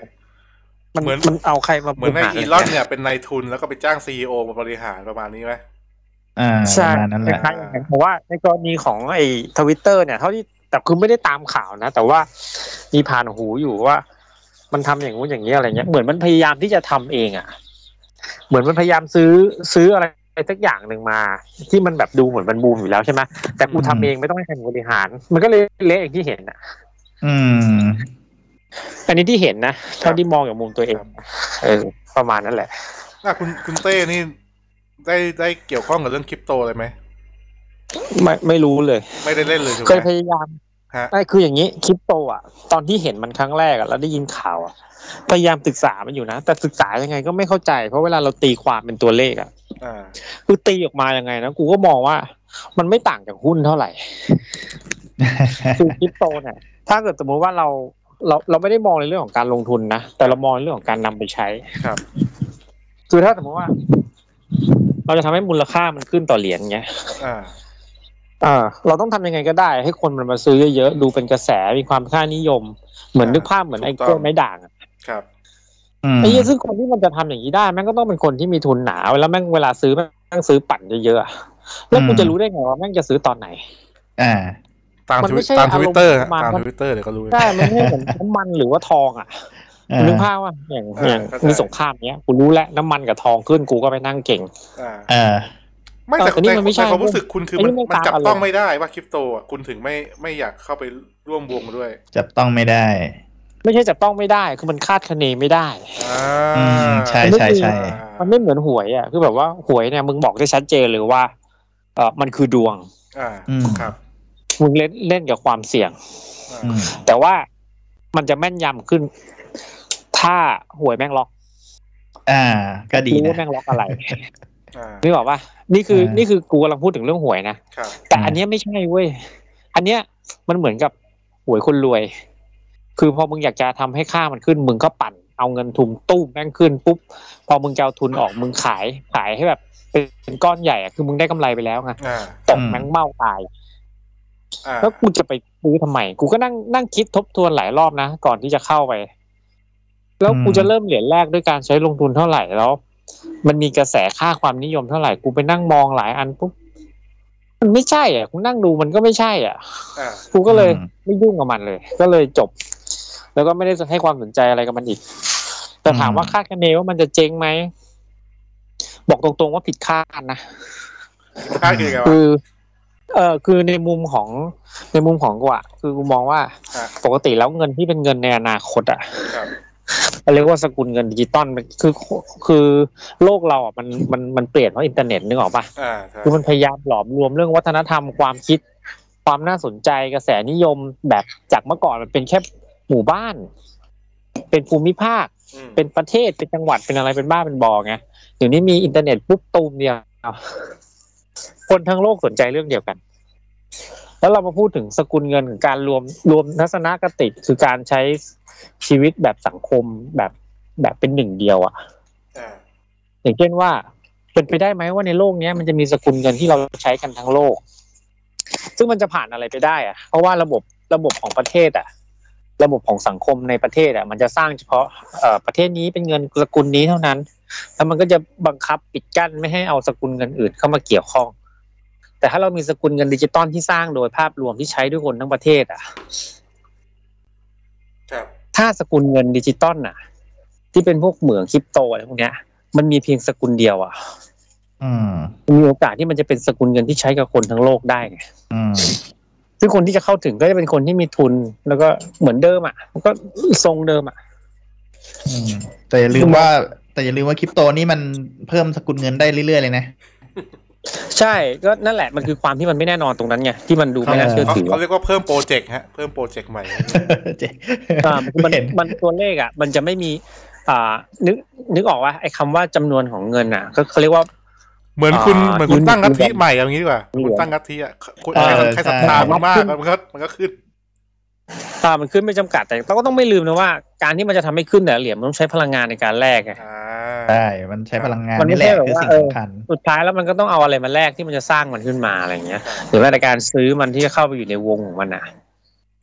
Speaker 3: มัน
Speaker 1: เหมือน
Speaker 3: มันเอาใครมา
Speaker 1: เหมือนใน
Speaker 3: บริหาร
Speaker 1: อีลอนเนี่ยเป็นนายทุนแล้วก็ไปจ้างซีอโอมาบริหารประมาณนี้ไหม
Speaker 2: อ่า
Speaker 3: ใช่
Speaker 2: ประมาณนั้นแหละ
Speaker 3: คล้ายๆอย่างนั้นเพราะว่าในกรณีของไอ้ทวิตเตอร์เนี่ยเท่าที่แต่คือไม่ได้ตามข่าวนะ แต่ว่ามีผ่านหูอยู่ว่า มันทำอย่างงู้นอย่างนี้อะไรเงี้ยเหมือนมันพยายามที่จะทำเองอะเหมือนมันพยายามซื้อซื้ออะไรสักอย่างหนึ่งมา ที่มันแบบดูเหมือนมันบูมอยู่แล้วใช่ไหมแต่กูทำเองไม่ต้องให้ใครมาบริหาร มันก็เลยเละอย่างที่เห็นอะ
Speaker 2: อืม *laughs*
Speaker 3: อันนี้ที่เห็นนะเท่าที่มองจากมุมตัวเองเออประมาณนั้นแหละ
Speaker 1: น่าคุณคุณเต้นี่ได้ได้เกี่ยวข้องกับเรื่องคริปโตเลยไหม
Speaker 3: ไม่ไม่รู้เลย
Speaker 1: ไม่ได้เล่นเลยถูก
Speaker 3: เคย
Speaker 1: ไห
Speaker 3: พ
Speaker 1: ม
Speaker 3: ยายาม
Speaker 1: ฮะ
Speaker 3: ใช่คืออย่างนี้คริปโตอ่ะ ตอนที่เห็นมันครั้งแรกอ่ะแล้วได้ยินข่าวอ่ะพยายามศึกษามันอยู่นะ แต่ศึกษายังไงก็ไม่เข้าใจ เพราะเวลาเราตีความเป็นตัวเลขอ่ะ
Speaker 1: อ่า
Speaker 3: คือตีออกมายังไงนะกูก็มองว่า มันไม่ต่างจากหุ้นเท่าไหร่ คือคริปโตเนี่ยถ้าเกิดสมมุติว่าเราเราเราไม่ได้มองในเรื่องของการลงทุนนะ แต่เรามองในเรื่องของการนำไปใช้
Speaker 1: ครับ
Speaker 3: คือถ้าสมมติว่า เราจะทำให้มูลค่ามันขึ้นต่อเหรียญเงี้ย
Speaker 1: อ่า
Speaker 3: เออเราต้องทำยังไงก็ได้ ให้คนมันมาซื้อเยอะๆ ดูเป็นกระแสมีความค่านิยม เหมือนนึกภาพเหมือนไอ้
Speaker 1: ถูกต้อง
Speaker 3: กล้วยไม้ด่างอะ
Speaker 1: ครับ
Speaker 2: อืม
Speaker 3: ไอ้เหี้ยซึ่งคนที่มันจะทำอย่างนี้ได้แม่งก็ต้องเป็นคนที่มีทุนหนาแล้วแม่งเวลาซื้อแม่งซื้อปั่นเยอะๆอะแล้วกูจะรู้ได้ไงว่าแม่งจะซื้อตอนไหน
Speaker 2: อ่า
Speaker 1: ตาม
Speaker 3: มัน
Speaker 1: ท
Speaker 3: ไม่
Speaker 1: วิต
Speaker 3: ใช่
Speaker 1: ตามทวิตเตอร์
Speaker 3: อารมณ์ประมาณ
Speaker 1: ตาม
Speaker 3: ว่า
Speaker 1: ทวิตเตอร์เดี๋ยวก็รู้
Speaker 3: ใช่มันไม่เหมือนน้ำมันหรือว่าทองอ่ะ
Speaker 2: อ่า
Speaker 3: นึกภาพว่าอย่าง
Speaker 1: เออ
Speaker 3: อย่าง
Speaker 1: เข้าใจ
Speaker 3: มีสงครามเนี้ยกูรู้แล้วน้ำมันกับทองขึ้นกูก็ไปนั่งเก่ง
Speaker 1: อ่า
Speaker 2: เออ
Speaker 1: ไม่
Speaker 3: แต่
Speaker 1: แต่
Speaker 3: อันนี้
Speaker 1: ใน
Speaker 3: มันไม่ใช่
Speaker 1: ในความรู้สึกคุณคือ
Speaker 3: อันนี้
Speaker 1: มันมัน
Speaker 3: ไม่ตาม
Speaker 1: จับ
Speaker 3: อารมณ์
Speaker 1: ต้องไม่ได้ว่าคริปโตอ่ะคุณถึงไม่ไม่อยากเข้าไปร่วมวงด้วย
Speaker 2: จับต้องไม่ได้
Speaker 3: ไม่ใช่จับต้องไม่ได้คือมันคาดคะเนไม่ได้
Speaker 1: อ่า
Speaker 2: อืมใช่ใช่ใช่
Speaker 3: มันไม่เหมือนหวยอ่ะคือแบบว่าหวยเนี่ยมึงบอกได้ชัดเจนเลยว่าเออมันคือดวง
Speaker 1: อ่า
Speaker 2: อืม
Speaker 1: ครับ
Speaker 3: มึงเล่นเล่นกับความเสี่ยง
Speaker 1: อ่า
Speaker 2: อืม
Speaker 3: แต่ว่ามันจะแม่นยำขึ้น ถ้าหวยแม่งล็อก
Speaker 2: อ่า ก็ดีนะ
Speaker 3: รู้ว่าแม่งล็อกอะไร *laughs*
Speaker 1: อ่า
Speaker 3: นึกออกปะนี่คือ
Speaker 2: เออ
Speaker 3: นี่คือกูกำลังพูดถึงเรื่องหวยนะครับแต่อันเนี้ยไม่ใช่เว้ยอันเนี้ยมันเหมือนกับหวยคนรวย คือพอมึงอยากจะทำให้ค่ามันขึ้น มึงก็ปั่น เอาเงินทุนตู้มแม่งขึ้นปุ๊บพอมึงจะเอาทุนออกมึงขายขายให้แบบ เป็นก้อนใหญ่อะคือมึงได้กำไรไปแล้วไง
Speaker 1: อ่า
Speaker 3: ตก
Speaker 2: อืม
Speaker 3: แม่งเมาตาย
Speaker 1: อ่า
Speaker 3: แล้วกูจะไปซื้อทำไม กูก็นั่งนั่งคิดทบทวนหลายรอบนะ ก่อนที่จะเข้าไป แล้วกูจะเริ่มเหรียญแรกด้วยการใช้ลงทุนเท่าไหร่แล้ว มันมีกระแสค่าความนิยมเท่าไหร่ กูไปนั่งมองหลายอันปุ๊บมันไม่ใช่อ่ะกูนั่งดูมันก็ไม่ใช่ อ่ะ
Speaker 1: อ่า
Speaker 3: กูก็เลย
Speaker 2: อืม
Speaker 3: ไม่ยุ่งกับมันเลย ก็เลยจบ แล้วก็ไม่ได้ให้ความสนใจอะไรกับมันอีก แต่ถามว่าคาดคะเนว่ามันจะเจ๊งไหมบอกตรงๆว่าผิดคาดนะ
Speaker 1: คาดคือไงวะ
Speaker 3: คือ เออคือในมุมของในมุมของกูอะคือกูมองว่า
Speaker 1: ฮะ
Speaker 3: ปกติแล้วเงินที่เป็นเงินในอนาคตอะ
Speaker 1: ครับ
Speaker 3: เรียกว่าสกุลเงินดิจิตอลมันคือคือโลกเราอะมันมันมันเปลี่ยนเพราะอินเทอร์เน็ตนึกออกปะ
Speaker 1: อ่าใช่
Speaker 3: คือมันพยายามหลอมรวมเรื่องวัฒนธรรมความคิด ความน่าสนใจกระแสนิยมแบบจากเมื่อก่อนมันเป็นแค่หมู่บ้าน เป็นภูมิภาค
Speaker 1: อืม
Speaker 3: เป็นประเทศเป็นจังหวัดเป็นอะไรเป็นบ้านเป็นบอไงเดี๋ยวนี้มีอินเทอร์เน็ตปุ๊บตูมเดียวคนทั้งโลกสนใจเรื่องเดียวกัน แล้วเรามาพูดถึงสกุลเงินของการรวมรวมทัศนคติคือการใช้ชีวิตแบบสังคมแบบแบบเป็นหนึ่งเดียวอะ
Speaker 1: อ่า
Speaker 3: อย่างเช่นว่า เป็นไปได้ไหมว่าในโลกเนี้ยมันจะมีสกุลเงินที่เราใช้กันทั้งโลก ซึ่งมันจะผ่านอะไรไปได้อะเพราะว่าระบบระบบของประเทศอะระบบของสังคมในประเทศอะมันจะสร้างเฉพาะเอ่อประเทศนี้เป็นเงินสกุลนี้เท่านั้น แล้วมันก็จะบังคับปิดกั้นไม่ให้เอาสกุลเงินอื่นเข้ามาเกี่ยวข้อง แต่ถ้าเรามีสกุลเงินดิจิตอลที่สร้างโดยภาพรวมที่ใช้ด้วยคนทั้งประเทศอะ
Speaker 1: ครับ
Speaker 3: ถ้าสกุลเงินดิจิตอลน่ะ ที่เป็นพวกเหมืองคริปโตอะไรพวกเนี้ย มันมีเพียงสกุลเดียวอ่ะ
Speaker 2: อืม
Speaker 3: มีโอกาสที่มันจะเป็นสกุลเงินที่ใช้กับคนทั้งโลกได้ไง
Speaker 2: อืม
Speaker 3: ซึ่งคนที่จะเข้าถึงก็จะเป็นคนที่มีทุน แล้วก็เหมือนเดิมอ่ะมันก็ทรงเดิมอ่ะ
Speaker 2: อืม แต่อย่าลืมว่า แต่อย่าลืมว่าคริปโตนี่มันเพิ่มสกุลเงินได้เรื่อยๆเลยนะ
Speaker 3: ใช่ก็นั่นแหละมันคือความที่มันไม่แน่นอนตรงนั้นไงที่มันดูไม่น่าเชื่อ
Speaker 1: เขา
Speaker 3: ถือ
Speaker 1: เขาเรียกว่าเพิ่มโปรเจกต์ฮะเพิ่มโปรเจกต์ใหม่
Speaker 2: เจ๊
Speaker 3: *laughs* อ่ามัน
Speaker 2: เห็น
Speaker 3: มันตัวเลขอ่ะ มันจะไม่มี อ่า นึกนึกออกว่าไอ้คำว่าจำนวนของเงินอ่ะก็เขาเรียกว่า
Speaker 1: เหมือนคุณ
Speaker 3: อ่า
Speaker 1: เหมือนคุณ
Speaker 3: ยืน
Speaker 1: ตั้งกัทธิใหม่เอางี้ดีกว่าคุณตั้งกัทธิอ่ะคุณ
Speaker 3: เออ
Speaker 1: ใครใครศรัทธา
Speaker 2: ใช่
Speaker 1: คุณมากมันก็มันก็ขึ้น
Speaker 3: อ่ามันขึ้นไม่จำกัดแต่เราก็ต้องไม่ลืมนะว่าการที่มันจะทำให้ขึ้นแต่ยเหรียญมันต้องใช้พลังงานในการแลกไง
Speaker 1: อ่า
Speaker 2: ใช่ มันใช้พลังงาน
Speaker 3: มันไม่
Speaker 2: นี่แหละ
Speaker 3: ใช่แบบ
Speaker 2: คือสิ่ง
Speaker 3: ว่าเออ
Speaker 2: สำคัญ
Speaker 3: สุดท้ายแล้วมันก็ต้องเอาอะไรมาแลกที่มันจะสร้างมันขึ้นมาอะไรอย่างเงี้ยหรือว่าในการซื้อมันที่จะเข้าไปอยู่ในวงของมันนะ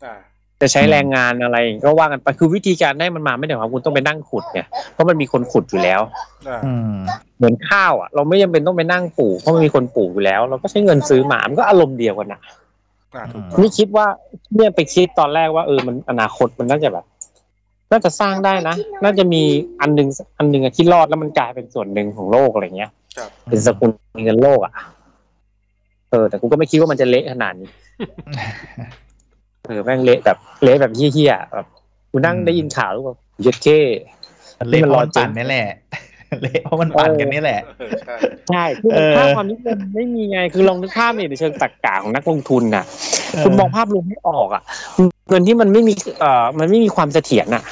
Speaker 1: อ่า
Speaker 3: จะใช้แรงงานอะไรก็ว่ากันไปคือวิธีการได้มันมาไม่ได้หมายความว่าคุณต้องไปนั่งขุดเนี่ยเพราะมันมีคนขุดอยู่แล้ว
Speaker 1: อ่า
Speaker 2: อืม
Speaker 3: เหมือนข้าวอ่ะเราไม่จำเป็นต้องไปนั่งปลูกเพราะมันมีคนปลูกอยู่แล้ว เราก็ใช้เงินซื้อมามันก็อารมณ์เดียวกันนะ
Speaker 1: อ่าถูก
Speaker 2: อืม
Speaker 3: นี่คิดว่าเนี่ยไปคิดตอนแรกว่าเออมันอนาคตมันน่าจะแบบ น่าจะสร้างได้นะ น่าจะมีอันหนึงอันหนึงอะที่รอดแล้วมันกลายเป็นส่วนหนึ่งของโลกอะไรเงี้ย
Speaker 1: ครับ
Speaker 3: เป็นสกุลเงินโลกอ่ะ เออ แต่กูก็ไม่คิดว่ามันจะเละขนาดนี้ เออแม่งเละแบบเละแบบเฮี้ยๆอะแบบกูนั่ง
Speaker 2: อืม
Speaker 3: ได้ยินข่าวแล้วก็เย็ดเก้
Speaker 2: มันเล่นร้อนปั่นนี่แหละ *laughs* เละเพราะมันปั่นกันนี่แหละ
Speaker 1: เออใช่
Speaker 3: ใช่คือ
Speaker 2: เออ
Speaker 3: ภาพความนิยมไม่มีไงคือลองนึกภาพเนี่ยในเชิงตรรกะของนักลงทุนน่ะ คุณมองภาพรวมไม่ออกอ่ะเงินที่มันไม่มีเอ่อมันไม่มีความเสถียรอ่ะ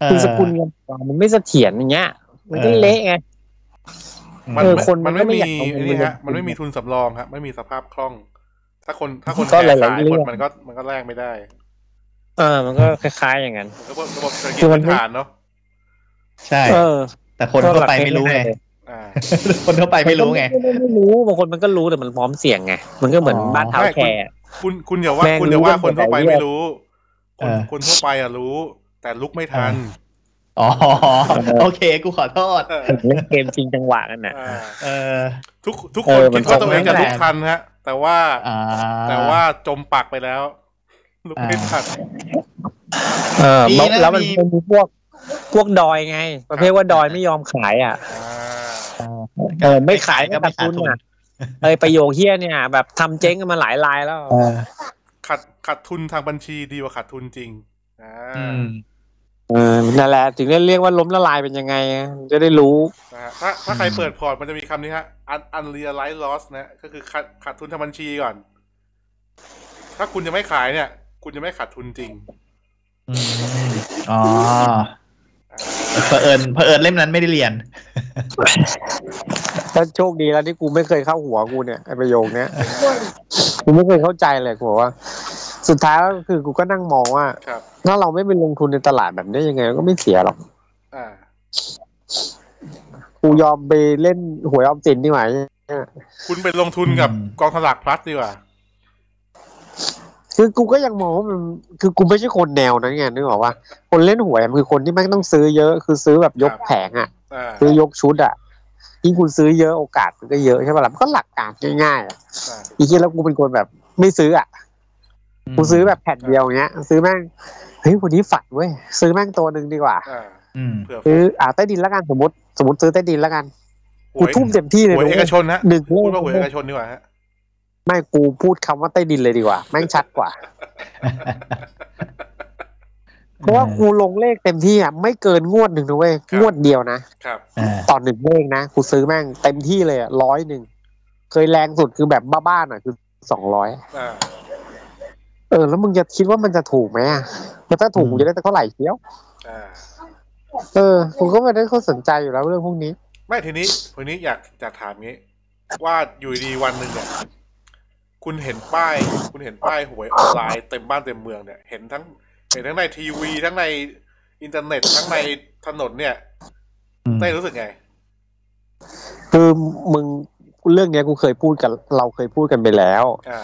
Speaker 2: เออ
Speaker 3: คือสกุลเงินของเรามันไม่เสถียรอย่างเงี้ย มันก็
Speaker 2: เออ
Speaker 3: เละไง
Speaker 1: มัน
Speaker 3: เออ
Speaker 1: ไม่
Speaker 3: คนมั
Speaker 1: มัน
Speaker 3: น
Speaker 1: ไม่
Speaker 3: ไม่
Speaker 1: มี
Speaker 3: อยากลงทุน
Speaker 1: ไอ้นี่ฮะ
Speaker 3: เลย
Speaker 1: มันไม่มีทุนสำรองครับไม่มีสภาพคล่อง ถ้าคนถ้าคน
Speaker 3: ก็
Speaker 1: แก่
Speaker 3: หลายๆ
Speaker 1: สาย
Speaker 3: เรื่
Speaker 1: ค
Speaker 3: อน ง
Speaker 1: มันก็มันก็แลกไม่ได้
Speaker 3: เออมันก็คล้าย ๆ อย่างนั้น
Speaker 1: มันก็ระบบเศรษฐกิจ
Speaker 3: คือมั
Speaker 1: พื้น
Speaker 3: นไม่
Speaker 1: ฐานเนาะ
Speaker 2: ใช่
Speaker 3: เออ
Speaker 2: แต่คนทั่วไปไม่รู้ไง *laughs*
Speaker 1: อ่า
Speaker 2: คนทั่วไปไม่รู้ไง
Speaker 3: ม่ไม่รู้บางคนมันก็รู้แต่มันพร้อมเสี่ยงไงมันก็เหมือน
Speaker 2: อ๋อ
Speaker 3: บ้านเท้าแชร์
Speaker 1: คุณคุณอย่าว่า
Speaker 3: แม่ง
Speaker 1: คุณอย่าว่าคนทั่วไป
Speaker 3: รู้กัน
Speaker 1: ไม่รู้ คน
Speaker 2: เออ
Speaker 3: หมด
Speaker 1: คนทั่วไปอ่ะรู้ แต่ลุกไม่ทัน
Speaker 2: อ๋อ โอเค กูขอโทษ
Speaker 1: เออ
Speaker 3: เล่นเกมจริงจังหวะกันน่ะ
Speaker 1: เออ
Speaker 2: เออ
Speaker 1: ทุกทุกค
Speaker 3: เอน อมั
Speaker 1: คิด
Speaker 3: น
Speaker 1: ว่าตัวเองจะลุก
Speaker 2: ตกน้ำแรง
Speaker 1: ทันฮะ แต่ว่า
Speaker 2: อ่า
Speaker 1: แต่ว่าจมปักไปแล้ว ลุกไม่ทัน
Speaker 3: เออ
Speaker 2: ดีนะ
Speaker 3: แล้วมัน
Speaker 2: มี
Speaker 3: เป็นพวกพวกดอยไง ประเภทว่าดอยไม่ยอมขายอ่ะ
Speaker 1: อ่า
Speaker 2: อ่า
Speaker 3: เออไม่ขาย
Speaker 2: ก็
Speaker 3: ก็
Speaker 2: ไม่
Speaker 3: ไม่
Speaker 2: ขา
Speaker 3: ขา
Speaker 2: ด
Speaker 3: ด
Speaker 2: ทุ
Speaker 3: ทุ
Speaker 2: น
Speaker 3: นอ่ะเอยประโยคเฮี้ยเนี่ย แบบทำเจ๊งกันมาหลายรายแล้ว
Speaker 2: เออ
Speaker 1: ขาดขาดทุนทางบัญชีดีกว่าขาดทุนจริงอ่า
Speaker 2: อืม
Speaker 3: เออนั่นแหละถึงได้เรียกว่าล้มละลายเป็นยังไงอะจะได้รู้
Speaker 1: นะฮะถ้าถ้าใคร
Speaker 2: อืม
Speaker 1: เปิดพอร์ตมันจะมีคำนี้ฮะ un unrealized loss นะก็คือขาดขาดทุนทางบัญชีก่อน ถ้าคุณจะไม่ขายเนี่ย คุณจะไม่ขาดทุนจริง
Speaker 2: อืมอ๋อ
Speaker 1: อ่า
Speaker 2: เผอิญเผอิญเล่มนั้นไม่ได้เรียน
Speaker 3: ถ้าโชคดีแล้วที่กูไม่เคยเข้าหัวกูเนี่ยไอประโยคเนี้ยกูไม่เคยเข้าใจเลยกูบอกว่า สุดท้ายก็คือกูก็นั่งมองว่า
Speaker 1: ครับ
Speaker 3: ถ้าเราไม่ไปลงทุนในตลาดแบบนี้ยังไงก็ไม่เสียหรอก
Speaker 1: อ่า
Speaker 3: กูยอมไปเล่นหวยออมสินดีกว่า
Speaker 1: คุณไปลงทุนกับ
Speaker 2: อืม
Speaker 1: กองสลากพลัสดีกว่า
Speaker 3: คือกูก็ยังมองว่ามันคือกูไม่ใช่คนแนวนั้นไงนึกออกว่าคนเล่นหวยมันคือคนที่แม่งต้องซื้อเยอะคือซื้อแบบยกแผงอ่ะ
Speaker 1: อ่า
Speaker 3: ซื้อยกชุดอ่ะยิ่งคุณซื้อเยอะโอกาสมันก็เยอะใช่ป่ะล่ะมันก็หลักการง่ายๆอะ
Speaker 1: อ่า
Speaker 3: อีกทีแล้วกูเป็นคนแบบไม่ซื้ออ่ะ กูซื้อแบบแผ่นเดียวเงี้ย ซื้อแม่งเฮ้ยวันนี้ฝันเว้ยซื้อแม่งตัวหนึ่งดีกว่า
Speaker 1: อ่า
Speaker 2: อืม
Speaker 1: เผื่อ
Speaker 3: ซื้ออ่าใต้ดินแล้วกันสมมติสมมติซื้อใต้ดินแล้วกัน
Speaker 1: ห
Speaker 3: กู
Speaker 1: วย
Speaker 3: ทุ่มเต็มที่เลย
Speaker 1: หวย
Speaker 3: นะ
Speaker 1: เอก
Speaker 3: เว้ย
Speaker 1: ชนนะ
Speaker 3: หนึ่ง
Speaker 1: พูด
Speaker 3: เล
Speaker 1: ว่าหวยเอก
Speaker 3: ข
Speaker 1: ชนดีกว่าฮะ
Speaker 3: ไม่กูพูดคำว่าใต้ดินเลยดีกว่าแม่งชัดกว่า เพราะว่ากูลงเลขเต็มที่อ่ะไม่เกินงวดหนึ่งนะเว้ยงวดเดียวนะครับ
Speaker 2: อ่า
Speaker 3: ต่อหนึ่งเลขนะกูซื้อแม่งเต็มที่เลยอะร้อยหนึ่งเคยแรงสุดคือแบบบ้าๆหน่อยคือสองร้อย
Speaker 1: อ่า
Speaker 3: เออแล้วมึงจะคิดว่ามันจะถูกไหมอ่ะแล้วถ้าถูก
Speaker 2: อืม
Speaker 3: มึงจะได้เท่าไหร่เชียว
Speaker 1: อ่า
Speaker 3: เออผมก็ไม่ได้เขาสนใจอยู่แล้วเรื่องพวกนี้
Speaker 1: ไม่ทีนี้ทีนี้อยากอยากถามงี้ ว่าอยู่ดีวันหนึ่งเนี่ย คุณเห็นป้าย คุณเห็นป้ายหวยออนไลน์เต็มบ้านเต็มเมืองเนี่ย เห็นทั้ง เห็นทั้งในทีวี ทั้งในอินเทอร์เน็ต ทั้งในถนนเนี่ย
Speaker 2: อืม
Speaker 1: ได้รู้สึกไง
Speaker 3: คือมึงเรื่องเนี้ยกูเคยพูดกัน เราเคยพูดกันไปแล้ว
Speaker 1: อ่า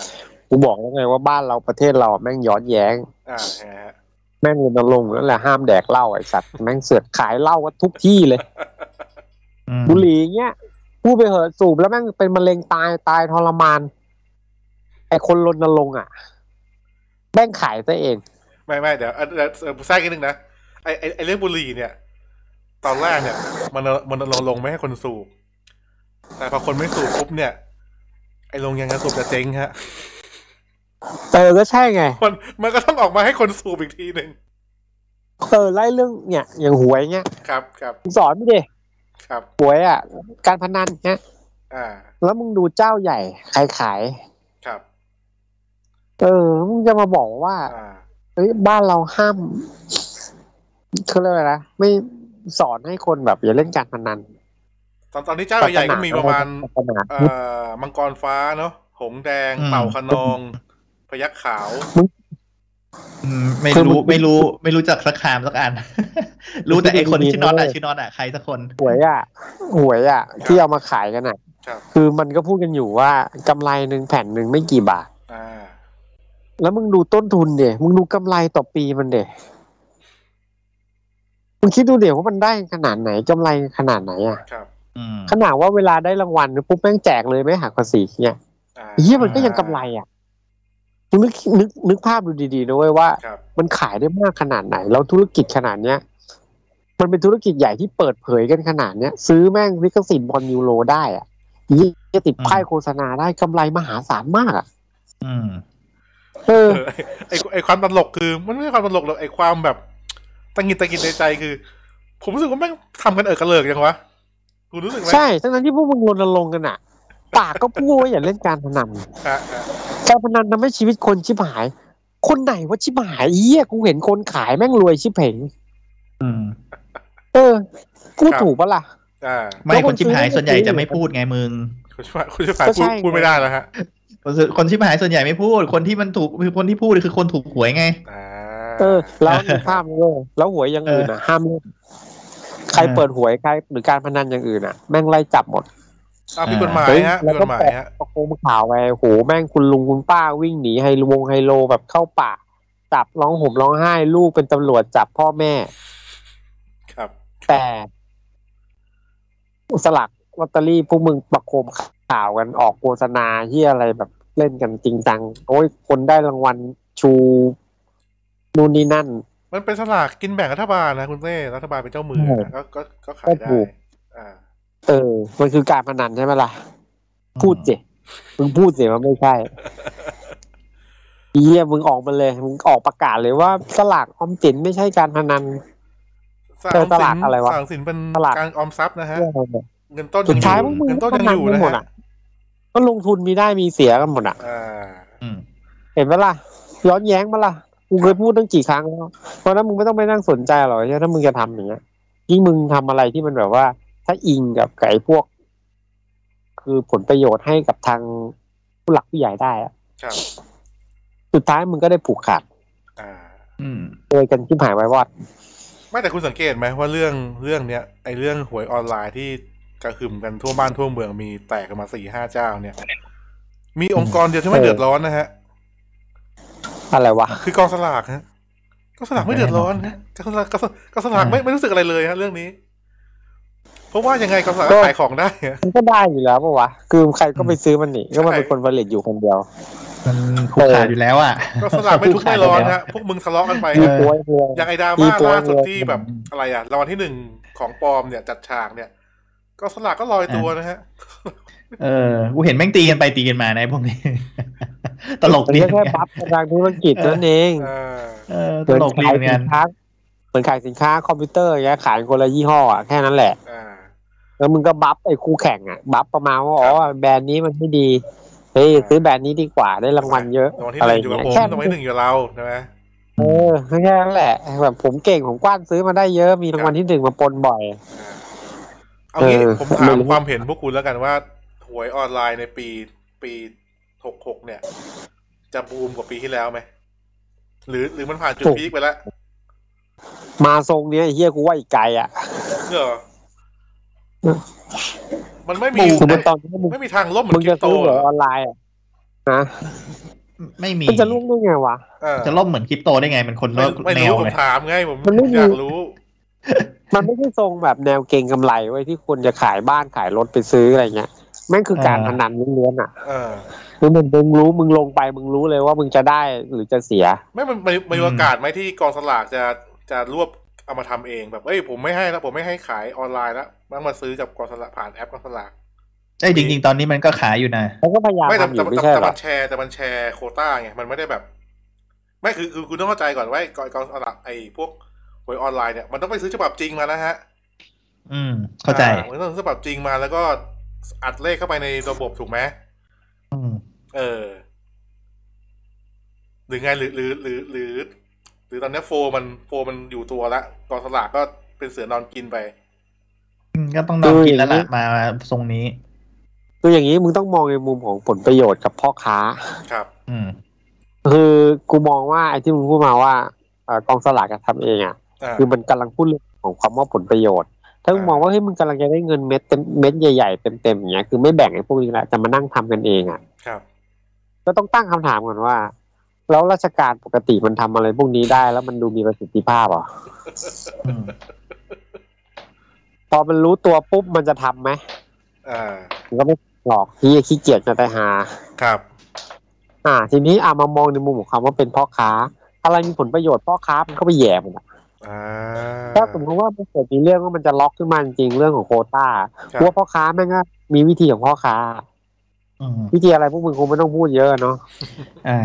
Speaker 3: กูบอกแล้วไงว่าบ้านเราประเทศเราอะแม่งย้อนแย้ง
Speaker 1: อ่าใช่ฮะ *laughs*
Speaker 3: แม่งรณรงค์นั่นแหละห้ามแดกเหล้าไอ้สัตว์แม่งเสือกขายเหล้าก็ทุกที่เลย
Speaker 2: อืม
Speaker 3: บุหรี่เงี้ยพูดไปเหอะสูบแล้วแม่งเป็นมะเร็งตายตายทรมานไอ้คนรณรงค์อ่ะแม่งขายตัวเอง
Speaker 1: ไม่ไม่เดี๋ยวเอ่อเดี๋ยวเอ่อแทรกนิดนึงนะไอไอ้ไอเรื่องบุหรี่เนี่ย ตอนแรกเนี่ย มันมันลงลงไม่ให้คนสูบ แต่พอคนไม่สูบปุ๊บเนี่ย ไอโรงยังจะสูบจะเจ๊งฮะ *laughs*
Speaker 3: เออก็ใช่ไง
Speaker 1: มันมันก็ต้องออกมาให้คนสูบอีกทีหนึ่ง
Speaker 3: เออไล่เรื่องเนี่ย อย่างหวยเงี้ย
Speaker 1: ครับครับ
Speaker 3: มึงสอนไม่ดิ
Speaker 1: ครับ
Speaker 3: หวยอ่ะการพนันเนี่ย
Speaker 1: อ่า
Speaker 3: แล้วมึงดูเจ้าใหญ่ใครขาย
Speaker 1: ครับ
Speaker 3: เออมึงจะมาบอกว่า
Speaker 1: อ่า
Speaker 3: เฮ้ยบ้านเราห้ามเขาเรียกอะไรนะไม่สอนให้คนแบบอย่าเล่นการพนัน
Speaker 1: ตอนตอนนี้เจ้าใหญ่ๆก็มีประมาณ
Speaker 3: ศาสนา
Speaker 1: เอ่อมังกรฟ้าเนาะหงส์แดงเต่าขนอง พยักขาว
Speaker 2: อืมไม่รู้ไม่รู้ ไม่รู้จักสักคามสักอัน *laughs* รู้แต่ไอคนที่ชื่อน็อตอะชื่อน็อตอะใครสักคน
Speaker 3: หวยอ่ะหวยอ่ะ ที่เอามาขายกันอ่ะ
Speaker 1: ครับ
Speaker 3: คือมันก็พูดกันอยู่ว่ากำไรหนึ่งแผ่นหนึ่งไม่กี่บาท
Speaker 1: อ่า
Speaker 3: แล้วมึงดูต้นทุนเดี๋ยมึงดูกำไรต่อปีมันเดี๋ยมึงคิดดูเดี๋ยวว่ามันได้ขนาดไหนกำไรขนาดไหนอ่ะ
Speaker 1: ครับ
Speaker 2: อืม
Speaker 3: ขนาดว่าเวลาได้รางวัลปุ๊บแม่งแจกเลยไม่หักภาษีเนี่ย
Speaker 1: อ่า
Speaker 3: เฮียมันก็ยังกำไรอ่ะคุณนึกนึกนึกภาพดูดีๆนะเว้ยว่า
Speaker 1: ครับ *laughs*
Speaker 3: มันขายได้มากขนาดไหน แล้วธุรกิจขนาดเนี้ย มันเป็นธุรกิจใหญ่ที่เปิดเผยกันขนาดเนี้ย ซื้อแม่งลิขสิทธิ์บอลยูโรได้อ่ะเฮียติดป้ายโฆษณาได้กำไรมหาศาลมากอ่ะ
Speaker 2: อืม
Speaker 3: เออ
Speaker 1: เออไอไอความตลกคือ มันไม่ใช่ความตลกหรอกไอความแบบตังหงิดตังหงิดในใจคือ ผมรู้สึกว่าแม่งทำกันเออกระเลิกยังวะ คุณรู้สึกไหม
Speaker 3: ใช่ทั้งนั้นที่พวกมึงรณรงค์กันอ่ะ ปากก็พูดว่าอย่าเล่นการพนัน
Speaker 1: ฮะฮะ
Speaker 3: การพนันทำให้ชีวิตคนชิบหาย คนไหนว่าชิบหายเอี้ยกูเห็นคนขายแม่งรวยชิบเผง
Speaker 2: อืม
Speaker 3: เออพูดถูกปะล่ะ
Speaker 1: อ่า
Speaker 2: ไม่
Speaker 3: แล้ว
Speaker 2: ค
Speaker 3: คน น
Speaker 2: ชิบหาย
Speaker 3: ซื้อ
Speaker 2: ส่วนใหญ่
Speaker 3: ไม่ซื้อ
Speaker 2: จะไม่พูดไงมึง
Speaker 1: คุณชิบหายคุณชิบหาย
Speaker 3: ก็
Speaker 1: พู
Speaker 3: ใช่
Speaker 1: ดพูดไม่ได้แล้วฮะ
Speaker 2: คนซื้อคนชิบหายส่วนใหญ่ไม่พูด คนที่มันถูกคนที่พูดคือคนถูกหวยไง
Speaker 1: อ่า
Speaker 3: เออ แล้วมีภาพเลยแล้วหวยอย่างอื่นอ่ะห้ามเล่นใครเปิดหวยใครหรือการพนันอย่างอื่นอ่ะ แม่งไล่จับหมด
Speaker 1: ตามผิดกฎหมายฮะผิ
Speaker 3: แล้
Speaker 1: ด
Speaker 3: ว
Speaker 1: ก
Speaker 3: ก็
Speaker 1: ฎหมายฮะ
Speaker 3: ตะโกนข่าวไปโหแม่งคุณลุงคุณป้าวิ่งหนีไฮลวงไฮโลแบบเข้าป่าจับร้องห่มร้องไห้ลูกเป็นตำรวจจับพ่อแม่
Speaker 1: ครับ
Speaker 3: แต่สลักลอตเตอรี่พวกมึงประโคมข่าวกันออกโฆษณาที่อะไรแบบเล่นกันจริงจังโอ้ยคนได้รางวัลชูนู่นนี่นั่น
Speaker 1: มันเป็นสลากกินแบ่งรัฐบาลนะคุณเต้รัฐบาลเป็นเจ้ามือ
Speaker 3: ใช่
Speaker 1: นะก็ก็ก็ขาย
Speaker 3: ก็
Speaker 1: ได้
Speaker 3: ถูก
Speaker 1: อ่า
Speaker 3: เออ มันคือการพนันใช่ไหมล่ะ พูดสิมึงพูดสิว่าไม่ใช่ เยี่ยมึงออกมาเลย มึงออกประกาศเลยว่าสลากออมสินไม่ใช่การพนัน
Speaker 1: สร้าง
Speaker 3: เจอตลาดอะไรวะ
Speaker 1: สร้างสินเป็น
Speaker 3: ตลาด
Speaker 1: การออมทรัพย์นะฮะ
Speaker 3: เรื่องอะไรเนี่ย
Speaker 1: เงินต้น
Speaker 3: สุดท้าย
Speaker 1: งอ
Speaker 3: พวกมึง
Speaker 1: เงินต้นยังอยู่
Speaker 3: ก็ทำ
Speaker 1: นะ
Speaker 3: กันหมด
Speaker 1: ฮะ
Speaker 3: อะ ก็ลงทุนมีได้มีเสียกันหมดอ่ะ
Speaker 1: อ่า
Speaker 2: อืม
Speaker 3: เห็นไหมล่ะ ย้อนแย้งมาล่ะกูเคยพูดตั้งกี่ครั้งแล้วเพราะฉะนั้นมึงไม่ต้องไปนั่งสนใจหรอกใช่ถ้ามึงจะทำอย่างเงี้ยยิ่งมึงทำอะไรที่มันแบบว่า ถ้าอิงกับไก่พวก คือผลประโยชน์ให้กับทางผู้หลักผู้ใหญ่ได้อะ
Speaker 1: ครับ
Speaker 3: สุดท้ายมึงก็ได้ผูกขาด
Speaker 1: อ่า
Speaker 2: อืม
Speaker 3: โดยกันชิบหายไว้วอด
Speaker 1: ไม่แต่คุณสังเกตไหมว่าเรื่องเรื่องเนี้ยไอเรื่องหวยออนไลน์ที่กระหึ่มกันทั่วบ้านทั่วเมืองมีแตกกันมาสี่ห้าเจ้าเนี่ย มีองค์กรเดียวที่ไม่
Speaker 3: เออ
Speaker 1: เดือดร้อนนะฮะ
Speaker 3: อะไรวะ
Speaker 1: คือกองสลากฮะกองสลากไม่เดือดร้อนฮะกองสลากกองสลากกองสลากไม่ไม่รู้สึกอะไรเลยฮะเรื่องนี้ เพราะว่ายังไงกองสลากก็ขายของได้ฮะ
Speaker 3: มันก็ได้อยู่แล้วปะวะ คือใครก็ไปซื้อมันนี่ ก็มัน
Speaker 1: ใช่
Speaker 3: เป็นคนผลิตอยู่คนเดียว
Speaker 2: มันผูกขาดอยู่แล้วอ่ะ
Speaker 1: กองสลากไม่ทุกข์ไม่ร้อนฮะพวกมึงทะเลาะกันไป
Speaker 2: เอ
Speaker 1: ฮะ
Speaker 2: อ
Speaker 3: โวยเมือง
Speaker 1: อย่างไอดราม่า
Speaker 3: มีตัว
Speaker 1: ล่าสุด
Speaker 3: เดียว
Speaker 1: ที่แบบอะไรอ่ะรางวัลที่หนึ่งของปลอมเนี่ยจัดฉากเนี่ย ก็สลากก็ลอยตัวนะฮะ
Speaker 2: เออ กูเห็นแม่งตีกันไปตีกันมาในะไอ้พวกนี้ *laughs* ตลกดี
Speaker 3: ีแค่บัฟทางธุรกิจนั่นเอง
Speaker 1: เออ
Speaker 2: เออตลกดี
Speaker 3: ขาย
Speaker 2: เหมือน
Speaker 3: สิ
Speaker 2: กัน
Speaker 3: นค้าเหมือนขายสินค้าคอมพิวเตอร์อย่างเงี้ยขายคนละยี่ห้ออะแค่นั้นแหละ
Speaker 1: อ่า
Speaker 3: แล้วมึงก็บัฟไอ้คู่แข่งอ่ะ บัฟประมาณว่าอ๋อแบรนด์นี้มันไม่ดี เฮ้ย
Speaker 1: อ่า
Speaker 3: ซื้อแบรนด์นี้ดีกว่าได้รางวัลเยอะ
Speaker 1: รางวัลที่ห
Speaker 3: อะไร
Speaker 1: นึ่
Speaker 3: อ
Speaker 1: อง ยู่กับ
Speaker 3: ง ย่า
Speaker 1: ผ
Speaker 3: เงี้ย
Speaker 1: ม
Speaker 3: แค่
Speaker 1: รางวัลที่หนึ่งอยู่กับเราใช่ไหม
Speaker 3: เออแค่นั้นแหละแบบผมเก่งผมกว้านซื้อมาได้เยอะมีรางวัลที่หนึ่งมาปนบ่อย
Speaker 1: อ่าเอางี้
Speaker 3: เออ
Speaker 1: ผมถาม
Speaker 3: ไม่รู้
Speaker 1: ความเห็นพวกคุณแล้วกันว่าหวยออนไลน์ในปีปีหกหกเนี่ย จะบูมกว่าปีที่แล้วไหมหรือหรือมันผ่านจุดพีคไปแล้ว
Speaker 3: มาทรงเนี้ยไอ้เฮียกูว่าอีกไกลอ่ะ
Speaker 1: เหรอ
Speaker 3: อืม
Speaker 1: มันไม่มี
Speaker 3: กูเป็นตอนนี้มึง
Speaker 1: ไม่มีทางล่มเหมือ
Speaker 3: มึง
Speaker 1: นคริ
Speaker 3: จะ
Speaker 1: ปโต
Speaker 3: ซื้อเห
Speaker 1: เห
Speaker 3: ร
Speaker 1: ร
Speaker 3: อ
Speaker 1: อ
Speaker 3: ออนไลน์อะนะ
Speaker 2: ไม่มี
Speaker 3: มันจะล่วงได้ไงวะ
Speaker 1: เออ
Speaker 2: จะล่มเหมือนคริปโตได้ไง มันคน
Speaker 1: ไม่
Speaker 2: ละ
Speaker 1: ไม่
Speaker 2: แน
Speaker 1: รู้
Speaker 2: ว
Speaker 1: ผม
Speaker 2: เลย
Speaker 1: ถามไงผม
Speaker 3: มันไม่มี
Speaker 1: อยากรู้
Speaker 3: มันไม่ใช่ทรงแบบแนวเก่งกำไรไว้ยที่คุณจะขายบ้านขายรถไปซื้ออะไรเงี้ยแม่งคือการพนันล้วนๆอ่ะ
Speaker 1: เออ
Speaker 3: คือมึงมึงรู้มึงลงไปมึงรู้เลยว่ามึงจะได้หรือจะเสีย
Speaker 1: ไม่มันมันมันมีโอกาสไหมที่กองสลากจะจะรวบเอามาทำเองแบบเอ้ยผมไม่ให้แล้วผมไม่ให้ขายออนไลน์แล้วมันมาซื้อจากกองสลากผ่านแอปกองสลาก
Speaker 2: ไอ้ยจริง ๆ ตอนนี้มันก็ขายอยู่นะ
Speaker 3: แล้วก็พยายาม
Speaker 1: ไม่แต่
Speaker 3: ทำอ
Speaker 1: แต่
Speaker 3: ยู่ไม่
Speaker 1: แต่
Speaker 3: ใช่
Speaker 1: แต่
Speaker 3: เหร
Speaker 1: มั
Speaker 3: อน
Speaker 1: แชร์แต่มันแชร์โควต้าไงมันไม่ได้แบบ ไม่คือคือคุณต้องเข้าใจก่อนว่าไอ้กองกองสลากไอ้พวกหวยออนไลน์เนี่ยมันต้องไปซื้อฉบับจริงมานะฮะ
Speaker 2: อืม เข้าใจ
Speaker 1: อ่มันต้องซื้อฉบับจริงมาแล้วก็อัดเลขเข้าไปในระบบถูกไหม
Speaker 2: อืม
Speaker 1: เออ หรือไงหรือหรือหรือหรือ หรือตอนเนี้ยโฟร์มันโฟร์มันอยู่ตัวละกองสลากก็เป็นเสือนอนกินไป
Speaker 2: ก็ต้องนอนกินแล้วล่ะมาทรงนี้
Speaker 3: คืออย่างนี้มึงต้องมองในมุมของผลประโยชน์กับพ่อค้า
Speaker 1: ครับ
Speaker 2: อืม
Speaker 3: คือกูมองว่าไอ้ที่มึงพูดมาว่าเอ่อกองสลากจะทำเองอ่ะ
Speaker 1: อ่า
Speaker 3: คือมันกำลังพูดเรื่องของความว่าผลประโยชน์ ถ้ามึง
Speaker 1: อ่าม
Speaker 3: มองว่าเฮ้ยมึงกำลังจะได้เงินเม็ดเต็มเม็ดใหญ่ๆเต็มๆอย่างเงี้ยคือไม่แบ่งไอ้พวกนี้ละจะมานั่งทำกันเองอ่ะ
Speaker 1: ครับ
Speaker 3: ก็ต้องตั้งคำถามก่อนว่า แล้วราชการปกติมันทำอะไรพวกนี้ได้แล้วมันดูมีประสิทธิภาพเหรอ
Speaker 2: อืม
Speaker 3: พอมันรู้ตัวปุ๊บมันจะทำไหม
Speaker 1: อ่า
Speaker 3: มันก็ไม่หลอกที่ขี้เกียจจะไปหา
Speaker 1: ครับ
Speaker 3: อ่า ทีนี้อามามองในมุมของคำว่าเป็นพ่อค้า อะไรมีผลประโยชน์พ่อค้ามันก็ไปแย่มันอะ
Speaker 1: อ่า
Speaker 3: ถ้าสมมติว่ามันเกิดมีเรื่องว่ามันจะล็อกขึ้นมาจริงๆเรื่องของโควต้า
Speaker 1: ครับ
Speaker 3: เพราะว่าพ่อค้าแม่งก็มีวิธีของพ่อค้า
Speaker 2: อืม
Speaker 3: วิธีอะไรพวกมึงคงไม่ต้องพูดเยอะเนาะ
Speaker 2: อ่า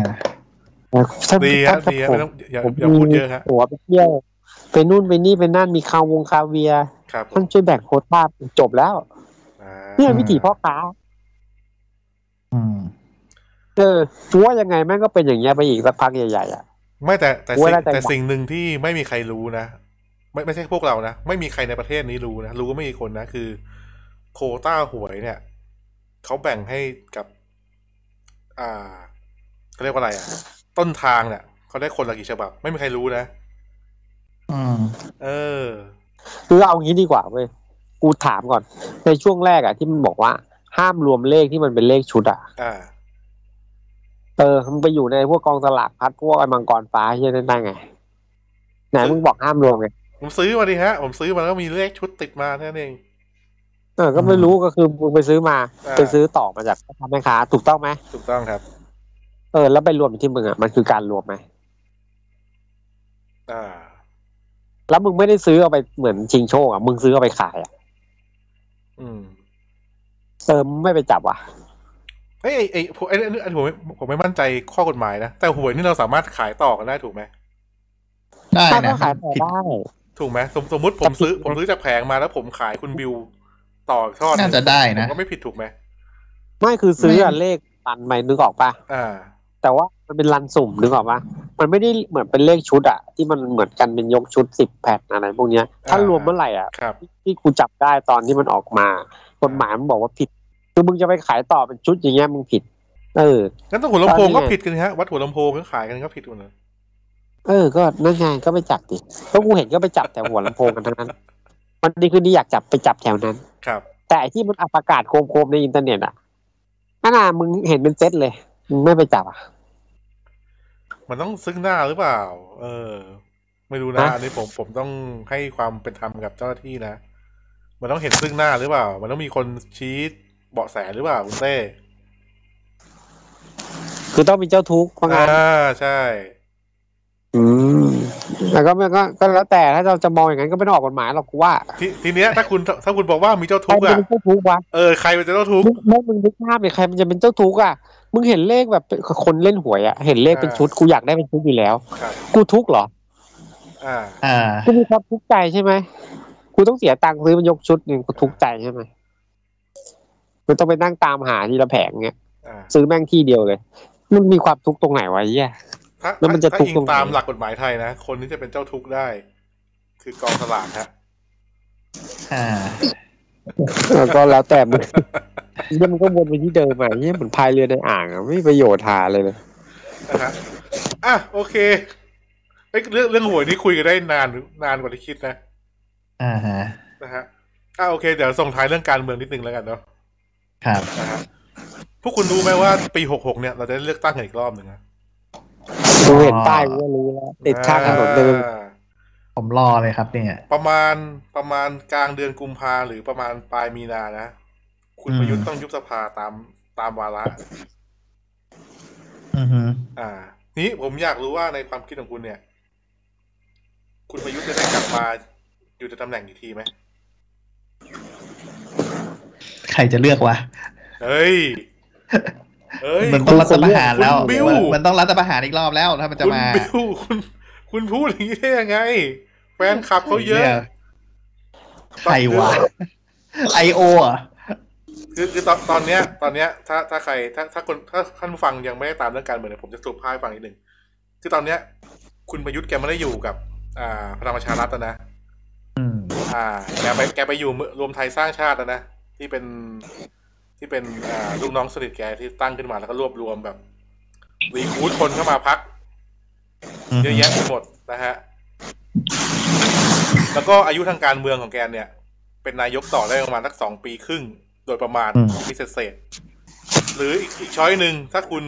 Speaker 3: ถ้า
Speaker 1: ดีฮะ
Speaker 3: ถ้า
Speaker 1: ดีฮะ
Speaker 3: ผ
Speaker 1: ไม่
Speaker 3: ม
Speaker 1: ต้องอย่า
Speaker 3: ผม
Speaker 1: อย่าพูดเยอะฮะ
Speaker 3: หัวไปเที่ยวไปนู่นไปนี่ไปนั่นมีคาวงคาเวียร์
Speaker 1: ครับ
Speaker 3: ท่านช่วยแบ่งโควต้าจบแล้ว
Speaker 1: อ่า
Speaker 3: เนี่ยวิถีพ่อค้า
Speaker 2: อืม
Speaker 3: เออกูว่ายังไงแม่งก็เป็นอย่างเงี้ยไปอีกสักพักใหญ่ๆอ่ะ
Speaker 1: ไม่แต่แต่สิ่ง
Speaker 3: ว่าน่าจะ
Speaker 1: แต่สิ่งหนึ่งที่ไม่มีใครรู้นะ ไม่ไม่ใช่พวกเรานะไม่มีใครในประเทศนี้รู้นะรู้ก็ไม่มีคนนะคือ โควต้าหวยเนี่ยเขาแบ่งให้กับ อ่าเขาเรียกว่าอะไรอ่ะ ต้นทางเนี่ยเขาได้คนละกี่ฉบับ ไม่มีใครรู้นะ
Speaker 2: อืม
Speaker 1: เออ
Speaker 3: คือเอางี้ดีกว่าเว้ยกูถามก่อน ในช่วงแรกอ่ะที่มันบอกว่า ห้ามรวมเลขที่มันเป็นเลขชุดอ่ะ
Speaker 1: อ่า
Speaker 3: เออมึงไปอยู่ในพวกกองสลากพัดพวกไอ้มังกรฟ้าเฮียนั่นได้ไง ไหนมึงบอกห้ามรวมไง
Speaker 1: ผมซื้อมาดิฮะ ผมซื้อมาแล้วก็มีเลขชุดติดมาแค่นั้นเอง
Speaker 3: เออก็ไม่รู้ก็คือมึงไปซื้อมา
Speaker 1: อ่า
Speaker 3: ไปซื้อต่อมาจากพ่อค้าแม่ค้าถูกต้องไหม
Speaker 1: ถูกต้องครับ
Speaker 3: เออแล้วไปรวมอยู่ที่มึงอ่ะมันคือการรวมไหม
Speaker 1: อ่า
Speaker 3: แล้วมึงไม่ได้ซื้อเอาไปเหมือนชิงโชคอ่ะมึงซื้อเอาไปขายอ่ะ
Speaker 1: อืม
Speaker 3: เออมึงไม่ไปจับว่ะ
Speaker 1: เอ้ยไอ้ไอ้ผมไอ้ไอ้ผมไม่ผมไม่มั่นใจข้อกฎหมายนะ แต่หวยนี่เราสามารถขายต่อกันได้ถูกไหม
Speaker 2: ได้
Speaker 3: ถ้า
Speaker 2: นะ
Speaker 3: เขาขายต่อ
Speaker 2: ผิด
Speaker 3: ได้
Speaker 1: ถูกไหมสมสมมติผมซื้อ ผมซื้อจากแผงมาแล้วผมขายคุณบิวต่ออีกทอดหนึ่
Speaker 2: น่าง จะได้
Speaker 1: ผ
Speaker 2: นะ
Speaker 1: มก็ไม่ผิดถูกไหม
Speaker 3: ไม่คือซื้ออะ
Speaker 2: ไม่
Speaker 3: เลขรันไหมนึกออกปะ
Speaker 1: อ่า
Speaker 3: แต่ว่ามันเป็นรันสุ่มนึกออกปะมันไม่ได้เหมือนเป็นเลขชุดอะที่มันเหมือนกันเป็นยกชุดสิบแผ่นอะไรพวกเนี้ยถ้า
Speaker 1: อ่าร
Speaker 3: รวมเมื่อไหร่อ่ะ
Speaker 1: ครับ
Speaker 3: ที่กูจับได้ตอนที่มันออกมากฎหมายมันบอกว่าผิด คือมึงจะไปขายต่อเป็นชุดอย่างเงี้ยมึงผิด เออ
Speaker 1: งั้นต้องหัวลำโพง
Speaker 3: ตอนนี้
Speaker 1: ก็ผิดกันฮะ วัดหัวลำโพงก็ขายกันก็ผิดหมดเลย
Speaker 3: เออ ก็นั่นไงก็ไปจับดิก็กูเห็นก็ไปจับแต่หัวลำโพงกันทั้งนั้น วันนี้คืนนี้อยากจับไปจับแถวนั้น
Speaker 1: ครับ
Speaker 3: แต่ไอ้ที่มันอัปประกาศโคมๆในอินเทอร์เน็ตอ่ะนั่นน่ะมึงเห็นเป็นเซตเลยมึงไม่ไปจับอ่ะ
Speaker 1: มันต้องซึ่งหน้าหรือเปล่า เออ ไม่รู้นะ
Speaker 3: ฮะ
Speaker 1: อันนี้ผมผมต้องให้ความเป็นธรรมกับเจ้าหน้าที่นะ มันต้องเห็นซึ่งหน้าหรือเปล่า มันต้องมีคนชี้เบาะแสหรือเปล่าคุณเต้
Speaker 3: คือต้องมีเจ้าทุกข์เพราะงั้น
Speaker 1: อ่าใช่
Speaker 3: อืมแล้วก็มันก็ก็แล้วแต่ถ้าเราจะมองอย่างนั้นก็ไม่ต้องออกกฎหมายหรอกกูว่า
Speaker 1: ทีทีเนี้ยถ้าคุณถ้าคุณบอกว่ามีเจ้า
Speaker 3: ใคร
Speaker 1: ทุกข์
Speaker 3: มันจะ
Speaker 1: อ่ะ
Speaker 3: เป็นเจ้าทุกข์วะ
Speaker 1: เออใครเป็นเจ้าทุกข์
Speaker 3: มึงมึงมึงนึกภาพเลยใครมันจะเป็นเจ้าทุกข์อ่ะมึงเห็นเลขแบบคนเล่นหวยอ่ะเห็นเลขเป็นชุดกูอยากได้เป็นชุดอยู่แล้ว
Speaker 1: ครับ
Speaker 3: กูทุกข์เหรอ
Speaker 1: อ่า
Speaker 2: อ่า
Speaker 3: กูมีความทุกข์ใจใช่ไหมกูต้องเสียตังค์ซื้อมันยกชุดหนึ่งกูทุกข์ใจใช่ไหมมันต้องไปนั่งตามหาทีละแผงเงี้ย
Speaker 1: อ่า
Speaker 3: ซื้อแม่งที่เดียวเลย มันมีความทุกข์ตรงไหนวะไอ้เหี้ย
Speaker 1: ถ้า
Speaker 3: แล้วมันจะ
Speaker 1: ถ้า
Speaker 3: ทุกข์
Speaker 1: อิ
Speaker 3: ตรง งไหน
Speaker 1: ตามหลักกฎหมายไทยนะ คนที่จะเป็นเจ้าทุกข์ได้ คือกองสลากฮะ
Speaker 2: อ่า
Speaker 3: เออก็แล้วแต่มึง เหี้ยมันก็วนไปที่เดิมอ่ะเหี้ยเหมือนพายเรือในอ่างอ่ะไม่มีประโยชน์หาเลยเลย
Speaker 1: นะฮะอ่ะโอเคเอ้ยเรื่องเรื่องหวยนี่คุยกันได้นานนานกว่าที่คิดนะ
Speaker 2: อ่าฮะ
Speaker 1: นะฮะอ่ะโอเคเดี๋ยวส่งท้ายเรื่องการเมืองนิดนึงแล้วกันเนาะ
Speaker 2: ครับ
Speaker 1: นะฮะพวกคุณรู้ไหมว่าปีหกหกเนี่ย เราจะได้เลือกตั้งกันอีกรอบหนึ่งนะ
Speaker 3: กูเห็นป้ายกูก็รู้แล้วติดข้างถนนเลย
Speaker 1: อ่า
Speaker 2: ผมรอเลยครับเนี่ย
Speaker 1: ประมาณประมาณกลางเดือนกุมภาหรือประมาณปลายมีนานะคุณประยุทธ์ต้องยุบสภาตามตามวาระ
Speaker 2: อือฮึ
Speaker 1: อ่า นี้ผมอยากรู้ว่าในความคิดของคุณเนี่ย คุณประยุทธ์จะได้กลับมาอยู่ในตำแหน่งอีกทีไหม
Speaker 2: ใครจะเลือกวะ
Speaker 1: เฮ้ย เฮ้ย
Speaker 2: มันต้องรัฐประหารแล้ว
Speaker 1: คุณบิ้ว
Speaker 2: มันมันต้องรัฐประหารอีกรอบแล้ว ถ้ามันจะ
Speaker 1: คุณ
Speaker 2: มา
Speaker 1: บิวคุณคุณพูดอย่างนี้ได้ยังไง แฟนคลับเขาเยอะ
Speaker 2: นี่ใครวะไอโออ่ะ
Speaker 1: คือคือตอนตอนเนี้ย ตอนเนี้ย ถ้าถ้าใครถ้าถ้าคนถ้าท่านผู้ฟังยังไม่ได้ตามเรื่องการเมืองเนี่ยผมจะสรุปภาพให้ฟังนิดหนึ่งคือตอนเนี้ย คุณประยุทธ์แกไม่ได้อยู่กับ อ่าพลังประชารัฐแล้วนะ
Speaker 2: อืม
Speaker 1: อ่าแกไปแกไปอยู่เมืองรวมไทยสร้างชาติแล้วนะ ที่เป็นที่เป็นอ่าลูกน้องสนิทแกที่ตั้งขึ้นมาแล้วก็รวบรวมแบบรีคูดคนเข้ามาพัก เยอะแยะไปหมดนะฮะ แล้วก็อายุทางการเมืองของแกเนี่ย เป็นนายกต่อได้ประมาณสักสองปีครึ่ง โดยประมาณ
Speaker 2: อืม
Speaker 1: สองปีเศษๆหรืออีกอีกช้อยหนึ่งถ้าคุณ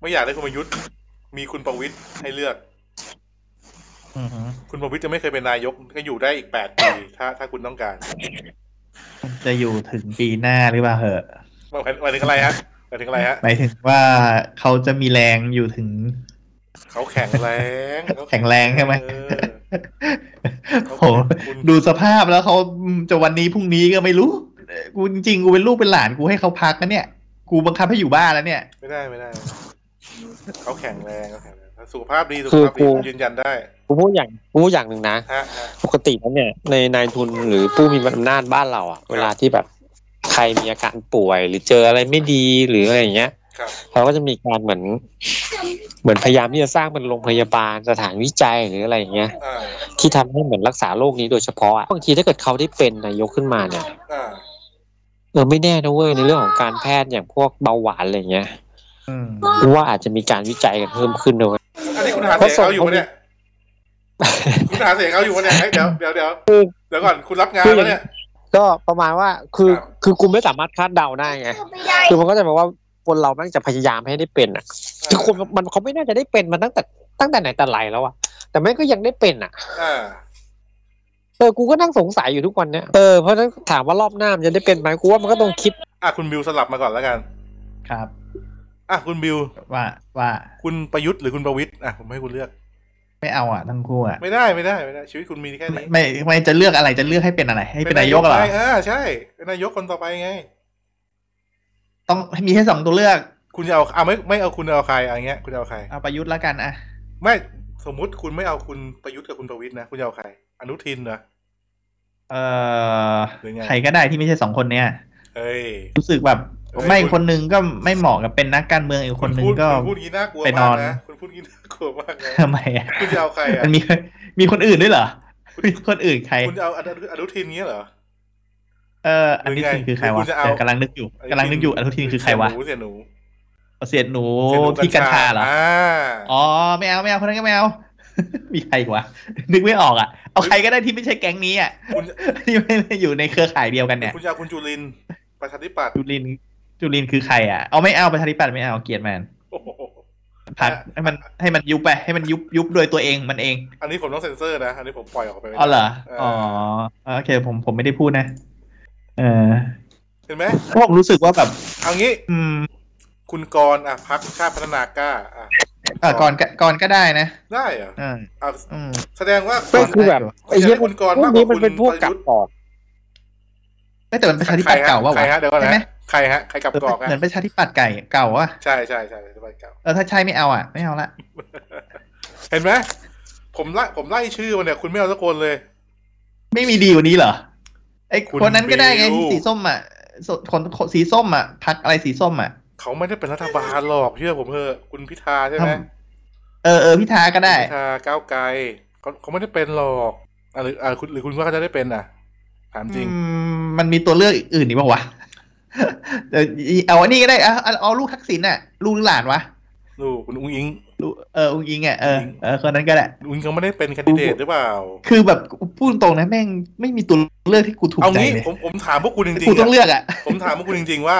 Speaker 1: ไม่อยากได้คุณประยุทธ์มีคุณประวิทย์ให้เลือก
Speaker 2: อือฮึ
Speaker 1: คุณประวิทย์จะไม่เคยเป็นนายกก็อยู่ได้อีกแปดปีถ้าถ้าคุณต้องการ
Speaker 2: จะอยู่ถึงปีหน้าหรือเปล่าเหอะ
Speaker 1: หมายหมายถึงอะไรฮะหมายถึงอะไรฮะ
Speaker 2: หมายถึงว่าเขาจะมีแรงอยู่ถึง
Speaker 1: เขาแข็งแรงเขา
Speaker 2: แข็งแรงใช่ไหม
Speaker 1: เออ อ
Speaker 2: โหดูสภาพแล้วเขาจะวันนี้พรุ่งนี้ก็ไม่รู้เออกูจริงๆกูเป็นลูกเป็นหลานกูให้เขาพักนะเนี่ย กูบังคับให้อยู่บ้านแล้วเนี่ย
Speaker 1: ไม่ได้ไม่ได้เขาแข็งแรงเขาแข็งแรงสุขภาพดีสุขภาพดี
Speaker 3: คือกู
Speaker 1: ผมยืนยันได้
Speaker 3: กูพูดอย่างกูพูดอย่างหนึ่งนะ
Speaker 1: ฮะฮะ
Speaker 3: ปกติแล้วเนี่ยในนายทุนหรือผู้มีอำนาจบ้านเราอะเวลาที่แบบ รมีอาการป่วย หรือเจออะไรไม่ดีหรืออะไรอย่างเงี้ย
Speaker 1: ครับ
Speaker 3: เขาก็จะมีการเหมือน เหมือนพยายามที่จะสร้างเป็นโรงพยาบาลสถานวิจัยหรืออะไรอย่างเงี้ย
Speaker 1: อ่า
Speaker 3: ที่ทำให้เหมือนรักษาโรคนี้โดยเฉพาะอะบางทีถ้าเกิดเขาได้เป็นนายกขึ้นมาเนี่ย
Speaker 1: อ่า
Speaker 3: เออไม่แน่นะเว้ยในเรื่องของการแพทย์อย่างพวกเบาหวานอะไรเงี้ย
Speaker 2: อืม
Speaker 3: ว่าอาจจะมีการวิจัยกันเพิ่มขึ้นด้วย
Speaker 1: อันนี้คุณหาเสียงเขาอยู่ปะเนี่ย คุณหาเสียงเขาอยู่ปะเนี่ยเฮ้ยเดี๋ยวเดี๋ยวเดี๋ยวเดี๋ยวก่อนคุณรับงานปะเนี่ย
Speaker 3: ก็ประมาณว่าคือ
Speaker 1: ครับ
Speaker 3: คือกูไม่สามารถคาดเดาได้ไงคือมันก็จะแบบว่าคนเราแม่งจะพยายามให้ได้เป็นอ่ะคือคนมันมันเขาไม่น่าจะได้เป็นมันตั้งแต่ตั้งแต่ไหนแต่ไรแล้วอ่ะแต่แม่งก็ยังได้เป็นอ่ะ
Speaker 1: อ่า
Speaker 3: เออกูก็นั่งสงสัยอยู่ทุกวันเนี่ยเออเพราะฉะนั้นถามว่ารอบหน้ามันจะได้เป็นไหมกูว่ามันก็ต้องคิด
Speaker 1: อ่ะคุณบิวสลับมาก่อนแล้วกัน
Speaker 2: ครับ
Speaker 1: อ่ะคุณบิว
Speaker 2: ว่าว่า
Speaker 1: คุณประยุทธ์หรือคุณประวิทย์อ่ะผมให้คุณเลือก
Speaker 2: ไม่เอาอ่ะทั้งคู่อ่ะ
Speaker 1: ไม่ได้ไม่ได้ไม่ได้ ชีวิตคุณมีแค่
Speaker 2: ไม่
Speaker 1: นี้
Speaker 2: ไม่ไม่จะเลือกอะไรจะเลือกให้เป็นอะไร ให้เป็นนายกเหรอ
Speaker 1: ไปอ่าใช่เป็นนายกคนต่อไปไง
Speaker 2: ต้องให้มีแค่สองตัวเลือก
Speaker 1: คุณจะเอาอ่ะไม่ไม่เอาคุณเอาใครอะไรเงี้ยคุณจะเอาใคร
Speaker 2: เอาประยุทธ์แล้วกันอ่ะ
Speaker 1: ไม่สมมุติคุณไม่เอาคุณประยุทธ์กับคุณประวิทย์นะ คุณจะเอาใคร อนุทินเหรอ
Speaker 2: เอ่อ
Speaker 1: หรือไง
Speaker 2: ใครก็ได้ที่ไม่ใช่สองคนเนี้ย
Speaker 1: เอ้ย
Speaker 2: รู้สึกแบบ
Speaker 1: เอ้ย
Speaker 2: ไม่
Speaker 1: คุณ
Speaker 2: คนหนึงก็ไม่เหมาะกับเป็นนักการเมืองอีกคนหนึง
Speaker 1: ณพูด
Speaker 2: ก็
Speaker 1: คุณพูดงี้น่ากลัว
Speaker 2: ไปน
Speaker 1: มา
Speaker 2: อก น
Speaker 1: นะคุณพูดงี้น่ากลัวมาก
Speaker 2: *laughs*
Speaker 1: นะ
Speaker 2: ทำไมอ่ะ
Speaker 1: คุณจะเอาใครอ่ะ
Speaker 2: มันมีมีคนอื่นด้วยเหรอมีคนอื่นใคร
Speaker 1: คุณจะเอาอนุอนุทินงี้เหรอ
Speaker 2: เอออันนี้ทินคือใคร
Speaker 1: หรือคุ
Speaker 2: วะ
Speaker 1: ณจะเอา
Speaker 2: เออกำลังนึกอยู่กำลังนึกอยู่อนุทินคือใครวะ
Speaker 1: เสียหนูเสียหนู
Speaker 2: เสียดหนู
Speaker 1: เสียหนู
Speaker 2: ที่กัญชาเหรอ
Speaker 1: อ่า
Speaker 2: อ๋อไม่เอาไม่เอาคนนั้นก็ไม่เอา มีใครอีกวะนึกไม่ออกอ่ะ เอาใครก็ได้ที่ไม่ใช่แก๊งนี้อ่ะ
Speaker 1: คุณจะ
Speaker 2: ที่ไม่ได้อยู่ในเครือข่ายเดียวกันเนี่ย
Speaker 1: คุณจะเอาคุณจุลินทร์ประชาธิปัตย์
Speaker 2: จุลินจุลินคือใครอ่ะเอาไม่เอาประชาธิปัตย์ไม่เอาเกลียดมัน
Speaker 1: โอ้โห
Speaker 2: พักให้มันให้มันยุบไปให้มันยุบยุบโดยตัวเองมันเอง
Speaker 1: อันนี้ผมต้องเซ็นเซอร์นะ อันนี้ผมปล่อยออกไปไม่ได้
Speaker 2: อ๋อเหรออ๋อโอเคผมผมไม่ได้พูดนะ เออ
Speaker 1: เห็นไหม
Speaker 2: พวกรู้สึกว่าแบบ
Speaker 1: เอางี้
Speaker 2: อืม
Speaker 1: คุณกรณ์อ่ะพักชาติพัฒนากล้าอ่ะ
Speaker 2: เอ่อก่อนก็ก่อนก็ได้นะ
Speaker 1: ได้เหรอ
Speaker 2: เออ
Speaker 1: อ่ะ
Speaker 2: อืม
Speaker 1: แสดงว่า
Speaker 2: ไม่
Speaker 1: คุณ
Speaker 2: คือแบบ
Speaker 3: ไอ้เหี้ย
Speaker 1: คุณกรณ์
Speaker 3: พว
Speaker 1: มาก กก
Speaker 3: นี้
Speaker 1: ว่า
Speaker 3: มัน
Speaker 1: คุณ
Speaker 3: เป็นพวกกลับออก
Speaker 2: เอ้ยแต่มันประชาธิ
Speaker 1: ใคร
Speaker 2: ปั
Speaker 1: ฮะ
Speaker 2: ตย์เก่าวะ
Speaker 1: ใคร
Speaker 2: วะ
Speaker 1: ฮะเดี๋ยวก่อน
Speaker 2: ใช่ไหม
Speaker 1: นะใครฮะใครกลับกรอกฮะ
Speaker 2: เหมือนประชาธิปัตย์ไก่เก่าวะ
Speaker 1: ใช่ใช่ใช่ใช่ใช่เก่า
Speaker 2: เออถ้าใช่ไม่เอาอ่ะไม่เอาละ
Speaker 1: เห็นไหมผมไล่ผมไล่ชื่อมันเนี่ยคุณไม่เอาสักคนเลย
Speaker 2: ไม่มีดีกว่านี้เหรอไอ้
Speaker 1: คุณ
Speaker 2: คนนั้นก็ได้ไง
Speaker 1: บิว
Speaker 2: สีส้มอ่ะสคนคนสีส้มอ่ะพักอะไรสีส้มอ่ะ
Speaker 1: เขาไม่ได้เป็นรัฐบาลหรอกเชื่อผมเถอะคุณพิธาใช่ไหม
Speaker 2: ทำเออเออพิธาก็ได้
Speaker 1: คุณพิธาก้าวไกลเขาเขาไม่ได้เป็นหรอกอ่ะหรืออ่ะคุณหรือคุณว่าเขาจะได้เป็นอ่ะ ถามจริง
Speaker 2: อืมมันมีตัวเลือกอื่นอีกเป
Speaker 1: *laughs*
Speaker 2: ล่าวะ เออเอาอันนี้ก็ได้เอาเอาเอาลูกทักษิณอ่ะ ลูกหรือหลานวะ
Speaker 1: ดูคุณอุ้งอิง
Speaker 2: ลูกเออองอิงอ่ะเออเออคนนั้นก็ได้
Speaker 1: คุณอุ้งอิงเขาไม่ได้เป็นแคนดิเดตหรือเปล่า
Speaker 2: คือแบบพูดตรงนะแม่งไม่มีตัวเลือกที่กูถูก
Speaker 1: เอา
Speaker 2: ใจ
Speaker 1: งี้
Speaker 2: เลย
Speaker 1: ผมผมถามพวกคุณจริ
Speaker 2: กู
Speaker 1: งๆ
Speaker 2: ต้อ
Speaker 1: อ่ะ
Speaker 2: งเลือกอ่ะ
Speaker 1: ผมถามพวกคุณจริง ๆ ว่า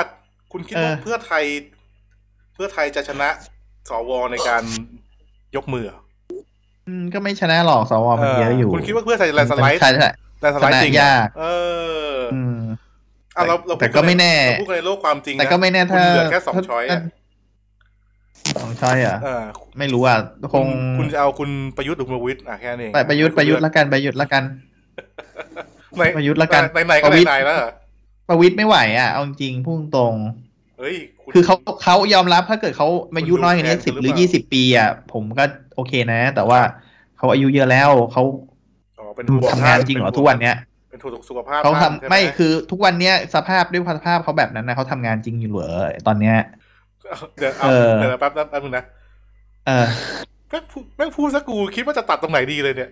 Speaker 1: คุณคิดว่า
Speaker 2: เออ
Speaker 1: เพื่อไทย เพื่อไทยจะชนะสวในการยกมือเหรอ
Speaker 2: อืมก็ไม่ชนะหรอกสวมันเยอะอยู่
Speaker 1: คุณคิดว่าเพื่อไทยจะแลนด์สไลด์
Speaker 2: ใช่ใช่
Speaker 1: แลนด์สไลด์จริงเหรอ
Speaker 2: ช
Speaker 1: ย
Speaker 2: นะาก
Speaker 1: เออ
Speaker 2: อืม
Speaker 1: อ่ะเราเรา
Speaker 2: แต่
Speaker 1: พูด
Speaker 2: ก็ไม่แน่
Speaker 1: เราพูดกันในโลกความจริง
Speaker 2: แต่
Speaker 1: นะ
Speaker 2: ก็ไม่แน่
Speaker 1: คุณ
Speaker 2: ถ้า
Speaker 1: เหลือแค่สองช้อยอ่ะ
Speaker 2: สองช้อยเหรอ่ะ
Speaker 1: เออ
Speaker 2: ไม่รู้อ่ะ คง
Speaker 1: คุณจะเอาคุณประยุทธ์หรือคุณประวิทย์อ่ะแค่นี้เอง
Speaker 2: ไปประยุทธ์ประยุทธ์ละกันประยุทธ์ละกัน
Speaker 1: ไหน
Speaker 2: ประยุทธ์ละกัน
Speaker 1: ไหนไหนๆก็ไหนๆ
Speaker 2: ประวิตร
Speaker 1: แล้วเหรอ
Speaker 2: ประวิทย์ไม่ไหวอ่ะเอาจริงๆพุ่งตรง
Speaker 1: เฮ้ยณ
Speaker 2: คือเขาเขายอมรับถ้าเกิดเขามาอายุน้อยกว่านี้
Speaker 1: คุณดูแพง
Speaker 2: สิบหรือ
Speaker 1: หรือเปล่า
Speaker 2: ยี่สิบปีอ่ะผมก็โอเคนะ แต่ว่าเขาอายุเยอะแล้วเขา
Speaker 1: อ๋อเป็นห่ว
Speaker 2: ทำงาน
Speaker 1: ท่
Speaker 2: จริงเหรอ
Speaker 1: ป็
Speaker 2: ทุกวันเนี้ย
Speaker 1: เป็นถูกสุขภาพ
Speaker 2: เขาทำ
Speaker 1: ท่นใช่ห
Speaker 2: ไม่คือทุกวันเนี้ยสภาพด้วยสภาพเขาแบบนั้นนะเขาทำงานจริงอยู่เหรอตอนเนี้ย
Speaker 1: เดี๋ยวเอา
Speaker 2: เออ
Speaker 1: เดี๋ยวแป๊บแป๊บแป๊บนึงนะ
Speaker 2: เออ
Speaker 1: แม่งพูดแม่งพูดซะกูคิดว่าจะตัดตรงไหนดีเลยเนี่ย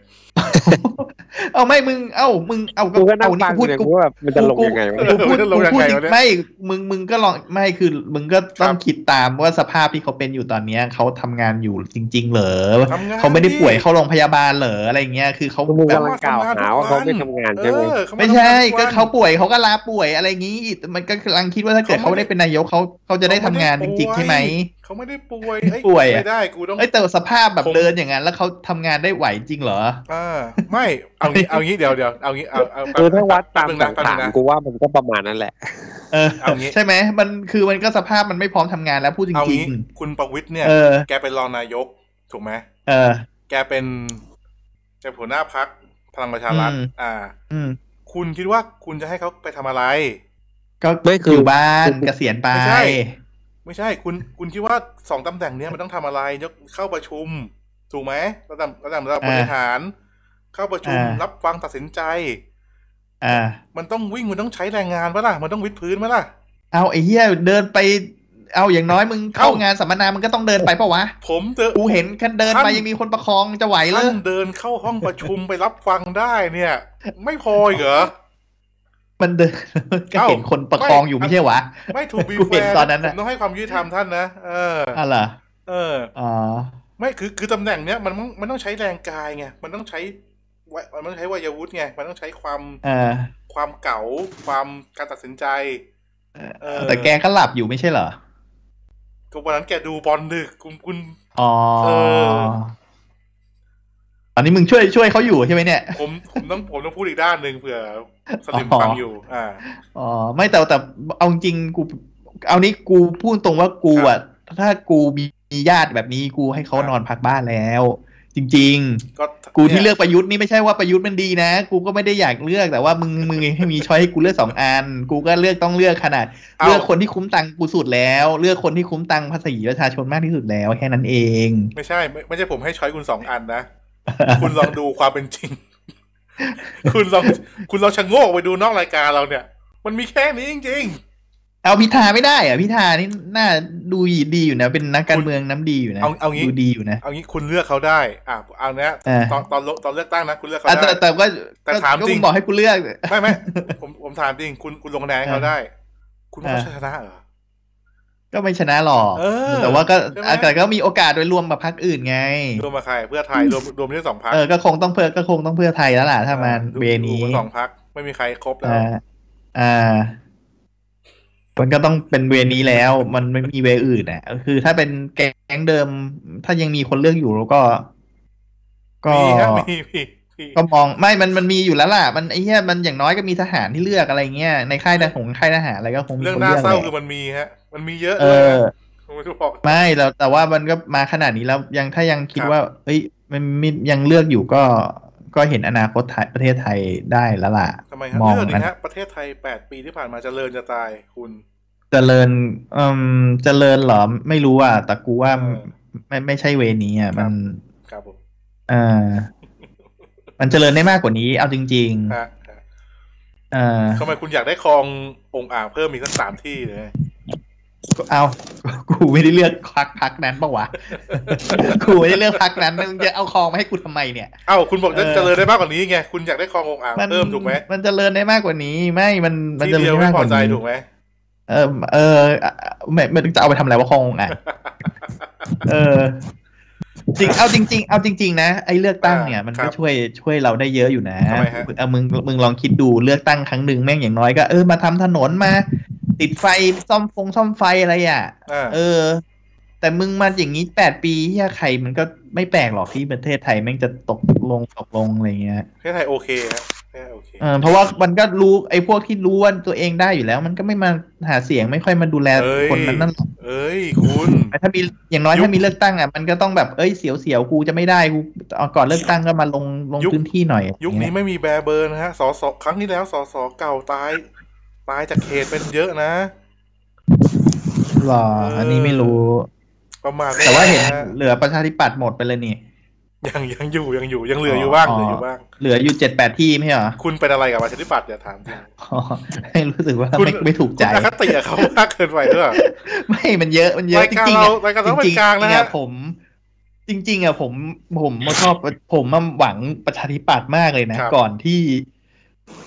Speaker 2: เอาไม่มึงเอ้ามึงเอาก็
Speaker 3: กูก็นั่ง
Speaker 2: เอา
Speaker 3: ฟั
Speaker 2: นี่
Speaker 3: ง
Speaker 2: กูพูดกู
Speaker 3: พูดเนี่ยกูว่าแบบมันจะลงยังไงวะ
Speaker 2: กูพูดกูพูดอีกไม่ มึง มึงก็ลอง ไม่ คือ มึงก็ต้องคิดตามว่าสภาพที่เขาเป็นอยู่ตอนเนี้ยเขาทำงานอยู่จริง ๆ เหรอ
Speaker 1: ทำงาน
Speaker 2: เขาไม่ได้ป่วยเข้าโรงพยาบาลเหรอ อะไรเงี้ย คือเขา
Speaker 3: มึง
Speaker 2: แบบ
Speaker 3: กำลังกล่าวหาว่าเขาไม่ทำงานใช่ไหม
Speaker 1: เออเขา
Speaker 2: ไม่ใช่
Speaker 1: ทำ
Speaker 2: ก็
Speaker 1: งนทุวัน
Speaker 2: เขาป่วยเขาก็ลาป่วยอะไรงี้อีกมันก็กำลังคิดว่าถ้าเกิด
Speaker 1: เขา
Speaker 2: เขา
Speaker 1: ไม่ได้
Speaker 2: ได้เป็นนายกเขาเขาจะได้ทำงานจริงๆใช่ไหม
Speaker 1: เขาไม่ได้ป่วยเอ้
Speaker 2: ป่วยอะ
Speaker 1: ไม่ได้กูต้อง
Speaker 2: เอ้ยแต่สภาพแบบ
Speaker 1: ผม
Speaker 2: เดินอย่างนั้นแล้วเขาทำงานได้ไหวจริงเหรอ
Speaker 1: อ่าไม่เอางี้เอางี้เดี๋ยวเดี๋ยวเอางี้เอาเอา
Speaker 3: คือถ้าวัดตาม
Speaker 1: ห
Speaker 3: สังขารกูว่ามันก็ประมาณนั้นแหละ
Speaker 2: เออ
Speaker 1: เอางี้
Speaker 2: ใช่ไหมมันคือมันก็สภาพมันไม่พร้อมทำงานแล้วพูดจ
Speaker 1: เอา
Speaker 2: ริ
Speaker 1: งี้
Speaker 2: ง
Speaker 1: คุณประวิทย์เนี่ย
Speaker 2: ๆเออ
Speaker 1: แกเป็นรองนายกถูกไหม
Speaker 2: เออ
Speaker 1: แกเป็นแกเป็นหัวหน้าพักพลังประชารัฐ
Speaker 2: อืม
Speaker 1: อ่า
Speaker 2: อืม
Speaker 1: คุณคิดว่าคุณจะให้เขาไปทำอะไร
Speaker 2: ก็
Speaker 3: ไม่คือ
Speaker 2: อ
Speaker 3: อ
Speaker 2: ยู่บ้านเกษียณไป
Speaker 1: ไม่ใช่ ไม่ใช่ คุณคุณคิดว่าสองตำแหน่งเนี้ยมันต้องทำอะไรยกเข้าประชุม ถูกไหมระดับระดับระดับบริหาร เข้าประชุม
Speaker 2: อ่ารั
Speaker 1: รับฟังตัดสินใจ
Speaker 2: อ่า
Speaker 1: มันต้องวิ่งมันต้องใช้แรงงานปะล่ะมันต้องวิดพื้นปะล่ะ
Speaker 2: เอาไอ้เหี้ยเดินไป เอาอย่างน้อยมึงเข้างานสัมมนามันก็ต้องเดินไปเปะวะ
Speaker 1: ผมเจอ
Speaker 2: กูเห็นคันเดินไป
Speaker 1: ท่าน
Speaker 2: ยังมีคนประคองจะไหวเล
Speaker 1: ท่าย นเดินเข้าห้องประชุมไป *laughs* รับฟังได้เนี่ย ไม่พออีกเหรอ
Speaker 2: มันเดิน *laughs* ก็เห็นคนประคองอยู่
Speaker 1: ไม่
Speaker 2: ไม่ใช่วะ
Speaker 1: ไม่ถูกบี
Speaker 2: *laughs* กู
Speaker 1: แฟ
Speaker 2: เห็นตอนนั้น
Speaker 1: ผ
Speaker 2: น่ะ
Speaker 1: มต้องให้ความยุติธรรมท่านนะเออ
Speaker 2: อ่ะเหรอ
Speaker 1: เออ
Speaker 2: อ๋อ
Speaker 1: ไม่คือคือตำแหน่งเนี้ยมันต้องมันต้องใช้แรงกายไงมันต้องใช้วะมันต้องใช้วัยวุฒิไงมันต้องใช้ความ
Speaker 2: เออ
Speaker 1: ความเก๋าความการตัดสินใจ เออ
Speaker 2: แต่แกก็หลับอยู่ไม่ใช่เหรอ
Speaker 1: ก็วันนั้นแกดูบอลดึกคุณคุณ
Speaker 2: อ๋อ
Speaker 1: เออ
Speaker 2: ตอนนี้มึงช่วยช่วยเขาอยู่ใช่ไหมเนี่ย
Speaker 1: ผมผมต้องผมต้องพูดอีกด้านหนึ่งเผื่อสลิมฟังอยู่ อ่า
Speaker 2: อ๋อไม่แต่แต่เอาจริงกู เอานี้กูพูดตรงว่ากูอ่ะถ้ากูมีมีญาติแบบนี้กูให้เขา
Speaker 1: ครับ
Speaker 2: นอนพักบ้านแล้ว จริง
Speaker 1: ก็
Speaker 2: ๆ กูที่
Speaker 1: นี่ย
Speaker 2: เลือกประยุทธ์นี่ไม่ใช่ว่าประยุทธ์มันดีนะ กูก็ไม่ได้อยากเลือกแต่ว่ามึงมึงให้มีช้อยให้กูเลือกสองอัน กูก็เลือกต้องเลือกขนาด
Speaker 1: า
Speaker 2: เลือกคนที่คุ้มตังค์กูสุดแล้ว เลือกคนที่คุ้มตังค์ภาษีประชาชนมากที่สุดแล้วแค่นั้นเอง *laughs*
Speaker 1: ไม่ใช่ไม่ไม่ใช่ผมให้ช้อยคุณสองอันนะ คุณลองดูความเป็นจริง *laughs* คุณลองคุณลองชะโงกไปดูนอกรายการเราเนี่ย มันมีแค่นี้จริง
Speaker 2: เอาพิธาไม่ได้เหรอ่ะพิธานี่น่าดูดีอยู่นะ เป็นนักการเมืองน้ำดีอยู่นะ
Speaker 1: เอาเอางี้
Speaker 2: ดูดีอยู่นะ
Speaker 1: ๆ เอางี้คุณเลือกเขาได้ อ่ะเอาเนี้ย
Speaker 2: เออ
Speaker 1: ตอนตอนตอนเลือกตั้งนะคุณเลือกเขา
Speaker 2: อ่ะ
Speaker 1: ได้
Speaker 2: แต่แต่ก็
Speaker 1: แต่ถาม
Speaker 2: ก็
Speaker 1: จริ
Speaker 2: มึ
Speaker 1: ง
Speaker 2: งบอกให้กูเลือก
Speaker 1: ไม่ไม่ผมผมถามจริงคุณคุณลงคะแนนให้เขาได้ คุณว่า
Speaker 2: เออ
Speaker 1: เขาชนะเหรอ
Speaker 2: ก็ไม่ชนะหรอก
Speaker 1: เออ
Speaker 2: แต่ว่าก็
Speaker 1: ใช่ไหม
Speaker 2: อ่ะแต่ก็มีโอกาสโดยรวมกับพรรคอื่นไง
Speaker 1: รวมมาใครเพื่อไทยรวมรวมที่สองพัก
Speaker 2: เออก็คงต้องเพื่อก็คงต้องเพื่อไทยแล้วล่ะถ้ามันเวนี้
Speaker 1: สองพักไม่มีใครครบแล้ว
Speaker 2: อ่าอ่า มันก็ต้องเป็นเวนี้แล้ว มันไม่มีเวอื่นอ่ะคือถ้าเป็นแก๊งเดิม ถ้ายังมีคนเลือกอยู่แล้วก็ ก็
Speaker 1: มีครับมีมีมี
Speaker 2: ก็มองไม่มันมันมีอยู่แล้วล่ะ มันไอ้เนี้ยมันอย่างน้อยก็มีทหารที่เลือกอะไรเงี้ยในค่ายทหารค่ายทหารอะไรก็คงมี
Speaker 1: เรื่อง
Speaker 2: คน
Speaker 1: น่า
Speaker 2: เลือก
Speaker 1: เศร้าคือ
Speaker 2: แหละ
Speaker 1: มันมีฮะ มันมีเยอะ
Speaker 2: เอ
Speaker 1: ด้วย
Speaker 2: อ
Speaker 1: นะผมจะบอก
Speaker 2: ไม่แต่แต่ว่ามันก็มาขนาดนี้แล้วยังถ้ายังคิด
Speaker 1: ครับ
Speaker 2: ว่า เอ้ยมันมันยังเลือกอยู่ก็ก็เห็นอนาคตไทยประเทศไทยได้แล้วล่ะ
Speaker 1: ทำไมครับ
Speaker 2: มอง
Speaker 1: เรื่องนี้
Speaker 2: นะ
Speaker 1: ฮะประเทศไทยแปดปีที่ผ่านมาเจริญจะตายคุณ
Speaker 2: เจริญเอืมเจริญเหรอไม่รู้อ่ะแต่กูว่า
Speaker 1: เออ
Speaker 2: ไม่ไม่ใช่เวนี้อ่ะ
Speaker 1: ครั
Speaker 2: มั
Speaker 1: บ
Speaker 2: น
Speaker 1: ครับผม
Speaker 2: เออมันเจริญได้มากกว่านี้ เอาจริง
Speaker 1: ฮะฮะ
Speaker 2: ๆ เออ
Speaker 1: ทำไมคุณอยากได้คลององค์อ่างเพิ่มอีกสักสามที่เลย
Speaker 2: ก็เอา กูไม่ได้เลือกพักพักนั้นปะวะ กูไม่ได้เลือกพักนั้นมึงจะเอาคองมาให้กูทำไมเนี่ย
Speaker 1: เอ้าคุณบอกจะ
Speaker 2: เออ
Speaker 1: เจริญได้มากกว่านี้ไงคุณอยากได้คลององค์อ่างเพิ่มถูกไหม
Speaker 2: มันเจริญได้มากกว่านี้ ไม่มันมัน
Speaker 1: ที่
Speaker 2: เจริญ
Speaker 1: เดียว
Speaker 2: ได้
Speaker 1: ไม่
Speaker 2: มาก
Speaker 1: พ
Speaker 2: ก
Speaker 1: อ
Speaker 2: ว่า
Speaker 1: ใจ
Speaker 2: นี้
Speaker 1: ถูกไหม
Speaker 2: เออเออไม่ไม่จะเอาไปทำอะไรวะคลอง
Speaker 1: *laughs*
Speaker 2: อ่ะ เออ จริงเอาจริง ๆ เอาจริง ๆ นะไอ้เลือกตั้งเนี่ย มัน
Speaker 1: ครั
Speaker 2: ก็
Speaker 1: บ
Speaker 2: ช่วยช่วยเราได้เยอะอยู่นะ
Speaker 1: ทำไมฮะ
Speaker 2: เอามึงมึงลองคิดดูเลือกตั้งครั้งหนึ่งแม่งอย่างน้อยก็เออมาทำถนนมา ติดไฟซ่อมฟงซ่อมไฟอะไรอ่ะ
Speaker 1: อ่า
Speaker 2: เออ แต่มึงมาอย่างนี้แปดปีเฮียใครมันก็ไม่แปลกหรอกที่ประเทศไทยแม่งจะตกลงตกลงอะไรเงี้ย
Speaker 1: ประเทศไทยโอเคฮะประเทศไทยโอเค
Speaker 2: เออเพราะว่ามันก็รู้ไอ้พวกที่รู้ว่าตัวเองได้อยู่แล้ว มันก็ไม่มาหาเสียงไม่ค่อยมาดูแล
Speaker 1: เอ้ย
Speaker 2: คนนั้นนั่นหรอก
Speaker 1: เอ้ยคุณ
Speaker 2: ถ้ามีอย่างน้อย
Speaker 1: ยุค
Speaker 2: ถ้ามีเลือกตั้งอ่ะมันก็ต้องแบบเอ้ยเสียวเสียวๆกูจะไม่ได้กูเอาก่อนเลือกตั้งก็มาลงลง
Speaker 1: ยุค
Speaker 2: พื้นที่หน่อย
Speaker 1: ยุคนี้ไม่มีแบร์เบอร์นะฮะสอสอครั้งที่แล้วสอสอเก่าตาย ตายจากเขตเป็นเยอะนะ
Speaker 2: หรอ
Speaker 1: เอออั
Speaker 2: อันนี้ไม่รู้
Speaker 1: ประมาณ
Speaker 2: แต่ว่าเห็น
Speaker 1: ฮะ
Speaker 2: เหลือประชาธิปัตย์หมดไปเลยนี่
Speaker 1: ยังยังอยู่ยังอยู่ยังเหลืออยู่บ้าง
Speaker 2: อ๋อ
Speaker 1: เหลืออยู่บ้าง
Speaker 2: เหลืออยู่เจ็ดแปดที่ไม่ใช่เหรอ *laughs*
Speaker 1: คุณเป็นอะไรกับประชาธิปัตย์อย่าถามจริง
Speaker 2: อ๋อให้รู้สึกว่า
Speaker 1: คุณ
Speaker 2: ไม่ไม่ถูกใจ
Speaker 1: คุณอคติกับเขามากเกินไปด้วย
Speaker 2: ไม่มันเยอะมันเยอะ
Speaker 1: ราย
Speaker 2: จ
Speaker 1: การ
Speaker 2: ริงๆอ่ะ
Speaker 1: เรารายการเรา
Speaker 2: จ
Speaker 1: เป็น
Speaker 2: ริงๆ
Speaker 1: กลางนะฮะ
Speaker 2: จริงๆอ่ะผม จริง ๆอ่ะผมผมชอบผมมันหวังประชาธิปัตย์มากเลยนะ
Speaker 1: ครับ
Speaker 2: ก่อนที่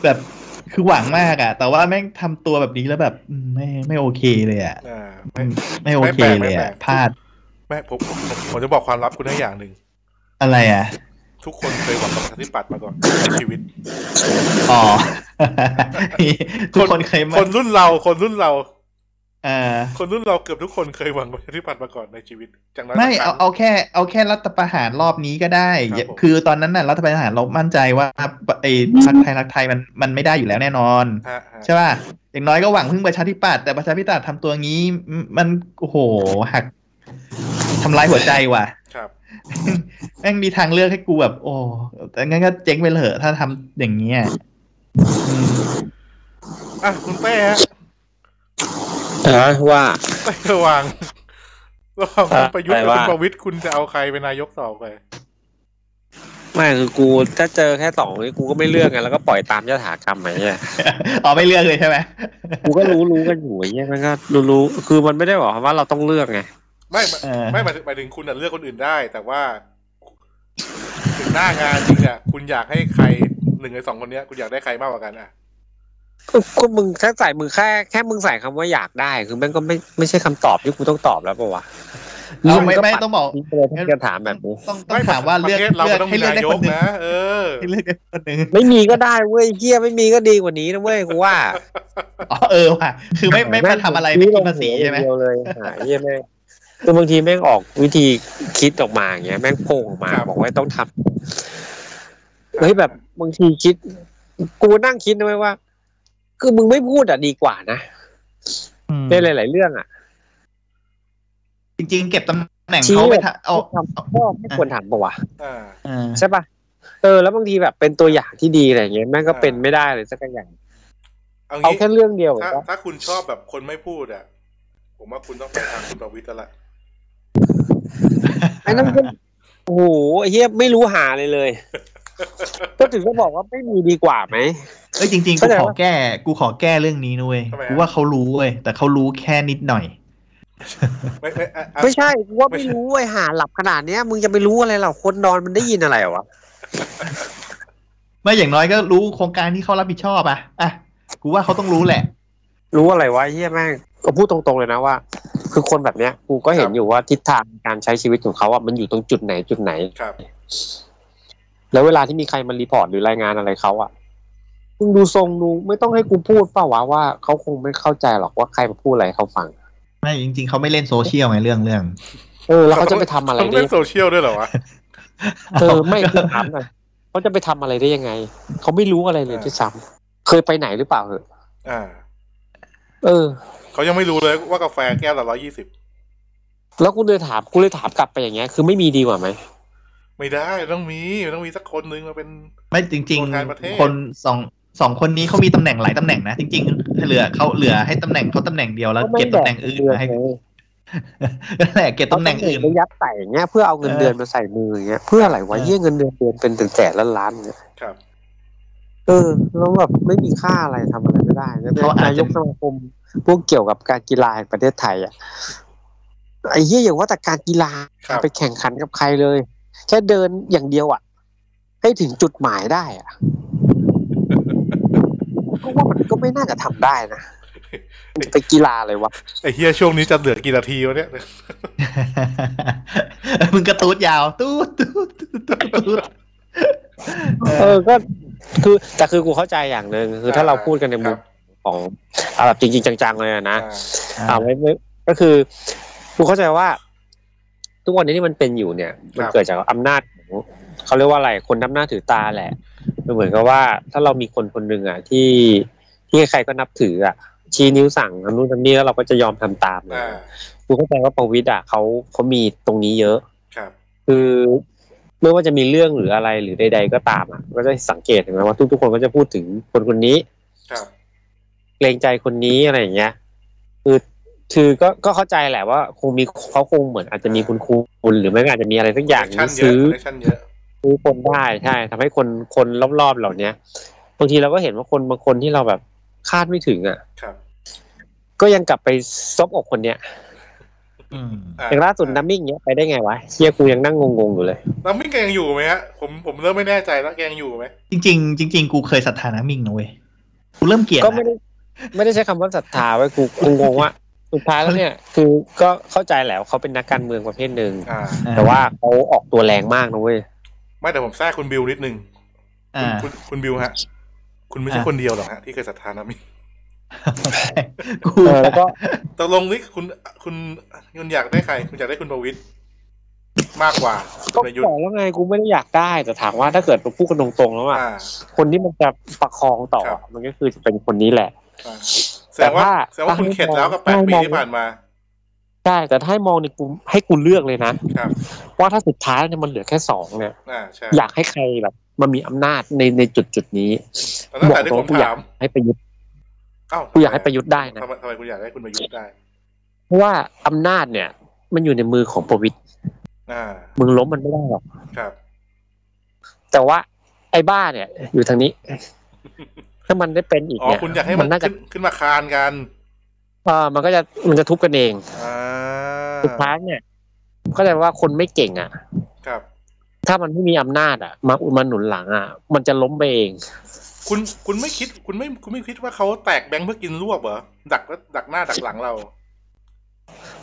Speaker 2: แบบคือหวังมากอ่ะ แต่ว่าแม่งทำตัวแบบนี้แล้วแบบอืมไม่ไม่โอเคเลยอ่ะ
Speaker 1: อ่าไม่
Speaker 2: อืมไม่โอเค
Speaker 1: ไม่แปลก
Speaker 2: เลย
Speaker 1: ไม่แปล
Speaker 2: อ่ะ
Speaker 1: ก
Speaker 2: พลาด
Speaker 1: ไม่ผมผมผมผมจะบอกความลับคุณให้อย่างหนึ่ง
Speaker 2: อะไรอ่ะ
Speaker 1: ทุกคนเคยหวังกับประชาธิปัตย์มาก่อนในชีวิต
Speaker 2: อ๋ *laughs* อ ทุกคนเคยมา
Speaker 1: คนรุ่นเราคนรุ่นเรา
Speaker 2: เออ
Speaker 1: คนรุ่นเราเกือบทุกคนเคยหวังประชาธิปัตย์มาก่อนในชีวิตจากนั้น
Speaker 2: ไม่เอาเอาแค่ เอาแค่รัฐประหารรอบนี้ก็ได้
Speaker 1: ครับผม
Speaker 2: คือตอนนั้นน่ะรัฐประหารเรามั่นใจว่าไอ้พรรคไทยรักไทยมันมันไม่ได้อยู่แล้วแน่นอน
Speaker 1: ฮะฮะ
Speaker 2: ใช่ป่ะ อย่างน้อยก็หวังพึ่งประชาธิปัตย์แต่ประชาธิปัตย์ทำตัวงี้มมันโอ้โหหักทำร้ายหัวใจว่ะ *laughs*
Speaker 1: ครับ
Speaker 2: แม่งมีทางเลือกให้กูแบบ โอ้แต่งั้นก็เจ๊งไปเลยเหอะถ้าทำอย่างนี้อ่ะอืม
Speaker 1: อ่ะคุณเต้ฮะ
Speaker 3: อ่ะว่า
Speaker 1: เต้ระหวังระหว่างคุณประยุทธ์กับ
Speaker 3: อะไร
Speaker 1: คุณ
Speaker 3: วะ
Speaker 1: ประวิตยคุณจะเอาใครเป็นนายกต่อไป
Speaker 3: ไม่คือกูถ้าเจอแค่สองนี่กูก็ไม่เลือกไงแล้วก็ปล่อยตามยถากรรมไอ้เงี้ย
Speaker 2: *laughs* อ๋อไม่เลือกเลยใช่ไหม
Speaker 3: กูก็รู้รู้กันอยู่ไอ้เงี้ยมันก็รู้รู้คือมันไม่ได้บอกว่าเราต้องเลือกไง
Speaker 1: ไม่ไม่
Speaker 2: เออ
Speaker 1: ไม่หมายถึงหมายถึงคุณน่ะเลือกคนอื่นได้ แต่ว่า ถึงหน้างานจริงอ่ะคุณอยากให้ใครหนึ่งในสองคนเนี้ย คุณอยากได้ใครมากกว่ากันอ่ะ
Speaker 3: ก็ก็มึงแค่ใส่มึงแค่แค่มึงใส่คำว่าอยากได้ คือมันก็ไม่ไม่ใช่คำตอบที่กูต้องตอบแล้วปะวะ
Speaker 2: เราไม่ไม่ต้องบอก
Speaker 3: นี่เลยที่จะถามแบบนี้
Speaker 2: ต้องต้อ
Speaker 1: ไม่
Speaker 2: งถามว่าเลือก
Speaker 1: ประทศเราก็
Speaker 2: เลือก
Speaker 1: ต้อง
Speaker 2: ให้
Speaker 1: มี
Speaker 2: เลือก
Speaker 1: นา
Speaker 2: ได้
Speaker 1: ย
Speaker 2: ค
Speaker 1: ก
Speaker 2: นหนึ่ง
Speaker 1: นะเออ
Speaker 2: ให้เลือกได้คนหนึ่ง
Speaker 3: ไม่มีก็ได้เว้ยเฮียไม่มีก็ดีกว่านี้นะเว้ยกูว่า
Speaker 2: อ๋อเออว่ะคือไม่ไม่มาทำอะไรไม่คิดภาษีใช่ไหม
Speaker 3: เดียวเลยหาเฮียแม่งคือบางทีแม่งออกวิธีคิดออกมาอย่างเงี้ยแม่งโผล่ออกมา
Speaker 1: ครับ
Speaker 3: บอกว่าต้องทำเฮ้ยแบบบางทีคิด กูนั่งคิดนะเว้ยว่า คือมึงไม่พูดอ่ะดีกว่านะ
Speaker 2: อืม
Speaker 3: ในหลาย ๆ เรื่องอ่ะ
Speaker 2: จริง ๆ เก็บตำแหน่ง
Speaker 3: ชี้
Speaker 2: เขาไปทำเอา
Speaker 3: ทำก็ไม่ควรทำปะวะ
Speaker 1: อ่า
Speaker 2: เอา
Speaker 3: ใช่ปะเออแล้วบางทีแบบเป็นตัวอย่างที่ดีอะไรอย่างเงี้ยแม่งก็เป็นไม่ได้เลยสักอย่าง
Speaker 1: เอา
Speaker 3: เอา
Speaker 1: งี้
Speaker 3: แค่เรื่องเดียว
Speaker 1: ถ้า
Speaker 3: เหรอ
Speaker 1: ถ้าคุณชอบแบบคนไม่พูดอ่ะ ผมว่าคุณต้องไปทางคุณประวิตรแล้วละ
Speaker 3: ไอ้นั่นก็โอ้โหไอ้เฮียไม่รู้หาเลยเลย *laughs* ก็ถึงก็บอกว่าไม่มีดีกว่าไหม
Speaker 2: เอ้ยจริงๆกู
Speaker 3: เข้าใจ
Speaker 2: ขอ
Speaker 3: ปะ
Speaker 2: แก้ กูขอแก้เรื่องนี้นะเว้ย
Speaker 1: ทำไมฮะ
Speaker 2: กูว่าเขารู้เว้ย แต่เขารู้แค่นิดหน่อย
Speaker 1: ไม่ไม่อ่ะอ่ะ
Speaker 3: ไม่ใช่กูว่า
Speaker 1: ไม่
Speaker 3: ไม่
Speaker 1: ใช่
Speaker 3: รู้ไอ้หาหลับขนาดเนี้ยมึงจะไปรู้อะไรหรอคนนอนมันได้ยินอะไรวะ
Speaker 2: ไม่อย่างน้อยก็รู้โครงการที่เขารับผิดชอบอะอ่ะ กูว่าเขาต้องรู้แหละ
Speaker 3: รู้อะไรวะไอ้เฮียแม่งก็พูดตรงๆเลยนะว่า คือคนแบบเนี้ยกูก็เห็นอยู่ว่าทิศทางการใช้ชีวิตของเขาอ่ะมันอยู่ตรงจุดไหนจุดไหน
Speaker 1: ครับ
Speaker 3: แล้วเวลาที่มีใครมารีพอร์ตหรือรายงานอะไรเขาอะมึงดูทรงดูไม่ต้องให้กูพูดเปล่าวะว่าเขาคงไม่เข้าใจหรอกว่าใครมาพูดอะไรให้เขาฟัง
Speaker 2: ไม่จริง ๆ เขาไม่เล่นโซเชียลไงเรื่องเรื่อง
Speaker 3: เออแล้วเขาจะไปทำอะไร
Speaker 1: ต้อง
Speaker 3: ได้
Speaker 1: เล่นโซเชียลด้วยเหร
Speaker 3: *laughs*
Speaker 1: อวะ
Speaker 3: เออไม่คือถามหน่อยเขาจะไปทำอะไรได้ยังไง เขาไม่รู้อะไรเลยที่ซ้ำเคยไปไหนหรือเปล่าเหอะ
Speaker 1: อ่า
Speaker 3: เออ
Speaker 1: เขายังไม่รู้เลยว่ากาแฟแก้วละร้อยยี่สิบ
Speaker 3: แล้วกูเลยถามกูเลยถามกลับไปอย่างเงี้ยคือไม่มีดีกว่าไหม
Speaker 1: ไม่ได้ต้องมีมันต้องมีสักคนนึงมาเป็น
Speaker 2: ไม่จริง
Speaker 1: ตัวแทนประเทศ
Speaker 2: ๆ คนสองสองคนนี้เขามีตำแหน่งหลายตำแหน่งนะ จริง ๆ เหลือเขาเหลือให้ตำแหน่งเขาตำแหน่งเดียวแล้วเก็บตำแหน่งอื่น
Speaker 3: เดือน
Speaker 2: มาให้
Speaker 3: ไง
Speaker 2: นั่นแหละเก็บ
Speaker 3: เขา
Speaker 2: ตำแหน่งอื่น
Speaker 3: ไปยัดใส่อย่างเงี้ยเพื่อเอาเงิน
Speaker 2: เออ
Speaker 3: เดือนมาใส่มืออย่างเงี้ยเพื่ออะไรวะเยี่ยเงินเดือนเดือนเป็นแสนๆล้านๆเนี่ย
Speaker 1: ครับ
Speaker 3: เออแล้วแบบไม่มีค่าอะไรทำอะไรไม่ได้นะ
Speaker 2: เขาอาจ
Speaker 3: นา
Speaker 2: จะ
Speaker 3: ยกสมาคมพวกเกี่ยวกับการกีฬาแห่งประเทศไทยอ่ะไอ้เหี้ยอย่างว่าแต่การกีฬา
Speaker 1: ครับ
Speaker 3: ไปแข่งขันกับใครเลย แค่เดินอย่างเดียวอ่ะ ให้ถึงจุดหมายได้อ่ะก็ว่ามันก็ไม่น่าจะทำได้นะมันไปกีฬาเลยวะ
Speaker 1: ไอเฮียช่วงนี้จะเหลือกี่นาทีวะเนี่ย
Speaker 2: มึงกระตูดยาวตูดตูดตูดตูด
Speaker 3: เออก็คือแต่คือกูเข้าใจอย่างหนึ่งคือถ้าเราพูดกันในมุ
Speaker 1: ค
Speaker 3: ม
Speaker 1: รับ
Speaker 3: ของเอาแบบจริง ๆ จังๆเลยอะนะ
Speaker 1: อ่า
Speaker 2: อ่ะ
Speaker 3: อ่าไม่ไม่ก็คือกูเข้าใจว่า ทุกวันนี้ที่มันเป็นอยู่เนี่ย มันเกิดจากอำนาจของเขาเรียกว่าอะไรคนนำหน้าถือตาแหละมันเหมือนกับว่า ถ้าเรามีคนคนหนึ่งอ่ะ ที่ที่ใครก็นับถืออ่ะ ชี้นิ้วสั่งทำนู่นทำนี่แล้วเราก็จะยอมทำตาม
Speaker 1: อ่า
Speaker 3: กูเข้าใจว่าประวิตรอ่ะเขาเขามีตรงนี้เยอะ
Speaker 1: ครับ
Speaker 3: คือไม่ว่าจะมีเรื่องหรืออะไรหรือใด ๆ ก็ตามอ่ะก็จะสังเกตเห็นไหมว่าทุกๆคนก็จะพูดถึงคนคนนี้
Speaker 1: ครับ
Speaker 3: เกรงใจคนนี้อะไรอย่างเงี้ย คือ คือก็ ก็เข้าใจแหละว่าคงมีเขาคงเหมือนอาจจะมีคุณครูคุณหรือไม่ก็อาจจะมีอะไรสักอย่าง
Speaker 1: Connection
Speaker 3: ที่
Speaker 1: เยอะ
Speaker 3: ซื้อ
Speaker 1: คอนเนคชั่นเยอะ
Speaker 3: ซื้อคนได้ใช่ทำให้คน คนรอบๆเหล่าเนี้ยบางทีเราก็เห็นว่าคนบางคนที่เราแบบคาดไม่ถึงอ่ะ
Speaker 1: ครับ
Speaker 3: ก็ยังกลับไปซบอกคนเนี้ย
Speaker 2: อืม
Speaker 1: อ่า
Speaker 3: อย่างล่าสุดน้ำมิ่งเนี้ยไปได้ไงวะเชียกูยังนั่งงงๆอยู่เลย
Speaker 1: น้ำมิ้งแกยังอยู่ไหมฮะ ผมผมเริ่มไม่แน่ใจแล้วแกยังอยู่ไหม
Speaker 2: จริงๆจริง ๆ กูเคยศรัทธานะมิงนะเว้ย กูเริ่มเกลียด
Speaker 3: ก็
Speaker 2: ละ
Speaker 3: ไม่ได้ ไม่ได้ใช้คำว่าศรัทธาไว้กูกูงงว่าสุดท้ายแล้วเนี่ย คือก็เข้าใจแหละว่าเขาเป็นนักการเมืองประเภทหนึ่ง
Speaker 1: อ่า
Speaker 3: แต่ว่าเขาออกตัวแรงมากนะเว้ย
Speaker 1: ไม่แต่ผมแทรกคุณบิวนิดนึง
Speaker 2: อ่า
Speaker 1: คุณคุณคุณบิวฮะ คุณไม่ใช่
Speaker 2: อ่า
Speaker 1: คนเดียวหรอกฮะที่เคยศรัทธาน้ำมิ้ง
Speaker 2: กู
Speaker 3: เออแล้วก็
Speaker 1: ตกลงนี่คุณคุณคุณอยากได้ใคร คุณอยากได้คุณประวิตรมากกว่า
Speaker 3: ก็
Speaker 1: ประยุท
Speaker 3: บอ
Speaker 1: ธ์
Speaker 3: กแล้วไงกูไม่ได้อยากได้แต่ถามว่าถ้าเกิดเราพูดกันตรงๆแล้วอ่ะ
Speaker 1: อ่า
Speaker 3: คนที่มันจะประคองต่อ
Speaker 1: ครับ
Speaker 3: มันก็คือจะเป็นคนนี้แหละ
Speaker 1: อ่าแสดงว่า
Speaker 3: แต่
Speaker 1: แสดง
Speaker 3: ว่า
Speaker 1: ว่าคุณเข็ดแล้วกับแปด
Speaker 3: ให้
Speaker 1: ปี
Speaker 3: มอง
Speaker 1: ที่ผ่านมา
Speaker 3: ใช่แต่ถ้าให้มองในกูให้กูเลือกเลยนะครับ ว่าถ้าสุดท้ายเนี่ยมันเหลือแค่สองเนี่ย
Speaker 1: อ่าใช่
Speaker 3: อยากให้ใครแบบมันมีอำนาจในในจุดจุดๆนี้
Speaker 1: แต่ตั้ง
Speaker 3: บอก
Speaker 1: แต่ที่ผ
Speaker 3: ตรง
Speaker 1: ม
Speaker 3: กูอยา
Speaker 1: ถาก ม
Speaker 3: ให้ประยุทธ์
Speaker 1: เอ้า
Speaker 3: กูอยากให้ประยุทธ์ได้นะ
Speaker 1: ทำไมทำไมคุณอยากได้คุณประยุทธ์ได้
Speaker 3: เพราะว่าอำนาจเนี่ย มันอยู่ในมือของประวิตร
Speaker 1: อ่า
Speaker 3: มึงล้มมันไม่ได้หรอก
Speaker 1: ครับ
Speaker 3: แต่ว่าไอ้บ้าเนี่ย อยู่ทางนี้
Speaker 1: *laughs*
Speaker 3: ถ้ามันได้เป็นอีก
Speaker 1: อ๋อ
Speaker 3: เนี่ย
Speaker 1: คุณอยากให้มัน
Speaker 3: น่าจะ
Speaker 1: ขึ้นขึ้นมาคานกัน
Speaker 3: เออมันก็จะมันจะทุบกันเอง
Speaker 1: อ่า
Speaker 3: สุดท้ายเนี่ยเข้าใจว่าคนไม่เก่งอ่ะ
Speaker 1: ครับ
Speaker 3: ถ้ามันไม่มีอำนาจอ่ะ มาอุดมาหนุนหลังอ่ะ มันจะล้มไปเอง
Speaker 1: คุณคุณไม่คิด คุณไม่คุณไม่คิดว่าเขาแตกแบงค์เพื่อกินรวบเหรอดักดักหน้าดักหลังเรา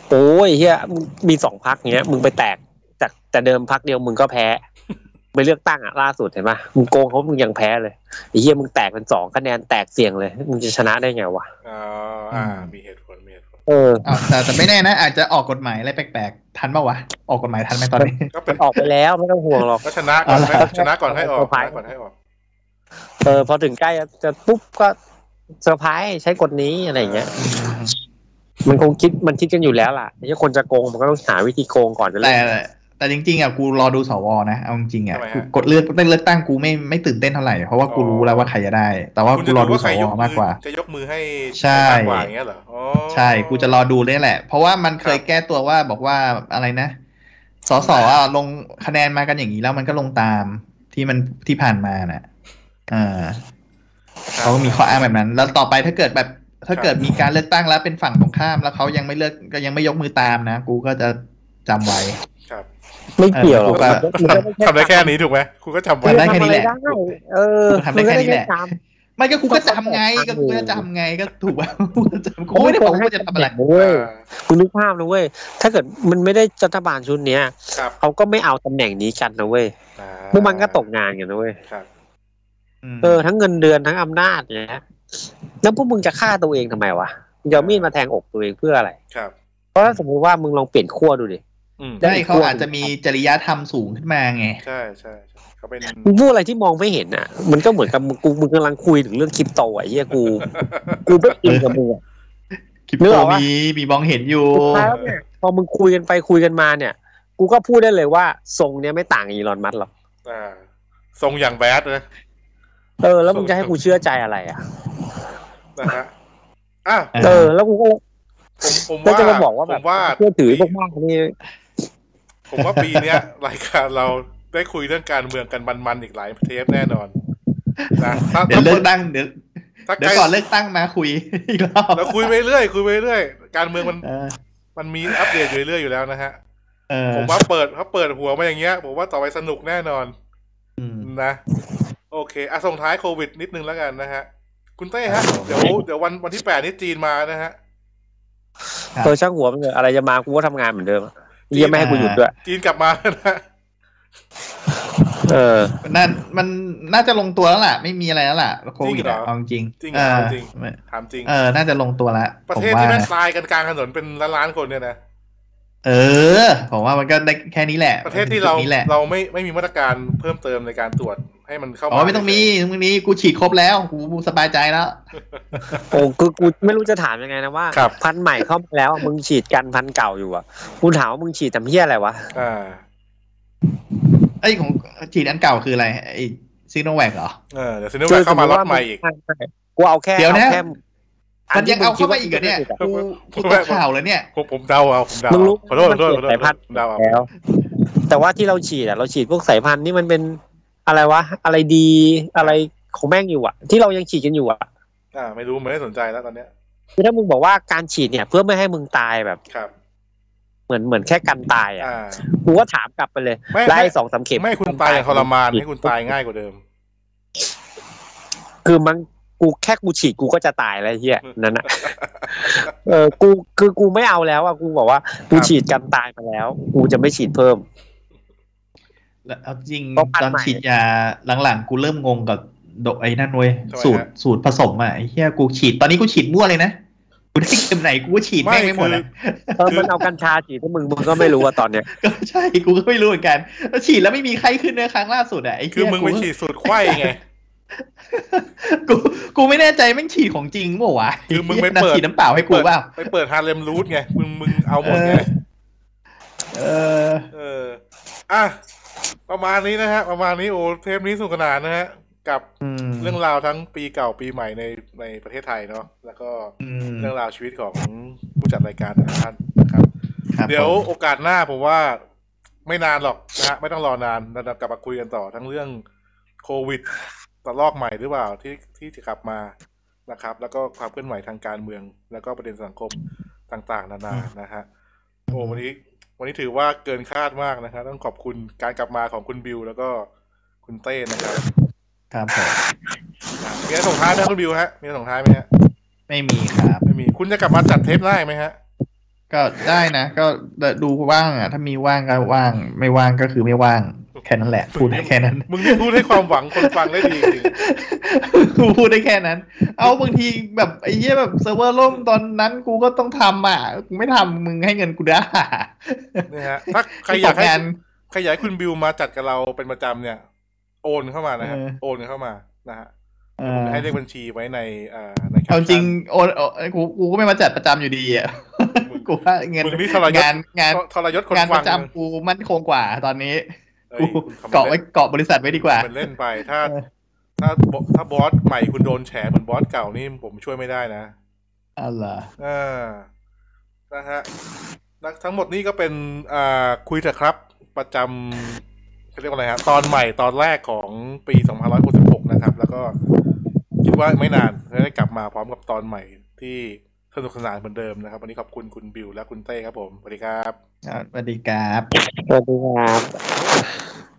Speaker 3: โอ้ยเฮียมึงมีสองพักเนี้ย มึงไปแตกจากแต่เดิมพักเดียวมึงก็แพ้ ไปเลือกตั้งอ่ะล่าสุดเห็นปะมึงโกงเขามึงยังแพ้เลยไอ้เฮียมึงแตกเป็นสองคะแนนแตกเสียงเลย มึงจะชนะได้ไงวะ
Speaker 1: อ่าอ่า มีเหตุผลมีเหตุผล
Speaker 3: เออ
Speaker 2: อ้าวแต่แต่ไม่แน่นะ อาจจะออกกฎหมายอะไรแปลกๆ ทันปะวะ ออกกฎหมายทันไหมตอนนี้
Speaker 1: ก็เป็
Speaker 3: มัน นออกไปแล้วไม่ต้องห่วงหรอก
Speaker 1: ก็ชนะก่อนให้
Speaker 2: เอาล่ะ
Speaker 1: ชนะก่อนให้ออก
Speaker 3: เอาไป
Speaker 1: ชนะก่อนให้ออก
Speaker 3: เออพอถึงใกล้จะปุ๊บก็เซอร์ไพรส์ใช้กฎนี้อะไรอย่างเงี้ย มันคงคิดมันคิดกันอยู่แล้วล่ะไอ้เหี้ยคนจะโกงมันก็ต้องหาวิธีโกงก่อนจะเล่
Speaker 2: แต่
Speaker 3: น
Speaker 2: แต่จริงๆอ่ะกูรอดูสวนะเอาจริงๆอ่ะกูกดเลือกเลือกตั้งกูไม่ไม่ตื่นเต้นเท่าไหร่เพราะว่ากูรู้แล้วว่าใครจะได้ แต่ว่า
Speaker 1: คุณ
Speaker 2: กู
Speaker 1: จะ
Speaker 2: รอ
Speaker 1: ดู
Speaker 2: ดู
Speaker 1: ว่า
Speaker 2: ส
Speaker 1: ใคร
Speaker 2: วย
Speaker 1: กมื
Speaker 2: มากกว่า
Speaker 1: จะยกมือให้
Speaker 2: ใช่
Speaker 1: มากกว่าอย่างเงี้ยเหรออ๋อ
Speaker 2: ใช่ กูจะรอดูเนี่ยแหละ เพราะว่ามันเคยแก้ตัวว่าบอกว่าอะไรนะ สสอ่ะลงคะแนนมากันอย่างนี้แล้วมันก็ลงตามที่มันที่ผ่านมาน่ะอ่าเขาก็มีข้ออ้างแบบนั้น แล้วต่อไปถ้าเกิดแบบ ถ้าเกิดมีการเลือกตั้งแล้วเป็นฝั่งตรงข้ามแล้วเขายังไม่เลือกก็ยังไม่ยกมือตามนะ กูก็จะจำไว้
Speaker 1: ครับ
Speaker 3: ไม่เกี่ยวหรอก
Speaker 2: เออ
Speaker 3: มึงก็มึงก็
Speaker 1: ทำได้แค่นี้ถูกไหมคุณก็จำไว้
Speaker 2: ทำได้แค่นี้แหละ
Speaker 3: ทำอะไรได้เออ
Speaker 2: *laughs* ทำได้แค่นี้แหละ
Speaker 3: มึงก็ได้แค่ตาม
Speaker 2: ไม่ก็กูก็จำไงก็กูก็จำไงก็ถูกป่ะ *laughs* กูก็จำกูไม่ได้บอกว่ากูจะทำอะไร
Speaker 3: เว้ย
Speaker 1: อ่า
Speaker 3: คุณนึกภาพนะเว้ย ถ้าเกิดมันไม่ได้รัฐบาลชุดเนี้ย
Speaker 1: ครับ
Speaker 3: เขาก็ไม่เอาตำแหน่งนี้กันนะเว้ย
Speaker 1: อ่า
Speaker 3: พวกมันก็ตกงานกันนะเว้ย
Speaker 1: ครับ
Speaker 3: เออ ทั้งเงินเดือนทั้งอำนาจเนี่ยแล้วพวกมึงจะฆ่าตัวเองทำไมวะยอามีดมาแทงอกตัวเองเพื่ออะไร
Speaker 1: ครับ
Speaker 3: เพราะถ้าสมมติว่ามึงลองเปลี่ยนขั้วดูดิ
Speaker 1: อืม
Speaker 3: ได้
Speaker 2: ได้เขาอาจจะมีจริยธรรมสูงขึ้นมาไง
Speaker 1: ใช่ใช่ใช่เขาเป็น
Speaker 3: มึงพูดอะไรที่มองไม่เห็นอ่ะ มันก็เหมือนกับมึงกูมึงกำลังคุยถึงเรื่องคริปโตอ่ะเฮียกู กูไม่อินกับมึงอะ
Speaker 2: คลิป
Speaker 3: นึก
Speaker 2: โต
Speaker 3: ออกปะ
Speaker 2: มีมีมองเห็นอยู่
Speaker 3: สุดท้ายแล้วเนี่ยพอมึงคุยกันไปคุยกันมาเนี่ย กูก็พูดได้เลยว่าทรงเนี้ยไม่ต่างอีลอนมัสก์หรอก
Speaker 1: อ่าทรงอย่างแบดนะ
Speaker 3: เออแล้วมึงจะให้กูเชื่อใจอะไรอ่ะ
Speaker 1: นะฮะอ่ะ
Speaker 2: เออ
Speaker 3: เออ แล้วกูก็
Speaker 1: ผมผม
Speaker 3: ก็
Speaker 1: ว่า
Speaker 3: จะมาบอกว่าแบ
Speaker 1: ผ
Speaker 3: บ
Speaker 1: มว่า
Speaker 3: เชื่อถือมากๆนี่
Speaker 1: ผมว่าปีเนี้ย *laughs* รายการเราได้คุยเรื่องการเมืองกันมันๆอีกหลายเทปแน่นอนนะถ้า
Speaker 2: เดี๋ย
Speaker 1: ถ้าว
Speaker 2: เลือกตั้งเดี๋ยว
Speaker 1: ถ้า
Speaker 2: เดี๋ยว
Speaker 1: ใก
Speaker 2: ก่
Speaker 1: ล้
Speaker 2: อนเลือกตั้งมาคุย อีกร
Speaker 1: *laughs*
Speaker 2: อบ
Speaker 1: เราคุยไปเรื่อยคุยไปเรื่อยการเมืองมัน
Speaker 2: เออ
Speaker 1: มันมีอัปเดตอยู่เรื่อยอยู่แล้วนะฮะ
Speaker 2: เออ
Speaker 1: ผมว่าเปิดถ้าเปิดหัวมาอย่างเงี้ย ผมว่าต่อไปสนุกแน่นอน
Speaker 2: อืม
Speaker 1: นะโอเคอ่ะส่งท้ายโควิดนิดนึงแล้วกันนะฮะ คุณเต้ฮะ
Speaker 2: ครับผม
Speaker 1: เดี๋ยวเดี๋ยววันวันที่แปดนี้จีนมานะฮะ
Speaker 2: ครับ
Speaker 3: เออช่างหัวมันเถอะอะไรจะมากูก็ทำงานเหมือนเดิมอะเยี่ยไม่ให้กูหยุดด้วย
Speaker 1: จีนกลับมานะฮะ
Speaker 3: เออ
Speaker 2: นั่นมันน่าจะลงตัวแล้วล่ะ ไม่มีอะไรแล้วล่ะโควิดอะเอาจริง
Speaker 1: จริง
Speaker 2: เอ
Speaker 1: เหรอ
Speaker 2: อ
Speaker 1: เอาจริงถามจริง
Speaker 2: เออ น่าจะลงตัวแล้ว
Speaker 1: ประ
Speaker 2: ผม
Speaker 1: เทศ
Speaker 2: ว่า
Speaker 1: ที่แม่ง
Speaker 2: นะ
Speaker 1: ตายกันกลางถนนเป็นล้านล้านๆคนเนี่ยนะ
Speaker 2: เออ ผมว่ามันก็ได้แค่นี้แหละ
Speaker 1: ประเทศที่เรา
Speaker 2: จุดนี้แหละ
Speaker 1: เราไม่ไม่มีมาตรการเพิ่มเติมในการตรวจให้มันเข้ามา
Speaker 2: อ๋อไม่ต้องมีตรงนี้กูฉีดครบแล้วกูสบายใจแล้ว
Speaker 3: โอ้คือกูไม่รู้จะถามยังไงนะว่า พันธุ์ใหม่เข้ามาแล้วอะมึงฉีดกันพันธุ์เก่าอยู่อ่ะกูถามว่ามึงฉีดทำเฮี้ยอะไรวะ
Speaker 1: อ่า
Speaker 2: ไอ้ยของฉีดอันเก่าคืออะไรไอ้ซีโนแวคเหรอ
Speaker 1: เออเดี๋ยวซิโนแวคเข้ามาล็อตใหม่อีก
Speaker 3: กูเอาแค่
Speaker 2: เดี๋ยวนะ
Speaker 3: อาแค่
Speaker 2: มันยังเอาเข้าไปอีกเหรอเนี่ยกูกูตกข่าวเลยเนี่ย
Speaker 1: ผมผมเดาเอาผมเดา
Speaker 3: มึงรู้
Speaker 1: ขอโทษขอโทษขอ
Speaker 3: มัน
Speaker 1: โทษ
Speaker 3: เปลี่ยนสายพันธุ์
Speaker 1: เดาเอา
Speaker 3: แล้ว แต่ว่าที่เราฉีดอ่ะเราฉีดพวกสายพันธุ์นี่มันเป็นอะไรวะ อะไรดีอะไรของแม่งอยู่อ่ะ ที่เรายังฉีดกันอยู่อ่ะ
Speaker 1: อ่าไม่รู้ไม่ได้สนใจแล้วตอนเนี้ย
Speaker 3: คือถ้ามึงบอกว่าการฉีดเนี่ย เพื่อไม่ให้มึงตายแบบ
Speaker 1: ครับ
Speaker 3: เหมือนเหมือนแค่กันตายอ่ะ
Speaker 1: อ่า
Speaker 3: กูก็ถามกลับไปเลย
Speaker 1: ไม่
Speaker 3: ไล่สองสามเข็ม
Speaker 1: ไม่ให้คุณตายอย่างทรมานให้คุณตายง่ายกว่าเดิม
Speaker 3: คือมันกูแค่กูฉีดกูก็จะตายแล้วไอ้เฮียนั่นนะ *laughs* เออกูคือกูไม่เอาแล้วอ่ะกูบอกว่ากู
Speaker 1: ครับ
Speaker 3: ฉีดกันตายมาแล้ว กูจะไม่ฉีดเพิ่ม
Speaker 2: แล้วเอาจริง
Speaker 3: ต้องปัด
Speaker 2: ตอน
Speaker 3: ใหม่
Speaker 2: ฉีดยาหลังๆ กูเริ่มงงกับโดไอ้นั่นเว้ย
Speaker 1: ทำไมฮะ
Speaker 2: สูตรสูตรผสมอ่ะไอ้เหี้ยกูฉีดตอนนี้กูฉีดมั่วเลยนะ กูได้เข็มไหนกูก็ฉีดแม่งไม่หมดอะ
Speaker 3: เออมันเอากัญชาฉีดให้มึงมึงก็ไม่รู้ว่าต
Speaker 1: *laughs*
Speaker 3: อนเนี้ย
Speaker 2: ก็ *laughs* ใช่กูก็ไม่รู้เหมือนกันแล้วฉีดแล้วไม่มีไข้ขึ้นเลยครั้งล่าสุดอ่ะไอ้
Speaker 1: คือ
Speaker 2: เหี้ย
Speaker 1: มึงไป
Speaker 2: กู
Speaker 1: ฉีดสูตรไข้ไง
Speaker 2: กูกูไม่แน่ใจแม่งฉีดของจริงเปล่าวะ
Speaker 1: คือมึงไป
Speaker 2: น่ะ
Speaker 1: เปิด
Speaker 2: ฉีดน้ำเปล่าให้กูเปล่า
Speaker 1: ไปเปิดฮาเลมรูทไงมึงมึงเอาหมดไง
Speaker 2: เออ
Speaker 1: เออ อ่ะ ประมาณนี้นะฮะ ประมาณนี้โอ้เทปนี้สนุกสนานนะฮะ กับ
Speaker 2: อืม
Speaker 1: เรื่องราวทั้งปีเก่าปีใหม่ในในประเทศไทยเนาะ แล้วก็
Speaker 2: อืม
Speaker 1: เรื่องราวชีวิตของผู้จัดรายการแต่ละท่านนะครับ
Speaker 2: ครับ
Speaker 1: เดี๋ยว
Speaker 2: ผม
Speaker 1: โอกาสหน้าผมว่าไม่นานหรอกนะฮะ ไม่ต้องรอนานเราจะกลับมาคุยกันต่อทั้งเรื่อง โควิดตะลอกใหม่หรือเปล่าที่ที่จะกลับมานะครับ แล้วก็ความเคลื่อนไหวทางการเมือง แล้วก็ประเด็นสังคมต่างๆ นานานะฮะโอ้วันนี้ วันนี้ถือว่าเกินคาดมากนะครับต้องขอบคุณการกลับมาของคุณบิว แล้วก็คุณเต้นะครับ
Speaker 2: ครับผม
Speaker 1: อ่ะมีอะไรส่งท้ายไหมคุณบิวฮะมีอะไรส่งท้ายไหมฮะ
Speaker 2: ไม่มีครับ
Speaker 1: ไม่มีคุณจะกลับมาจัดเทปได้ไหมฮะ
Speaker 2: ก็ได้นะ ก็ดูว่างอ่ะ ถ้ามีว่างก็ว่าง ไม่ว่างก็คือไม่ว่าง แค่นั้นแหละ พูดได้แค่นั้น
Speaker 1: มึงนี่พูดให้ความหวังคนฟังได้ดีจริง
Speaker 2: *laughs* พูดได้แค่นั้น เอาบางทีแบบไอ้เหี้ยแบบเซิร์ฟเวอร์ล่มตอนนั้นกูก็ต้องทำอ่ะ กูไม่ทำมึงให้เงินกูได้
Speaker 1: นะฮะถ้าใครอยาก
Speaker 2: ต
Speaker 1: ให้
Speaker 2: งาน
Speaker 1: ใครอยากให้คุณบิวมาจัดกับเราเป็นประจำเนี่ย โอนเข้ามานะฮะ
Speaker 2: เออ
Speaker 1: โอนเข้ามานะฮะ
Speaker 2: เออ
Speaker 1: ให้เลขบัญชีไว้ในเอ่อในแคปชั่น
Speaker 2: เอาจริงโอนโอนไอ้กูกูก็ไม่มาจัดประจำอยู่ดีอ่ะ *laughs*
Speaker 1: มึง
Speaker 2: กูว่าเงิน
Speaker 1: มึงนี่ทรยศ
Speaker 2: งานงาน
Speaker 1: ทรยศคน
Speaker 2: งานป
Speaker 1: ฟัง
Speaker 2: ระจำกูมั่นคงกว่า ตอนนี้
Speaker 1: เอ้ย
Speaker 2: กู
Speaker 1: คุณทำ
Speaker 2: เกาะไว้เกาะบริษัทไว้ดีกว่า
Speaker 1: มันเล่นไปถ้า
Speaker 2: เออ
Speaker 1: ถ้าบถ้าบอสใหม่คุณโดนแฉเหมือนบอสเก่านี่ผมช่วยไม่ได้นะ
Speaker 2: อ๋อเหรอ
Speaker 1: เออนะฮะและทั้งหมดนี่ก็เป็นอ่าคุยเถอะครับ ประจำเขาเรียกว่าอะไรฮะตอนใหม่ตอนแรกของปี2566นะครับ แล้วก็ คิดว่าไม่นานจะได้กลับมาพร้อมกับตอนใหม่ที่สนุกสนานเหมือนเดิมนะครับ วันนี้ขอบคุณคุณบิวและคุณเต้ครับผมสวัสดีครับ
Speaker 2: อ่ะสวัสดีครับ
Speaker 3: สวัสดีครับ